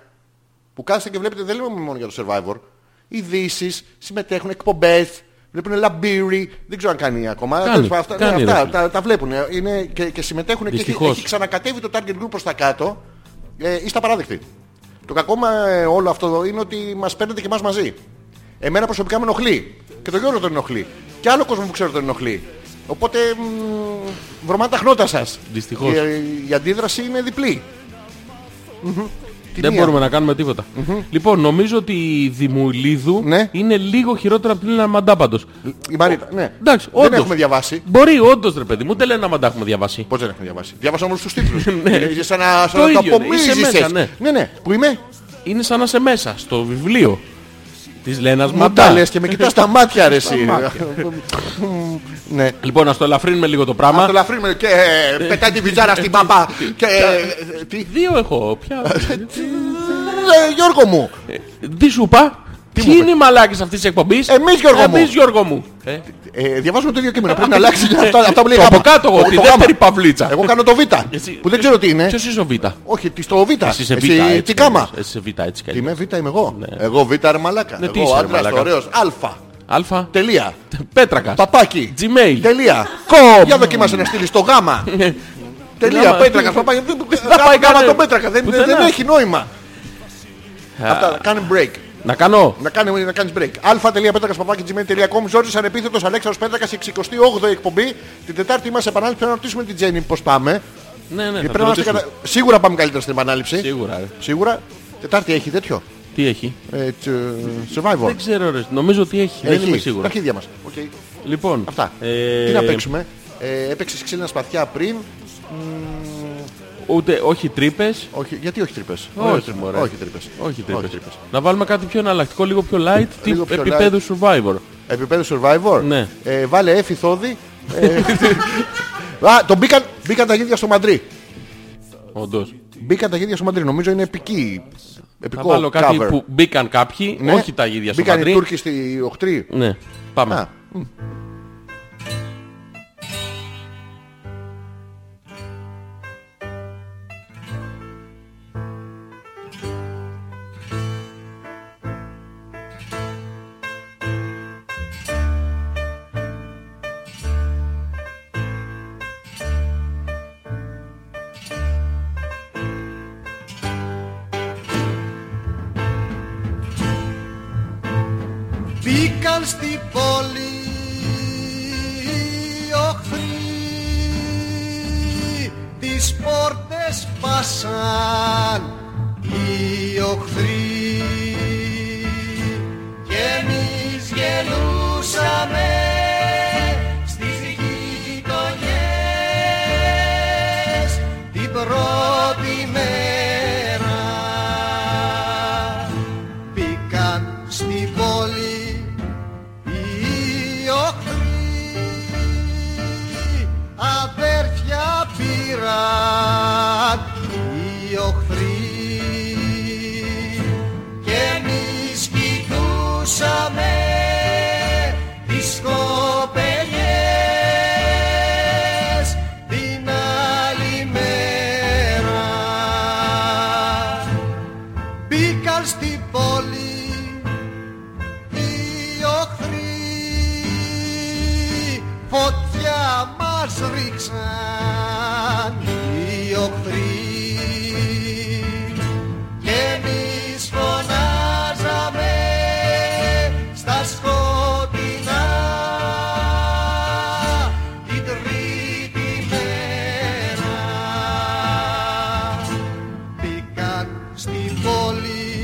A: που κάθεστε και βλέπετε, δεν λέμε μόνο για το Survivor. Ειδήσεις, συμμετέχουν, εκπομπές, βλέπουν λαμπύρι. Δεν ξέρω αν κάνει ακόμα.
B: Κάνει,
A: Τέλος πάντων, αυτά, ναι,
B: κάνει, ρε
A: αυτά
B: φίλε.
A: τα, τα βλέπουν είναι και, και συμμετέχουν και έχει,
B: Δυστυχώς.
A: έχει ξανακατέβει το target group προς τα κάτω. Ε, είστε απαράδεκτοι. Το κακό με ε, όλο αυτό εδώ είναι ότι μας παίρνετε και εμάς μαζί. Εμένα προσωπικά με ενοχλεί. Και το Γιώργο τον ενοχλεί. Και άλλο κόσμο που ξέρω τον ενοχλεί. Οπότε μ, βρωμάνε τα χνότα σας.
B: Δυστυχώς.
A: Η, η αντίδραση είναι διπλή. Μμμ. Τη
B: Δεν
A: μία.
B: μπορούμε να κάνουμε τίποτα. Λοιπόν, νομίζω ότι η Δημουλίδου
A: Ναι.
B: είναι λίγο χειρότερα από την Ελένα Μαντά πάντως.
A: Η Μαρίτα, ναι.
B: Εντάξει,
A: δεν
B: όντως.
A: έχουμε διαβάσει.
B: Μπορεί όντως ρε παιδί μου, ούτε Ελένα Μαντά έχουμε διαβάσει.
A: Πώς δεν έχουμε διαβάσει. Διάβασα όλους τους τίτλους. Είναι σαν να, σαν
B: Ναι.
A: να το
B: Το ίδιο είναι. Είσαι
A: απομύζησες.
B: μέσα, ναι.
A: ναι, ναι. Πού είμαι.
B: Είναι σαν να είσαι μέσα στο βιβλίο της Λένας
A: Μα τα
B: Μαντά.
A: λες και με κοιτάς τα μάτια ρε εσύ. Ναι.
B: Λοιπόν, ας το ελαφρύνουμε λίγο το
A: Μα το
B: πράγμα.
A: λαφρύνουμε και ε, πετάει τη βιτζάρα στην παπά. Και ε, τι.
B: Δύο έχω πια.
A: Ε, Γιώργο μου,
B: Τι σου είπα.
A: Τι
B: Ποιοι
A: μου
B: είναι οι μαλάκες αυτής της εκπομπής
A: Εμείς, Γιώργο μου.
B: Εμείς Γιώργο μου Ε,
A: Ε, διαβάζουμε το ίδιο κείμενο. Πρέπει να αλλάξει αυτά, αυτά που λέει
B: Το από
A: γάμα.
B: κάτω εγώ,
A: Όχι,
B: τη
A: το
B: δεύτερη
A: γάμα. Ε,
B: παυλίτσα
A: Εγώ κάνω το Β.
B: Εσύ-
A: Που δεν ξέρω τι είναι.
B: Ποιος είσαι ο Β
A: Όχι, τη στο Β.
B: Εσύ είσαι Β
A: τι κάμα.
B: Εσύ είσαι Β έτσι κι
A: Τι
B: αλλιώς.
A: είμαι Β, είμαι εγώ. Εγώ Β, ρε μαλάκα.
B: Ναι, τι
A: Εγώ
B: είσαι, ρε
A: άντρας,
B: μαλάκα.
A: ωραίος. Α.
B: Αλφα
A: Τελεία.
B: Πέτρακας
A: Παπάκι.
B: Gmail.
A: Τελεία.
B: Κομ.
A: Για δοκίμασε να στείλεις το γάμα. Τελεία.
B: Γάμα.
A: Πέτρακας. Παπάκι.
B: θα
A: Πάει
B: πάει
A: γάμα
B: κανένα.
A: το πέτρακα. Δεν-
B: Πουθενά.
A: Δεν έχει νόημα. Αυτά, Κάνε break.
B: Να κάνω
A: Να κάνει να κάνεις break. α.πέτρακα.gmail.com Ζόρις ανεπίθετος Αλέξανδρος Πέτρακας η 68η εκπομπή. Την Τετάρτη μας επανάληψη πρέπει να ρωτήσουμε την Τζέννη πώς πάμε. Ε,
B: Ναι ναι θα
A: Πρέπει
B: το
A: να είμαστε
B: ρωτήσουμε.
A: κατα- Σίγουρα πάμε καλύτερα στην επανάληψη. Ε,
B: Σίγουρα ρε.
A: Σίγουρα. Τετάρτη έχει τέτοιο.
B: Τι έχει
A: Ε, τ- Survivor.
B: Δεν ξέρω ρε Νομίζω ότι έχει Δεν είμαι
A: Έχει. Τα
B: σίγουρο
A: αρχίδια μας. Οκ.
B: Λοιπόν
A: Αυτά.
B: ε,
A: Τι να παίξουμε. Ε, έπαιξες ξύλινα σπαθιά πριν. Μμμ,
B: Ούτε όχι τρύπες
A: όχι, γιατί όχι τρύπες. Ωραίο
B: Όχι,
A: τρύπες.
B: μωρέ.
A: όχι τρύπες.
B: Όχι τρύπες. Να βάλουμε κάτι πιο εναλλακτικό, λίγο πιο light,
A: Λίγο
B: τύπου
A: πιο
B: επίπεδου survivor.
A: Επίπεδο survivor.
B: Ναι.
A: Ε, βάλε έφη θόδη. Ε, Α, τον μπήκαν, μπήκαν τα γίδια στο Μαντρί.
B: Όντως.
A: Μπήκαν τα γίδια στο Μαντρί. Νομίζω είναι επική.
B: Θα
A: Επικό
B: βάλω κάτι
A: cover.
B: που μπήκαν κάποιοι,
A: Ναι.
B: όχι τα ίδια στο
A: Μπήκαν οι
B: Μαντρί.
A: Τούρκοι στη Οχτρή.
B: Ναι, πάμε.
A: Α,
D: Μπήκαν στην πόλη οι οχθροί Τις πόρτες πάσαν οι οχθροί Και εμείς γελούσαμε στις γειτονιές Την πρώτη μέρα μπήκαν στη πόλη οι οχθροί αδέρφια πήραν οι οχθροί και εμείς κοιτούσαμε τις κοπελιές την άλλη μέρα μπήκαν στην πόλη οι οχθροί φωτιά μας ρίξαν οι οχθροί και εμείς φωνάζαμε στα σκοτεινά την τρίτη μέρα Μπήκαν στην πόλη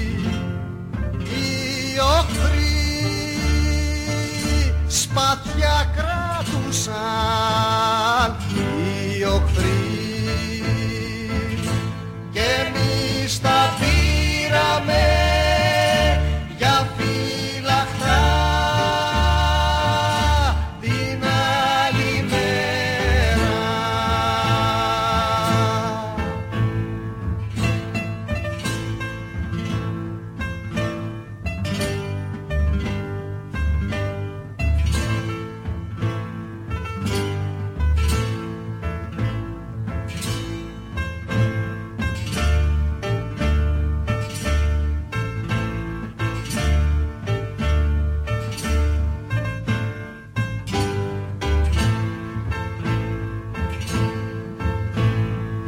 D: οι οχθροί σπαθιά κρατούσαν οι οχθροί και εμείς τα πήραμε για φυλαχτά την άλλη μέρα.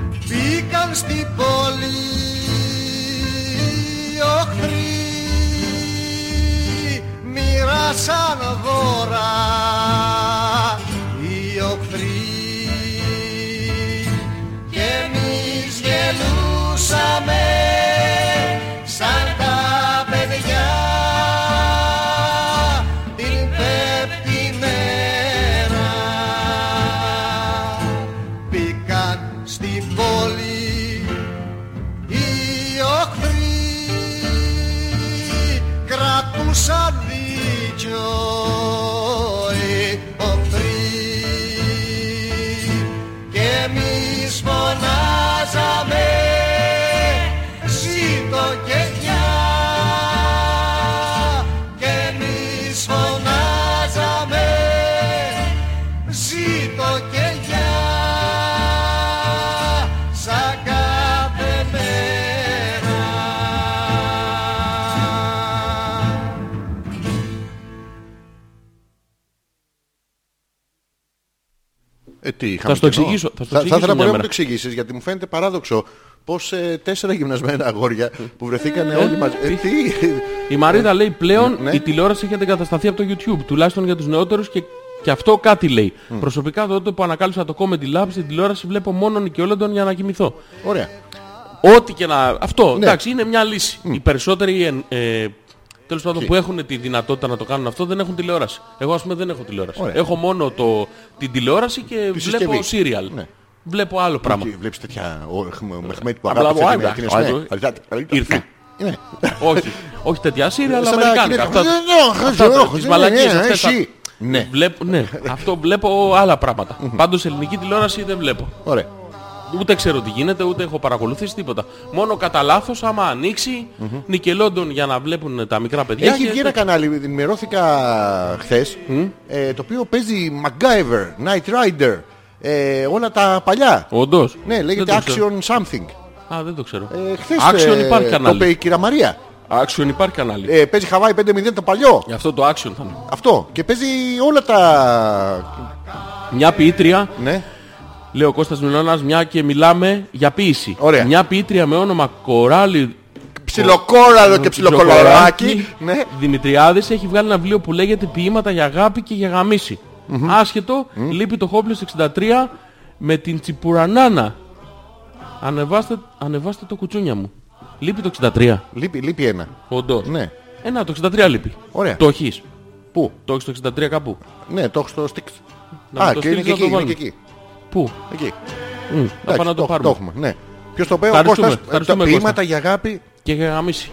D: Μπήκαν στην πόλη οι οχθροί Μοιράσαν δώρα οι οχθροί Και εμείς γελούσαμε σαν τα παιδιά την πέπτη μέρα μπήκαν στην πόλη οι οχθροί κρατούσαν δίκιο οι οχθροί και εμείς φωνάζαμε ζήτω και πια
A: Ε, τι, είχαμε
B: Θα στο
A: κενό.
B: εξηγήσω. Θα, στο
A: θα, θα
B: εξηγήσω
A: ήθελα
B: μια
A: πολύ να μου
B: μέρα.
A: το εξηγήσεις, γιατί μου φαίνεται παράδοξο πώς ε, τέσσερα γυμνασμένα αγόρια που βρεθήκαν όλοι μαζί. Ε, τι.
B: Η Μαρίτα λέει πλέον
A: Ναι.
B: η τηλεόραση έχει αντικατασταθεί από το YouTube, τουλάχιστον για τους νεότερους και, και αυτό κάτι λέει. Προσωπικά τότε που ανακάλυψα το Comedy Lab στην τηλεόραση βλέπω μόνο νοικιόλοντον για να κοιμηθώ.
A: Ωραία.
B: Ό,τι και να... Αυτό,
A: Ναι.
B: εντάξει, είναι μια λύση. Οι περισσότεροι εν- ε, τέλος πάντων που έχουν τη δυνατότητα να το κάνουν αυτό δεν έχουν τηλεόραση. Εγώ ας πούμε δεν έχω τηλεόραση.
A: Ωραία.
B: Έχω μόνο το, την τηλεόραση και βλέπω
A: συσκευή.
B: serial.
A: Ναι.
B: Βλέπω άλλο πράγμα.
A: Τι, Βλέπεις τέτοια. Ο Μεχ- Μεχμέτη που
B: Απλά
A: αγάπησε
B: μου
A: την
B: άρεσε.
A: Αθήνα, ναι.
B: Άρεσε.
A: Αλήθεια, αλήθεια.
B: Ήρθε.
A: Ναι.
B: όχι, όχι τέτοια σύρια, αλλά
A: Σαν να
B: αμερικάνικα.
A: κινείται.
B: Αυτά,
A: Ναι, ναι,
B: αυτά
A: ναι,
B: τα-
A: ναι,
B: τις
A: ναι,
B: μαλακίες
A: ναι,
B: αυτές.
A: εσύ.
B: τα-
A: Ναι.
B: Βλέπω, ναι, αυτό βλέπω άλλα πράγματα. Πάντως ελληνική τηλεόραση δεν βλέπω.
A: Ωραία.
B: Ούτε ξέρω τι γίνεται, ούτε έχω παρακολουθήσει τίποτα. Μόνο κατά λάθος, άμα ανοίξει, νικελόντων για να βλέπουν τα μικρά παιδιά.
A: Έχει
B: και-
A: βγει ένα κανάλι, ενημερώθηκα χθες, το οποίο παίζει MacGyver, Knight Rider, ε, όλα τα παλιά.
B: Όντως.
A: Ναι, λέγεται
B: Δεν το ξέρω.
A: Action Something.
B: Α, δεν το ξέρω.
A: Ε, χθες,
B: Action
A: ε,
B: υπάρχει
A: Το είπε
B: κανάλι.
A: η κυρία Μαρία.
B: Action υπάρχει κανάλι.
A: Ε, παίζει Χαβάη 5-0 το παλιό.
B: Γι' αυτό το action θα είναι.
A: Αυτό. Και παίζει όλα τα.
B: Μια ποιήτρια
A: Ναι.
B: Λέει ο Κώστας Μιλώνας, μια και μιλάμε για ποιήση.
A: Ωραία.
B: Μια ποιήτρια με όνομα Κοράλι
A: Ψιλοκόραλο και ψιλοκολοράκι. Ναι.
B: Δημητριάδης έχει βγάλει ένα βιβλίο που λέγεται Ποιήματα για αγάπη και για γαμιση Άσχετο, λείπει το Χόπλιος 63 με την Τσιπουρανάνα. Ανεβάστε, ανεβάστε το κουτσούνια μου. Λείπει το 63.
A: Λείπει, λείπει ένα.
B: Όντως.
A: Ναι.
B: Ε, να, το 63 λείπει.
A: Ωραία.
B: Το έχεις.
A: Πού?
B: Το έχεις το 63 κάπου.
A: Ναι, το έχω στο stick.
B: Να
A: Α,
B: μου το
A: και είναι
B: στείλεις
A: και εκεί.
B: να το
A: Είναι και
B: βάλουμε.
A: εκεί.
B: Πού.
A: εκεί.
B: Μμ, Να
A: Εντάξει,
B: πάμε να το
A: Το
B: πάρουμε.
A: έχουμε. Ναι. Ποιος το παίρνει, ο
B: Ευχαριστούμε,
A: Κώστας. ε, Τα
B: ευχαριστούμε,
A: ποίηματα
B: Κώστα.
A: για αγάπη.
B: Και για γαμίσει.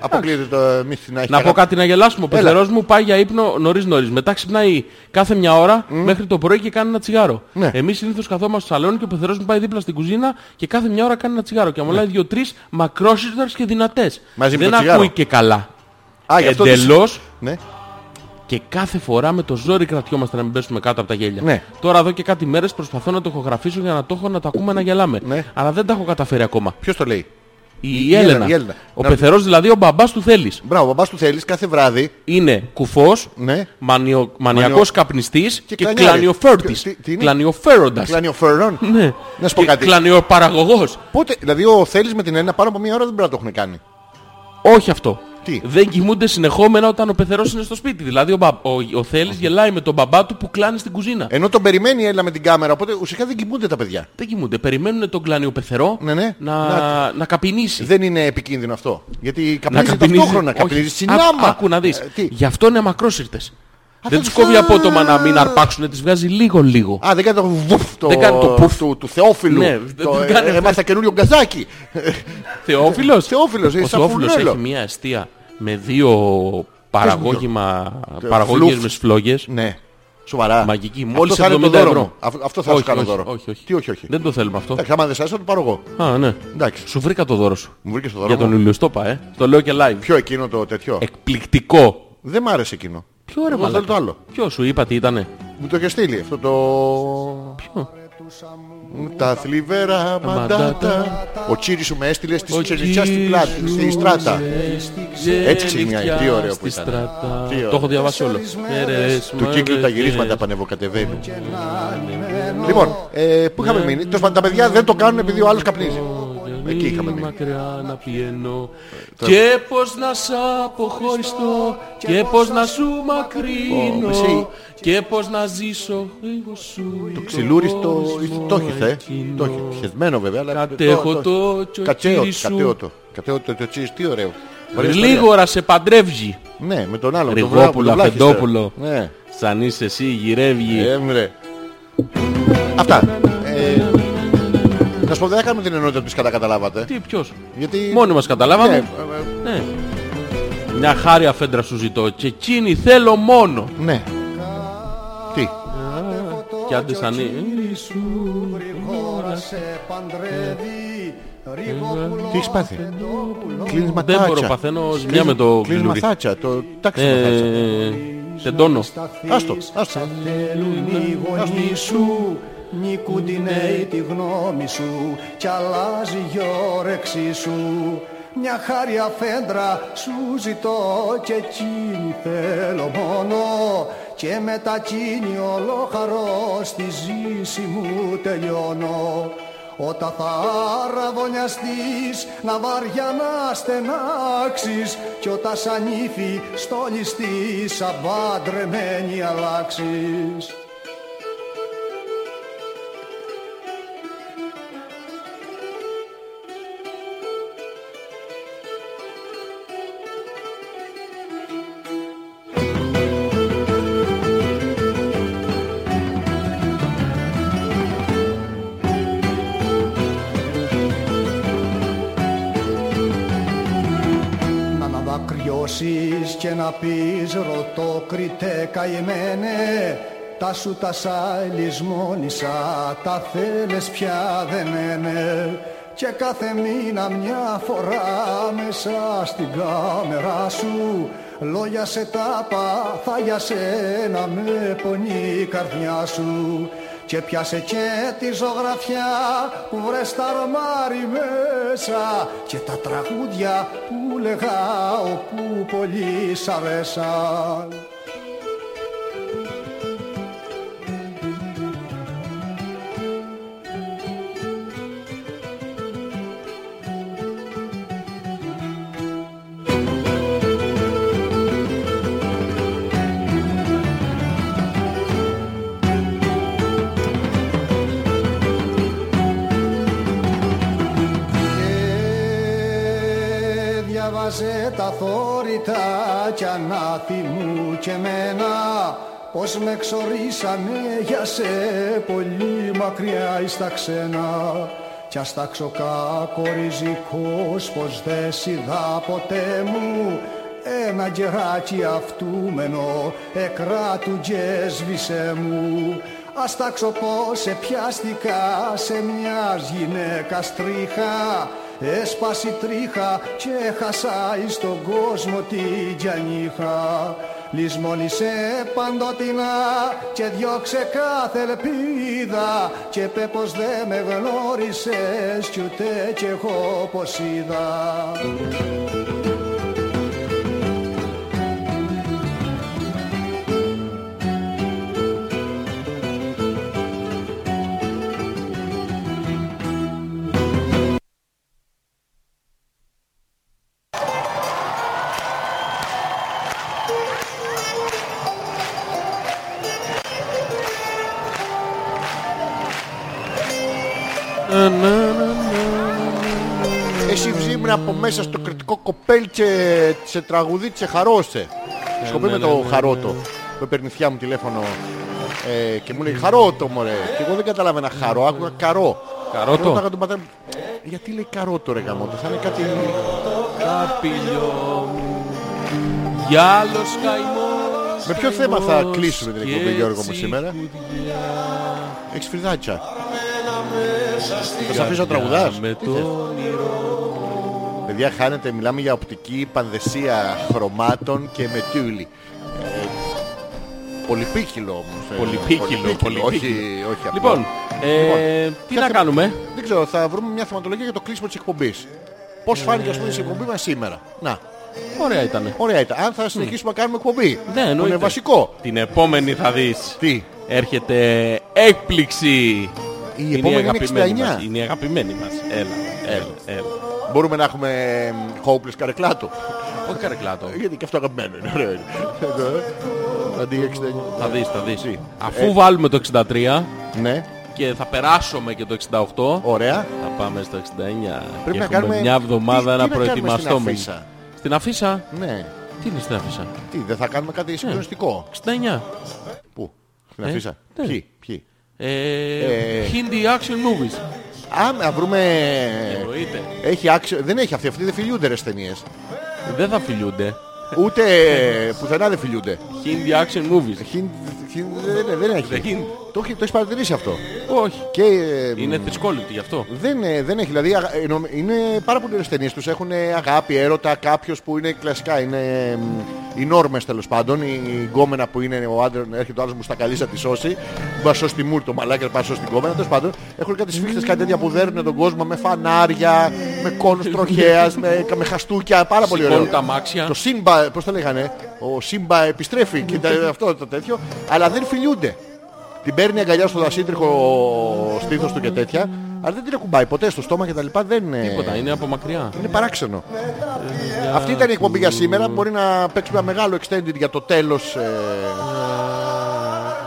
A: Αποκλείεται το ε, μη στην
B: Να πω κάτι να γελάσουμε. Ο πεθερός μου πάει για ύπνο νωρίς νωρίς. Μετά ξυπνάει κάθε μια ώρα μέχρι το πρωί και κάνει ένα τσιγάρο.
A: Ναι.
B: Εμείς συνήθως καθόμαστε στο σαλόνι και ο πεθερός μου πάει δίπλα στην κουζίνα και κάθε μια ώρα κάνει ένα τσιγάρο. Και αμολάει δύο-τρει μακρόσυρτε και δυνατές.
A: Ναι. Μαζί με
B: Δεν
A: το τσιγάρο.
B: ακούει και καλά.
A: Α, γι' αυτό τις-
B: εντελώς.
A: Ναι.
B: Και κάθε φορά με το ζόρι κρατιόμαστε να μην πέσουμε κάτω από τα γέλια.
A: Ναι.
B: Τώρα εδώ και κάτι μέρες προσπαθώ να το ηχογραφήσω για να το έχω να το ακούμε να γελάμε.
A: Ναι.
B: Αλλά δεν τα έχω καταφέρει ακόμα.
A: Ποιος το λέει.
B: Η,
A: η
B: Έλενα.
A: Έλενα, η Έλενα.
B: Ο
A: Να-
B: πεθερός δηλαδή ο μπαμπάς του θέλει.
A: Μπράβο, ο μπαμπάς του θέλεις κάθε βράδυ.
B: είναι κουφός,
A: Ναι.
B: μανιο, μανιακός καπνιστής και,
A: κλανιάρης.
B: κλανιοφέρτης.
A: Τι- τι είναι?
B: Κλανιοφέροντας.
A: Κλανιοφέρον.
B: Ναι.
A: Να σου πω
B: Και
A: κάτι.
B: Κλανιοπαραγωγός.
A: Πότε, δηλαδή ο Θέλεις με την Ένα πάνω από μία ώρα δεν πρέπει να το έχουν κάνει.
B: Όχι αυτό.
A: Τι?
B: Δεν κοιμούνται συνεχόμενα όταν ο πεθερός είναι στο σπίτι. Δηλαδή ο, μπα- ο, ο Θέλης γελάει με τον μπαμπά του που κλάνει στην κουζίνα.
A: Ενώ τον περιμένει η Έλα με την κάμερα, οπότε ουσιαστικά δεν κοιμούνται τα παιδιά.
B: Δεν κοιμούνται. Περιμένουν τον κλανιοπεθερό
A: Ναι, ναι.
B: Να,
A: Να-
B: να... καπηνίσει.
A: Δεν είναι επικίνδυνο αυτό. Γιατί
B: Να
A: καπνίζει ταυτόχρονα.
B: Όχι.
A: Καπνίζει
B: Άκου-
A: συνάμα.
B: Άκου να δεις.
A: Ε, τι.
B: Γι' αυτό είναι μακρόσυρτες.
A: δεν
B: Δεν τους
A: τους-
B: κόβει απότομα να μην αρπάξουν. Τις βγάζει λίγο-λίγο.
A: Α, δεν κάνει το βουφ, το,
B: Δεν κάνει το πουφ.
A: του, του Θεόφιλου.
B: Ναι,
A: το,
B: δεν κάνει-
A: ε, έμαθα καινούριο γκαζάκι.
B: Θεόφιλος.
A: Θεόφιλος, ε,
B: Ο
A: σαν
B: Θεόφιλος
A: φουρνέλο.
B: έχει μια αιστεία με δύο παραγώγημα,
A: φλουφ.
B: παραγώγημες φλόγες.
A: ναι, σοβαρά.
B: Μαγική,
A: Αυτό
B: μόλις
A: θα είναι το
B: 70
A: δώρο
B: ευρώ.
A: μου. Αυ- αυτό θα σου κάνω
B: όχι,
A: δώρο.
B: Όχι, όχι.
A: Τι όχι, όχι.
B: Δεν το θέλουμε αυτό.
A: Εντάξει, άμα δεν σας θα το πάρω εγώ.
B: Α, ναι.
A: Εντάξει.
B: Σου βρήκα το δώρο σου.
A: Μου βρήκες το
B: Για
A: δώρο.
B: τον
A: μου.
B: Ηλιοστόπα, ε. Το λέω και live.
A: Ποιο εκείνο το τέτοιο.
B: Εκπληκτικό.
A: Δεν μ' άρεσε εκείνο.
B: Ποιο ρε
A: Εγώ θέλω το
B: μαλάκα.
A: άλλο.
B: Ποιο σου είπα τι ήτανε.
A: Μου το είχε στείλει αυτό το.
B: Ποιο?
A: Τα θλιβερά μαντάτα. Ο Τσίρι σου με έστειλε στη Τσερνιτσιά στην πλάτη, στη στράτα. Έτσι ξεκινάει. Τι ωραίο που
B: Στη
A: ήταν.
B: στράτα.
A: Τι ωραίο.
B: Το έχω διαβάσει όλο. Μέρες,
A: Του κύκλου τα
B: μέρες.
A: γυρίσματα πανεβοκατεβαίνουν. Λοιπόν, ε, πού
B: Ναι.
A: είχαμε μείνει. Τέλος πάντων, τα παιδιά δεν το κάνουν επειδή ο άλλος καπνίζει. Εκεί είχαμε μείνει.
B: μακριά να πηγαίνω Και πως να σ' αποχωριστώ Και πως να σου
A: Ω, εσύ.
B: μακρύνω Και πως να ζήσω εγώ σου Το
A: Ξυλούρι το το έχεις, ε. Το έχεις. Χεσμένο βέβαια. αλλά-
B: Κατέχω το
A: Κατσέο,
B: τσοκύρι
A: κατέο
B: σου
A: το. Κατέο το, το τσίρι, τι ωραίο. Ωραία ιστορία.
B: Γλίγορα σε παντρεύει
A: Ναι, με τον άλλο. με τον
B: Ριγόπουλο,
A: Βλάχιστα.
B: Αφεντόπουλο.
A: Ναι.
B: Σαν είσαι εσύ γυρεύει
A: Ε, μωρέ. Αυτά. Ε, να σου πω, δεν έκαναμε την ενότητα του κατά καταλάβατε.
B: Τι ποιος
A: Γιατί...
B: Μόνοι μας
A: Ναι,
B: καταλάβαμε
A: ε, ε,
B: Ναι Μια χάρια φέντρα σου ζητώ Και εκείνη θέλω μόνο
A: ναι. Τι.
B: Και άντε σαν
D: Γρήγορα σε παντρεύει Ρίγοπουλο
A: Ε, Τι έχεις πάθει. Κλείνεις
B: Δεν
A: ματάκια.
B: μπορώ παθαίνω ζημιά
A: Κλείνεις-
B: με το
A: Κλείνεις
B: γλυκούρι
A: μαθάτσα. Το τάξι μαθάτσα.
B: Ε, Τεντώνω.
A: Άστο, άστο.
D: Θέλουν οι γονείς σου Νικούν την νέη τη γνώμη σου Κι αλλάζει η όρεξή σου Μια χάρια φέντρα σου ζητώ Κι εκείνη θέλω μόνο και μετακίνει όλο χαρό στη ζήση μου τελειώνω όταν θα αραβωνιαστείς να βαριά να στενάξεις κι όταν σαν ύφη στολιστείς σαν παντρεμένη αλλάξεις να αναδακρυώσεις και να πεις ρωτώ κριτέ καημένε τα σου τα σαλισμόνισα τα θέλες πια δεν είναι και κάθε μήνα μια φορά μέσα στην κάμερα σου λόγια σε τάπα θα για σένα με πονεί η καρδιά σου και πιάσε και τη ζωγραφιά που βρες στα αρμάρι μέσα και τα τραγούδια που λεγάω που πολύ σ' αρέσαν. Και διάβαζε τα θόρυτα κι ανάθη μου και μένα πως με ξορίσανε για σε πολύ μακριά εις τα ξένα κι ας τάξω κακοριζικός πως δεν σιδά ποτέ μου ένα γεράκι αυτούμενο εκράτου και σβήσε μου Ας τάξω πως σε πιάστηκα σε μιας γυναίκας τρίχα Έσπασε η τρίχα και χασάει στον κόσμο την τζανίχα Λυσμόνησε παντοτινά και διώξε κάθε ελπίδα Και πε πως δεν με γνώρισες κι ούτε κι εγώ πως είδα
A: Εσύ βγήμουν από μέσα στο κριτικό κοπέλ και σε τραγουδί σε χαρώσε.
E: Ναι,
A: Σκοπεί με το χαρότο. Με περνηθιά μου τηλέφωνο ε, και μου λέει χαρότο μωρέ. Και εγώ δεν καταλάβαινα χαρό,
E: Ναι.
A: άκουγα καρό.
B: Καρότο.
A: Και ρωτάγα τον πατέρα μου, Ε, γιατί λέει καρότο ρε γαμότο, θα είναι κάτι...
E: Καπηλιό μου Για άλλο καημός
A: Με ποιο θέμα θα
E: καημός
A: κλείσουμε την
E: και
A: εκπομπή Γιώργο μου
E: έτσι
A: σήμερα.
E: κουδιά.
A: Έχεις φιδάτσα. Θα σε αφήσω να τραγουδάς.
E: Με
A: Τι
E: το
A: θες?
E: όνειρο
A: Παιδιά χάνετε, μιλάμε για οπτική πανδεσία χρωμάτων και μετούλη. Ε, πολυπίκυλο όμως. ε,
B: Πολυπίκυλο,
A: Όχι,
B: πολυπίκυλο.
A: όχι απλό.
B: Λοιπόν, ε,
A: Λοιπόν,
B: τι να κάνουμε.
A: Δεν ξέρω, θα βρούμε μια θεματολογία για το κλείσιμο της εκπομπής. Πώς φάνηκε ας πούμε η εκπομπή μας σήμερα. Να,
B: Ωραία ήταν.
A: ωραία ήταν. Αν θα συνεχίσουμε να κάνουμε εκπομπή.
B: Ναι,
A: Που
B: εννοείται.
A: Είναι βασικό.
B: Την επόμενη θα δεις.
A: Τι.
B: Έρχεται έκπληξη.
A: Η επόμενη είναι 69.
B: μας. Είναι η αγαπημένη μας. Έλα, έλα, έλα.
A: Μπορούμε να έχουμε εμ, hopeless καρεκλάτο.
B: Όχι καρεκλάτο.
A: Γιατί και αυτό αγαπημένο είναι. Ωραίο είναι. Αντί 69.
B: Θα δεις, θα δεις.
A: Τι. Ε.
B: Αφού βάλουμε το 63
A: Ναι,
B: και θα περάσουμε και το 68,
A: ωραία.
B: θα πάμε στο 69.
A: Πρέπει
B: και
A: να
B: έχουμε
A: κάνουμε-
B: μια εβδομάδα
A: Τι-
B: να
A: τι να κάνουμε στην
B: προετοιμαστούμε.
A: αφίσα?
B: Στην αφίσα.
A: Ναι.
B: Τι είναι στην αφίσα.
A: Τι, δεν θα κάνουμε
B: Ναι.
A: κάτι συγκλονιστικό.
B: 69.
A: Πού, στην αφίσα.
B: ναι.
A: Ποιοι, ποιοι.
B: Ε,
A: Ε.
B: Hindi action movies.
A: Α, να βρούμε... ε.
B: Εννοείται.
A: Έχει άξιο... Δεν έχει αυτή, αυτοί δεν φιλιούνται ρε στις ταινίες.
B: Δεν θα φιλιούνται.
A: Ούτε ε, πουθενά δεν φιλιούνται.
B: Hindi action movies.
A: Χιν- χιν- δεν- δεν- Δεν
B: Δεν
A: έχει.
B: χιν.
A: Το έχει- το έχεις παρατηρήσει αυτό.
B: Όχι.
A: Και ε,
B: Είναι θρησκόληπτη γι' αυτό.
A: δεν, ε, δεν έχει, δηλαδή αγα- ε, νομ- είναι πάρα πολλέ ταινίε τους. Έχουν ε, αγάπη, έρωτα, κάποιος που είναι κλασικά. Είναι ε, μ, οι νόρμε τέλος πάντων. Η η γκόμενα που είναι ο άντρας, έρχεται ο άλλο μου στα καλή, θα τη σώσει. Μπα σώσει τη μούρ το μαλάκι, να πας σώσει την γκόμενα. Τέλος πάντων έχουν κάτι σφίχτες, κάτι τέτοια που δέρνουν τον κόσμο με φανάρια, με κόνου τροχέας, με, με χαστούκια. Πάρα πολύ
B: Σηκώνουν
A: ωραίο.
B: Λοιπόν, τα αμάξια.
A: Το Σίνμπα, πώς το λέγανε. Ο Σίμπα επιστρέφει και τα- αυτό το τέτοιο. Αλλά δεν φιλιούνται. Την παίρνει αγκαλιά στο δασίτριχο στήθος του και τέτοια. Αλλά δεν την ακουμπάει ποτέ στο στόμα και τα λοιπά. Δεν ε,
B: Τίποτα, είναι από μακριά.
A: είναι παράξενο. Αυτή ήταν η εκπομπή για σήμερα. Μπορεί να παίξουμε ένα μεγάλο extended για το τέλος. ε.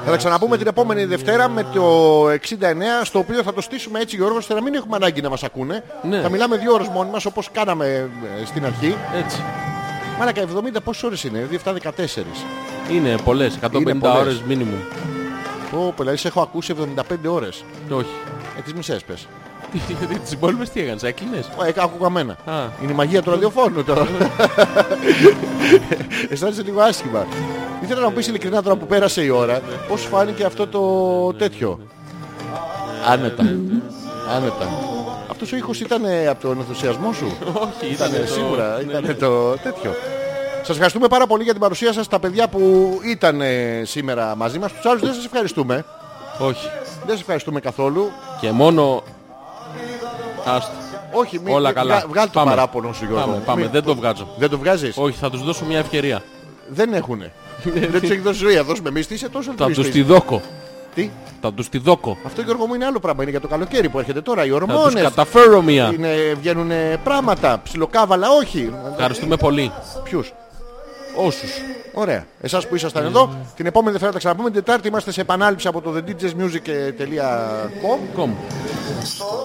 A: Θα τα ξαναπούμε την επόμενη Δευτέρα με το 69, στο οποίο θα το στήσουμε έτσι Γιώργος, ώστε να μην έχουμε ανάγκη να μας ακούνε.
B: Ναι.
A: Θα μιλάμε δύο ώρες μόνοι μας, όπως κάναμε ε, στην αρχή.
B: Έτσι.
A: Μάλακα 70 πόσες ώρες είναι, 7-14.
B: Είναι πολλές, 150
A: Είναι πολλές.
B: ώρες minimum.
A: Ω, πολλά, σε έχω ακούσει 75 ώρες.
B: Όχι.
A: Ε, τις μισές πες.
B: Τι- Τις υπόλοιπες τι έκανες, έκλεινες.
A: Ε, άκουγα μένα.
B: Α.
A: Είναι η μαγεία του ραδιοφώνου τώρα. Αισθάνεσαι λίγο άσχημα. Ήθελα να μου πεις ειλικρινά τώρα που πέρασε η ώρα, πώς σου φάνηκε αυτό το τέτοιο. Άνετα. Άνετα. Αυτός ο ήχος ήταν ε, από τον ενθουσιασμό σου.
B: Όχι,
A: Ήταν
B: ήταν
A: σίγουρα, ήταν το τέτοιο. Σας ευχαριστούμε πάρα πολύ για την παρουσία σας, τα παιδιά που ήταν ε, σήμερα μαζί μας. Τους άλλους δεν σας ευχαριστούμε.
B: Όχι.
A: Δεν σας ευχαριστούμε καθόλου.
B: Και μόνο. Άστο.
A: Όχι, μην
B: Όλα καλά.
A: βγάλει το
B: Πάμε.
A: παράπονο σου Γιώργο.
B: Πάμε,
A: μου.
B: πάμε.
A: Μην-
B: Δεν το βγάζω.
A: Δεν το βγάζεις.
B: Όχι, θα τους δώσω μια ευκαιρία.
A: Δεν έχουνε. Δεν τους έχεις δώσει ζωή. Θα δώσουμε εμείς. Τι είσαι τόσο
B: Θα τους
A: ελπιστής.
B: τη δόκω.
A: Τι.
B: Θα τους τη δόκω.
A: Αυτό Γιώργο μου είναι άλλο πράγμα. Είναι για το καλοκαίρι που έρχεται τώρα. Οι
B: Θα τους
A: ορμόνες.
B: καταφέρω μια.
A: Είναι, βγαίνουν πράγματα. Ψιλοκάβαλα όχι.
B: Ευχαριστούμε πολύ.
A: Ποιους.
B: Όσους.
A: Ωραία. Εσάς που ήσασταν εδώ. Την επόμενη Δευτέρα τα ξαναπούμε. Την Τετάρτη είμαστε σε επανάληψη από το thedjsmusic.com
B: Κόμμα.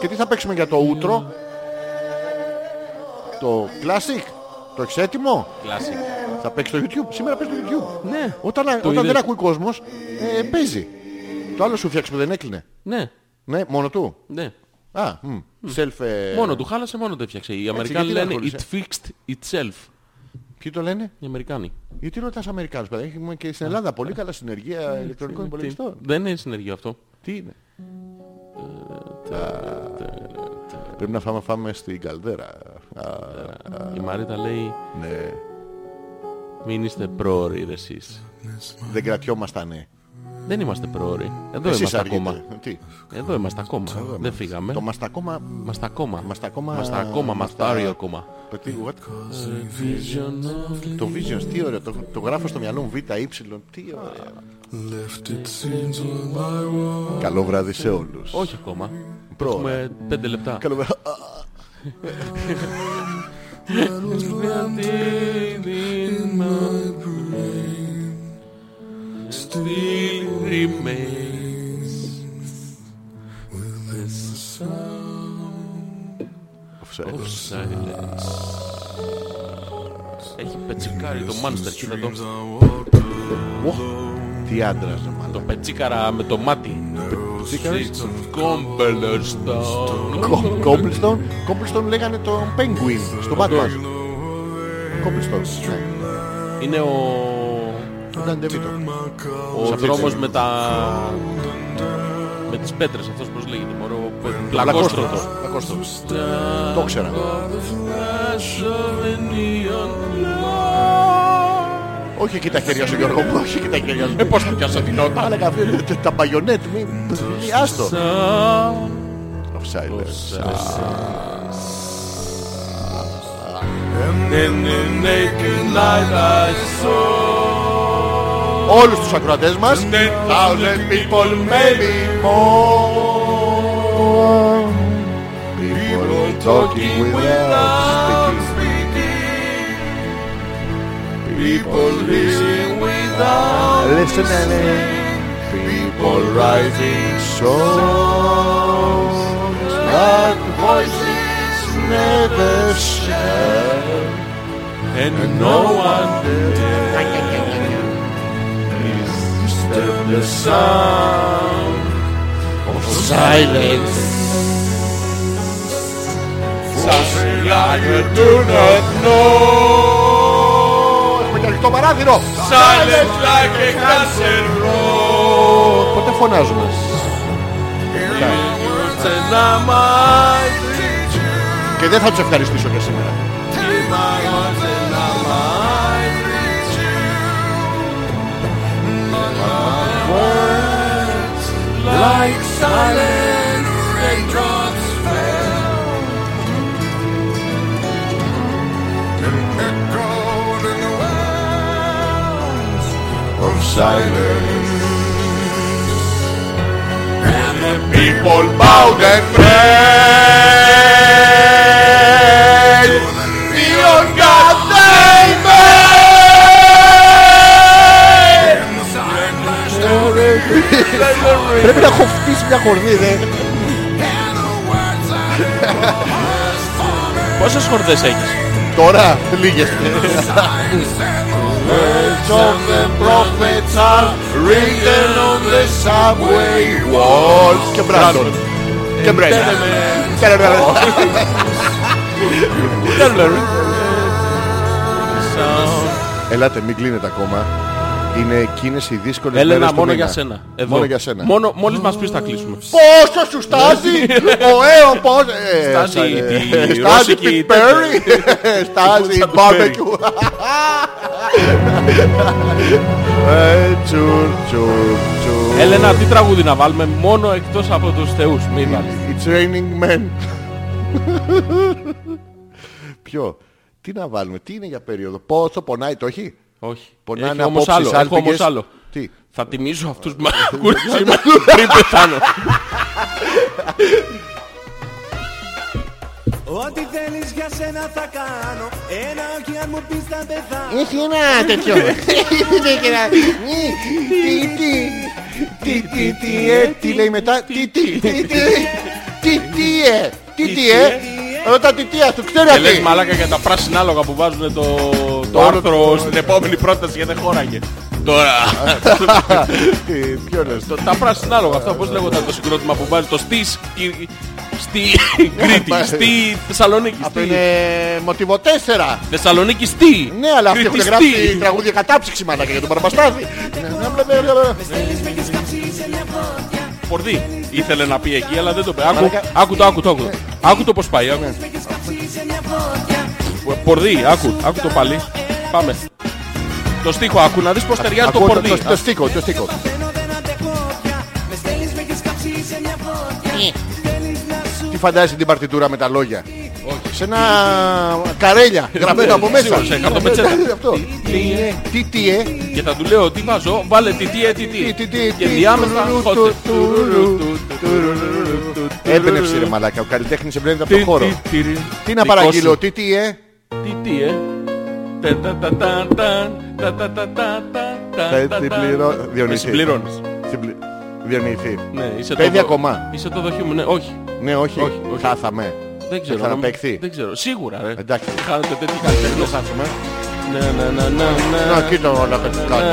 A: Και τι θα παίξουμε για το ούτρο. Το classic. Το έχεις έτοιμο.
B: Κλάσικ.
A: Θα παίξεις στο YouTube. Σήμερα παίζει στο YouTube.
B: Ναι.
A: Όταν,
B: Το
A: όταν
B: είδες.
A: δεν ακούει κόσμος, ε, παίζει. Το άλλο σου φτιάξει που δεν έκλεινε.
B: Ναι.
A: Ναι, μόνο του.
B: Ναι.
A: Α, μ. self... ε,
B: Μόνο του χάλασε, μόνο το έφτιαξε. Οι Αμερικάνοι
A: γιατί
B: λένε it
A: δεν
B: fixed itself.
A: Ποιοι το λένε,
B: Οι Αμερικάνοι.
A: γιατί ρωτάς Αμερικάνους, παιδιά. Έχουμε και στην Ελλάδα πολύ καλά συνεργεία ηλεκτρονικών υπολογιστών.
B: Ε, Τι- Δεν είναι συνεργείο αυτό.
A: Τι είναι. Πρέπει να φάμε, φάμε στην καλδέρα. Α,
B: Η Μαρίτα λέει
A: Ναι.
B: μην είστε πρόωροι ρε εσείς.
A: Δεν κρατιόμασταν. ναι.
B: Δεν είμαστε πρόωροι. Εδώ
A: Εσείς
B: είμαστε
A: αργείτε.
B: ακόμα.
A: Τι.
B: Εδώ είμαστε ακόμα. Δεν φύγαμε.
A: Το μαστε ακόμα...
B: Είμαστε ακόμα.
A: Είμαστε ακόμα-
B: Είμαστε ακόμα. Είμαστε
A: μαστά-
B: άριο ακόμα.
A: Petit, what? Το Visions, τι ωραίο. Το, το γράφω στο μυαλό μου ΒΙ. Τι ωραίο. Καλό βράδυ σε όλους.
B: Όχι ακόμα.
A: Πρόωρα.
B: Έχουμε πέντε λεπτά.
A: Καλό βράδυ. Α,
B: Still remains
A: offside.
B: silence. Έχει πετσικάρει το Monster, κοίτα το.
A: Τι άντρας ρε μάλλον.
B: Το πετσίκαρα με το μάτι. Streets of Cumberland.
A: Κόμπλστον. Κόμπλστον λέγανε τον Penguin στο Batman. Κόμπλστον.
B: Είναι ο...
A: Ήταν Ντεβίτο.
B: ο δρόμος με τα... με τις πέτρες, αυτός πώς λέγεται, μωρό, πλακόστρωτο.
A: Πλακόστρωτος. Το ξέρα. Όχι εκεί τα χέρια σου Γιώργο μου. Όχι εκεί τα χέρια σου. Ε πώς θα πιάσω την νότα. Αλλά καφέ τα μπαγιονέτ. Μη μη- άστο. Offside. Όλους τους ακροατές μας. Thousand people maybe more. People talking without speaking. People listening without listening. People writing songs that voices never share. And no one is the sound of silence. Something like you do not know. Έχουμε και ανοιχτό παράθυρο.
B: Silence like a cancer row
A: Πότε φωνάζουμε.
B: And I might teach you
A: Και δεν θα τους ευχαριστήσω για σήμερα.
B: if I want and I might reach you But my words like silent raindrops fell And echoed in the wind
A: silence. And the people bowed and prayed. The Lord God they made. Πρέπει να έχω φτύσει μια χορδή, δε.
F: Πόσες χορδές έχεις.
A: Τώρα, λίγες. of the prophets are written on the subway walls. Και Μπράντον. Και Μπρέντον. Ελάτε, μην κλείνετε ακόμα. Είναι εκείνες οι δύσκολες μέρες
B: Έλενα,
A: του
B: μόνο
A: μήνα.
B: για σένα. Εδώ.
A: Μόνο για σένα.
B: Μόνο, μόλις μας πεις θα κλείσουμε.
A: Πόσο σου στάζει! Ωραίο πόσο! ε,
B: Ναι. Στάζει
A: ε,
B: τη
A: ε, Στάζει
B: ρώσικη
A: Pit Perry! Στάζει barbecue! Ε, Τσουρ, τσουρ, τσουρ.
B: Έλενα, τι τραγούδι να βάλουμε μόνο εκτός από τους θεούς. Μην βάλεις.
A: It's raining men. Ποιο, τι να βάλουμε, τι είναι για περίοδο, πόσο πονάει το έχει.
B: Όχι.
A: Πονάνε
B: Έχει όμως
A: απόψεις,
B: άλλο. Έχω
A: άλπιγες.
B: όμως άλλο.
A: Τι,
B: Θα τιμήσω αυτούς που με ακούνε σήμερα πριν πεθάνω.
G: Ό,τι θέλεις για σένα θα κάνω Ένα όχι αν μου πεις θα πεθάνω
A: Έχει ένα τέτοιο. Τι, τι, τι, τι, τι, ε, τι λέει μετά. Τι, τι, τι, τι, τι, τι, ε, τι, τι, ε. Ρώτα τι, τι, ας το ξέρω
B: Και λες
A: αυτή.
B: μαλάκα για τα πράσινα άλογα που βάζουν το, το
A: Όλο
B: άρθρο στην επόμενη πρόταση γιατί δεν χώραγε. Τώρα.
A: Τι, Ποιο λες.
B: το- τα πράσινα άλογα αυτά πώς λέγονταν το συγκρότημα που βάζει το στη σ- Κυ- στη Κρήτη, στη Θεσσαλονίκη.
A: Αυτό
B: στη-
A: είναι μοτίβο 4.
B: Θεσσαλονίκη στη.
A: Ναι, αλλά αυτοί έχουν
B: Κρήτη,
A: γράψει
B: στη.
A: τραγούδια κατάψυξη μαλάκα για τον Παραπαστάθη. Ναι,
G: Θέλεις με έχεις κάψει σε μια φωτιά
B: Πορδί. Ήθελε να πει εκεί, αλλά δεν το πει. Άκου,
A: Μαλάκα.
B: άκου το, άκου το, άκου το. Άκου το πώς πάει. Άκου.
G: Με έχεις κάψει σε μια φωτιά
B: Πορδί, άκου, άκου το πάλι. Πάμε. Το στίχο, άκου να δεις πώς ταιριάζει το
A: Ακούω το-
B: πορδί.
A: το- Το στίχο, το στίχο.
G: Παθαίνω δεν αντέχω πια Με στέλνεις με έχεις κάψει σε μια φωτιά Θέλεις να σου
A: Τι φαντάζεσαι την παρτιτούρα με τα λόγια. Σε ένα καρέλια γραμμένο από μέσα.
B: Ναι, σίγουρα, σε καρτοπετσέτα.
A: Αυτό. Τι, τι, ε.
B: Και θα του λέω τι βάζω, βάλε τι τι ε, τι
A: Τι, τι, τι,
B: τι. Και
A: τι,
B: διάμεσα
A: τουρουρου,
B: χώστε.
A: του, τουρουρου, Έμπνευση ρε μαλάκα. Ο καλλιτέχνης εμπνέεται από
B: Τι,
A: τον χώρο.
B: τι, τι,
A: Τι
B: δικό
A: να
B: σου.
A: παραγγείλω, τι, τι, ε.
B: Τι τι ε. Τα, τα, τα, τα, τα, τα, τα, τα, τα, τα, τα,
A: Θα
B: τα,
A: την
B: τα.
A: πληρώ-
B: Με
A: Διονύση.
B: συμπληρώνεις.
A: Στην πλη- Διονύθη.
B: Ναι, είσαι το
A: Παίρνει
B: δο-
A: ακόμα.
B: Είσαι το δοχείο μου, ναι, όχι.
A: Ναι, όχι.
B: Όχι, όχι.
A: Χάθαμε.
B: Δεν ξέρω.
A: Θα
B: νομίζω-
A: παίχθει.
B: Δεν ξέρω. Σίγουρα, ρε.
A: Εντάξει.
B: Χάνετε τέτοιοι καλλιτέχνες. Ναι, ναι, ναι, ναι, ναι.
A: Να κοίτα όλα τα κουκάκια.
B: Ναι, ναι,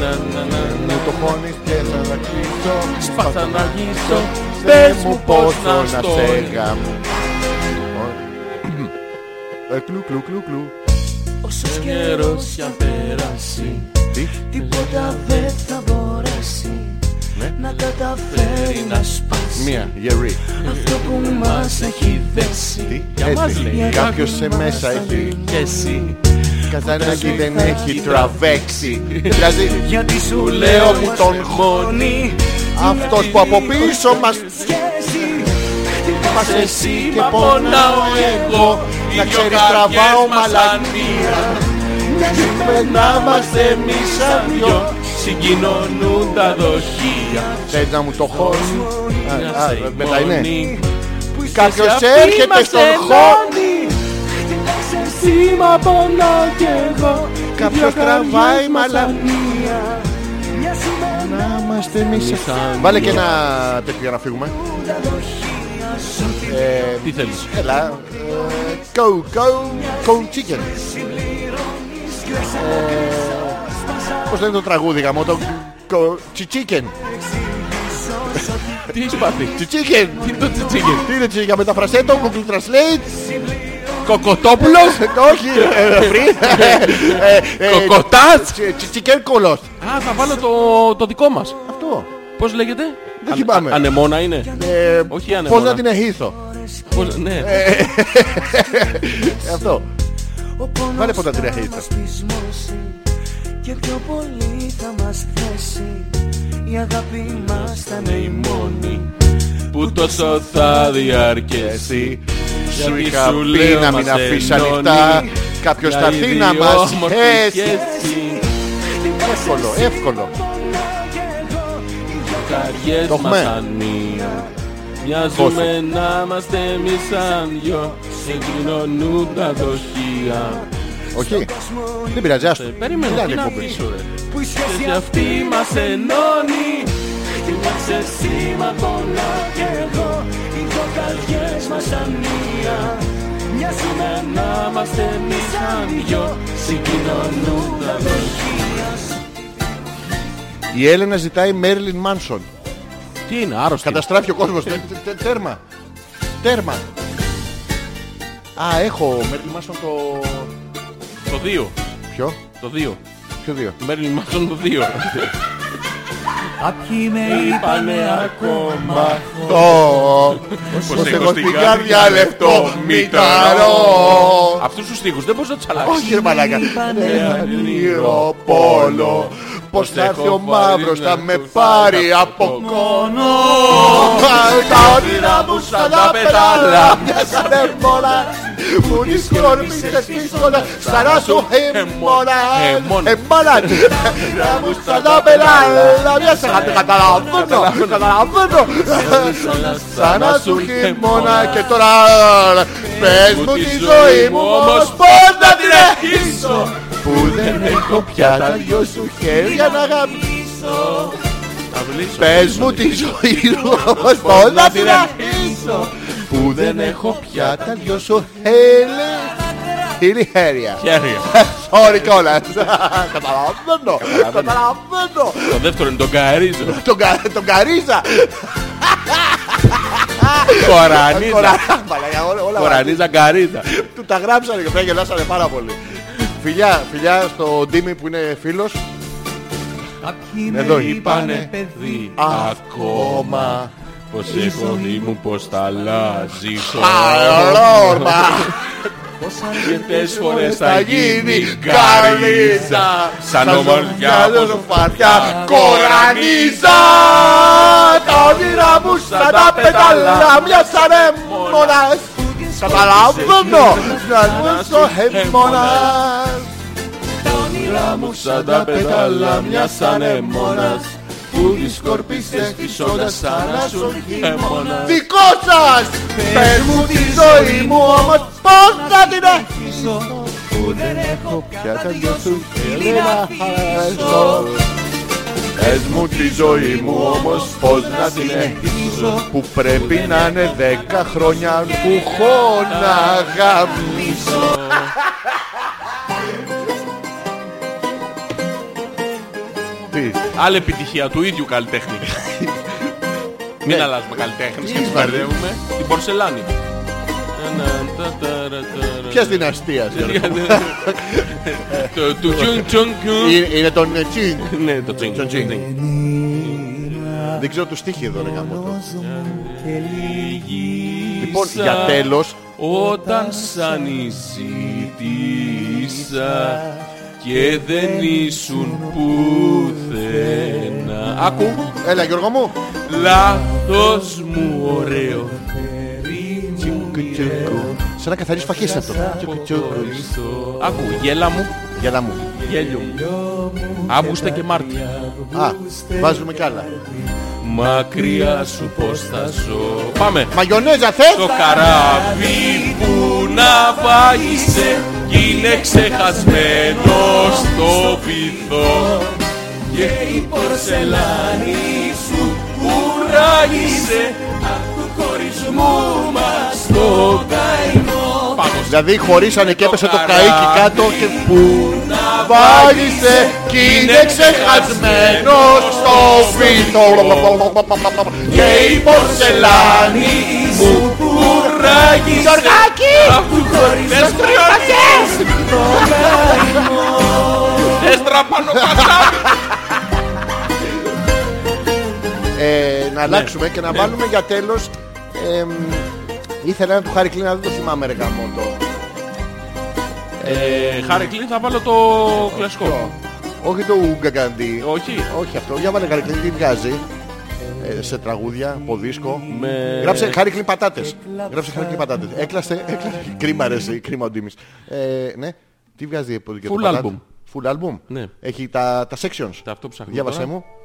B: ναι, ναι, ναι, ναι.
A: Μου το χώνεις και θα τα κλείσω.
B: Σπαθα να γίσω.
A: Πες
B: Πες μου πώς να στο
A: γάμω. Ε, κλου, κλου, κλου, κλου.
G: Όσος
B: καιρός
G: καιρός
B: κι
G: κι
B: αν
G: αν περάσει Τίποτα δεν θα μπορέσει Να καταφέρει να σπάσει
A: Μία, γερή.
G: Αυτό που μας έχει δέσει
A: Τι, έτσι.
G: λέει.
A: Κάποιος σε μέσα έχει.
B: Και εσύ.
A: Καζανάκι δεν έχει τραβέξει. Δηλαδή,
G: Γιατί σου
A: λέω που τον
G: χώνει
A: αυτός που από πίσω μας
G: Σχέση
A: μας εσύ και πονάω
B: Πονάω εγώ.
A: εγώ. Να ξέρεις τραβάω μαλακία.
B: Να είμαστε εμείς σαν δυο. Συγκοινωνούν τα δοχεία.
A: Θες να μου το χώνεις. Α,
B: σε
A: α, Μετά είναι.
B: υπομονή.
A: Κάποιος έρχεται στον χώρο.
G: Σήμα πονάω κι εγώ
A: Κάποιος τραβάει μαλακία.
G: Μια σημαίνει
A: Να είμαστε εμείς
B: σαν
A: Βάλε και ένα τέτοιο για να φύγουμε. Ε,
B: Τι θέλεις.
A: Έλα. ε, Go, go, go chicken. Ε, Πώς λένε το τραγούδι γαμό, το go, chi- chicken.
B: Τι έχεις πάθει.
A: Chi- chicken.
B: Τι είναι το τσιτσίγερ.
A: Τι είναι τσι- για μεταφραστέ το Google Translate.
B: Κοκοτόπουλος.
A: Όχι, ε, free. Ε, ε,
B: Κοκοτάς.
A: chi- chi- Chicken κολός.
B: Α, θα βάλω το, το δικό μας.
A: Αυτό.
B: Πώς λέγεται?
A: Δεν θυμάμαι.
B: Ανεμόνα είναι.
A: Ε,
B: Όχι άνεμο,
A: Πώς να
B: να.
A: την εχύθω.
B: Πώς, ναι.
A: Ε, Αυτό. Βάλε ποτά τρία hits.
G: Και πιο πολύ θα μας θέσει Η αγάπη μας θα είναι η μόνη
B: Που τόσο θα διαρκέσει.
A: Εσύ σου
B: Γιατί
A: είχα
B: σου
A: πει
B: λέω
A: να
B: μας
A: μην αφήσει
B: ενώνει.
A: ανοιχτά. Κάποιος
B: Για
A: θα έρθει να
B: ίδιο
A: μας
B: όμορφη
A: θέσει.
B: σχέση.
A: Εύκολο, εύκολο.
B: Καριές
A: Το
B: μας
A: έχουμε.
B: ανία. Μοιάζουμε να είμαστε εμείς σαν δυο Συγκοινωνούν τα δοχεία
A: Όχι. Δεν πειράζει, άστο.
B: Ε, Περίμενε, τι
A: Μιλάνε
B: να
A: εκπομπή.
B: πεις ρε
G: Που η σχέση
B: Και αυτή μας ενώνει
G: Χτυπάξε σήμα πονά κι εγώ Οι κοκαλιές μας ανία Μοιάζουμε να είμαστε εμείς σαν δυο Συγκοινωνούν τα δοχεία
A: Η Έλενα ζητάει Μέρλιν Μάνσον.
B: Τι είναι, άρρωστη
A: Καταστράφει ο κόσμος. Τε- τε- Τέρμα. Τέρμα. Α, έχω Μέρλιν Μάνσον το...
B: Το 2,
A: Ποιο?
B: το 2
A: Ποιο δύο.
B: Μέρλιν Μάνσον το 2
G: Κάποιοι με είπανε ακόμα
A: Το... Πως
B: έχω
A: έχω
B: στην
A: στην
B: καρδιά
A: καρδιά λεπτό μηταρό.
B: Αυτούς τους στίχους δεν μπορείς να τους αλλάξεις
A: Όχι ρε μαλάκα.
G: είπανε
A: Ήρω πόλο. Πως θα έρθει ο μαύρος να με πάρει από κόνο. Τα όνειρά μου σαν τα πετάλα. Μοιάσανε μόνα. Μου τη σκόρπη σε σκίσκολα. Σαράσου χειμώνα.
B: Χειμώνα.
A: Χειμώνα. Ε, Τα μου σαν τα πετάλα. Ε, Μοιάσανε. Καταλαβαίνω. Καταλαβαίνω. Ε, Σαν Ε, να σου χειμώνα και τώρα ε, Πες μου τη ζωή μου όμως πως να την αρχίσω Που δεν έχω πια τα δυο σου χέρια να αγαπήσω Πες μου τη ζωή μου όμως πως να την αρχίσω Που δεν έχω πια τα δυο σου χέρια Είναι χέρια
B: Χέρια
A: Sorry κιόλας Καταλαβαίνω Καταλαβαίνω
B: Το δεύτερο είναι το γκαρίζο
A: Τον κα- Τον καρίζα
B: Κορανίζα
A: Κορα- Μαλάκα, όλα- όλα
B: Κορανίζα γκαρίζα
A: Του τα γράψανε και πια γελάσανε πάρα πολύ. Φιλιά, φιλιά στον Τίμη που είναι φίλος
G: Κάποιοι
A: Εδώ
G: με
A: είπανε,
G: είπανε παιδί
A: Ακόμα.
B: Πως η φωνή μου πως τα αλλάζει
A: Καλόρμα.
B: Ε,
G: Πως
B: Αρκετές φορές
A: Θα γίνει καρδίζα.
B: Σαν ομορφιά
A: μου φαριά. Κορανίζα. Τα όνειρά μου σαν τα πεταλά. Μια σαν έμμονας. Καταλαβαίνω. Να ζω έμμονας.
B: όνειρά μου σαν τα πετάλα μια σαν αιμόνας που της σκορπίστε φυσώντας σαν να σου χειμώνας
A: Δικό σας. Πες μου τη ζωή μου όμως πώς θα την έχεις.
G: που δεν έχω
A: Πια
G: πια
A: τα
G: τα
A: δυο
G: δυο
A: σου
G: σου
A: χέρια
G: φίλοι
A: να
G: να
A: χαρίσω.
G: αφήσω
A: Πες μου τη ζωή μου όμως πως να την
G: συνεχίσω
A: Που πρέπει να είναι δέκα χρόνια που χώνα γαμίσω Τι,
B: Άλλη επιτυχία του ίδιου καλλιτέχνη Μην αλλάζουμε καλλιτέχνη
A: Τι
B: και μπερδεύουμε την πορσελάνη
A: ποιας δυναστείας Γιώργο?
B: Το- Του Τσουν Τσουν Τσουν
A: Είναι- Είναι τον Τσιν
B: Ναι το Τσουν
A: Τον
B: Τσουν
A: Τσιν Δεν ξέρω τους στίχη εδώ ρε γαμότο. Λοιπόν για τέλος
B: Όταν σαν ζήτησα και δεν ήσουν πουθενά Ακού
A: Έλα Γιώργο μου
B: Λάθος μου ωραίο
A: Σαν να καθαρίζεις φακές αυτό
B: Αποχωρήσω. Ακού γέλα μου
A: Γελά μου
B: γέλιο μου Αύγουστε και Μάρτιο
A: Α, βάζουμε κι άλλα.
B: Μακριά σου πως θα ζω Πάμε
A: Μαγιονέζα θες?
B: Το καράβι που να βάγισε κι είναι ξεχασμένο στο βυθό και η πορσελάνη σου κουράγισε απ' του κορισμού μας το καημό Πάμε
A: Δηλαδή χωρίσανε και έπεσε το καΐκι κάτω και που
B: να
A: βάγισε κι είναι ξεχασμένο στο φύτο.
B: και η πορσελάνη μου κουράγισε
A: Γιωργάκη!
B: απ' του κορισμού μας Έστρα πάνω
A: Ε, Να αλλάξουμε και να βάλουμε για τέλος εμ, Ήθελα ένα του Χάρη Κλίνα, δεν το θυμάμαι ρε γαμότο.
B: Ε, Χαρικλή θα βάλω το κλασικό.
A: Όχι το Ουγγαγκαντή.
B: Όχι.
A: Όχι αυτό, για βάλε Χάρη Κλίν, τι βγάζει. Ε, σε τραγούδια, από δίσκο.
B: Με...
A: Γράψε χάρη κλειν πατάτες. Γράψε χάρη κλειν πατάτες. Έκλαστε, έκλαστε. Κρίμα ρε εσύ, κρίμα ο Ντίμης. Ε, ναι. Τι βγάζει από δίκαιο
B: Full
A: το πατάτα?
B: album.
A: Full album.
B: Ναι.
A: Έχει τα, τα sections.
B: Τα αυτό ψάχνω
A: Διάβασέ
B: τώρα.
A: μου.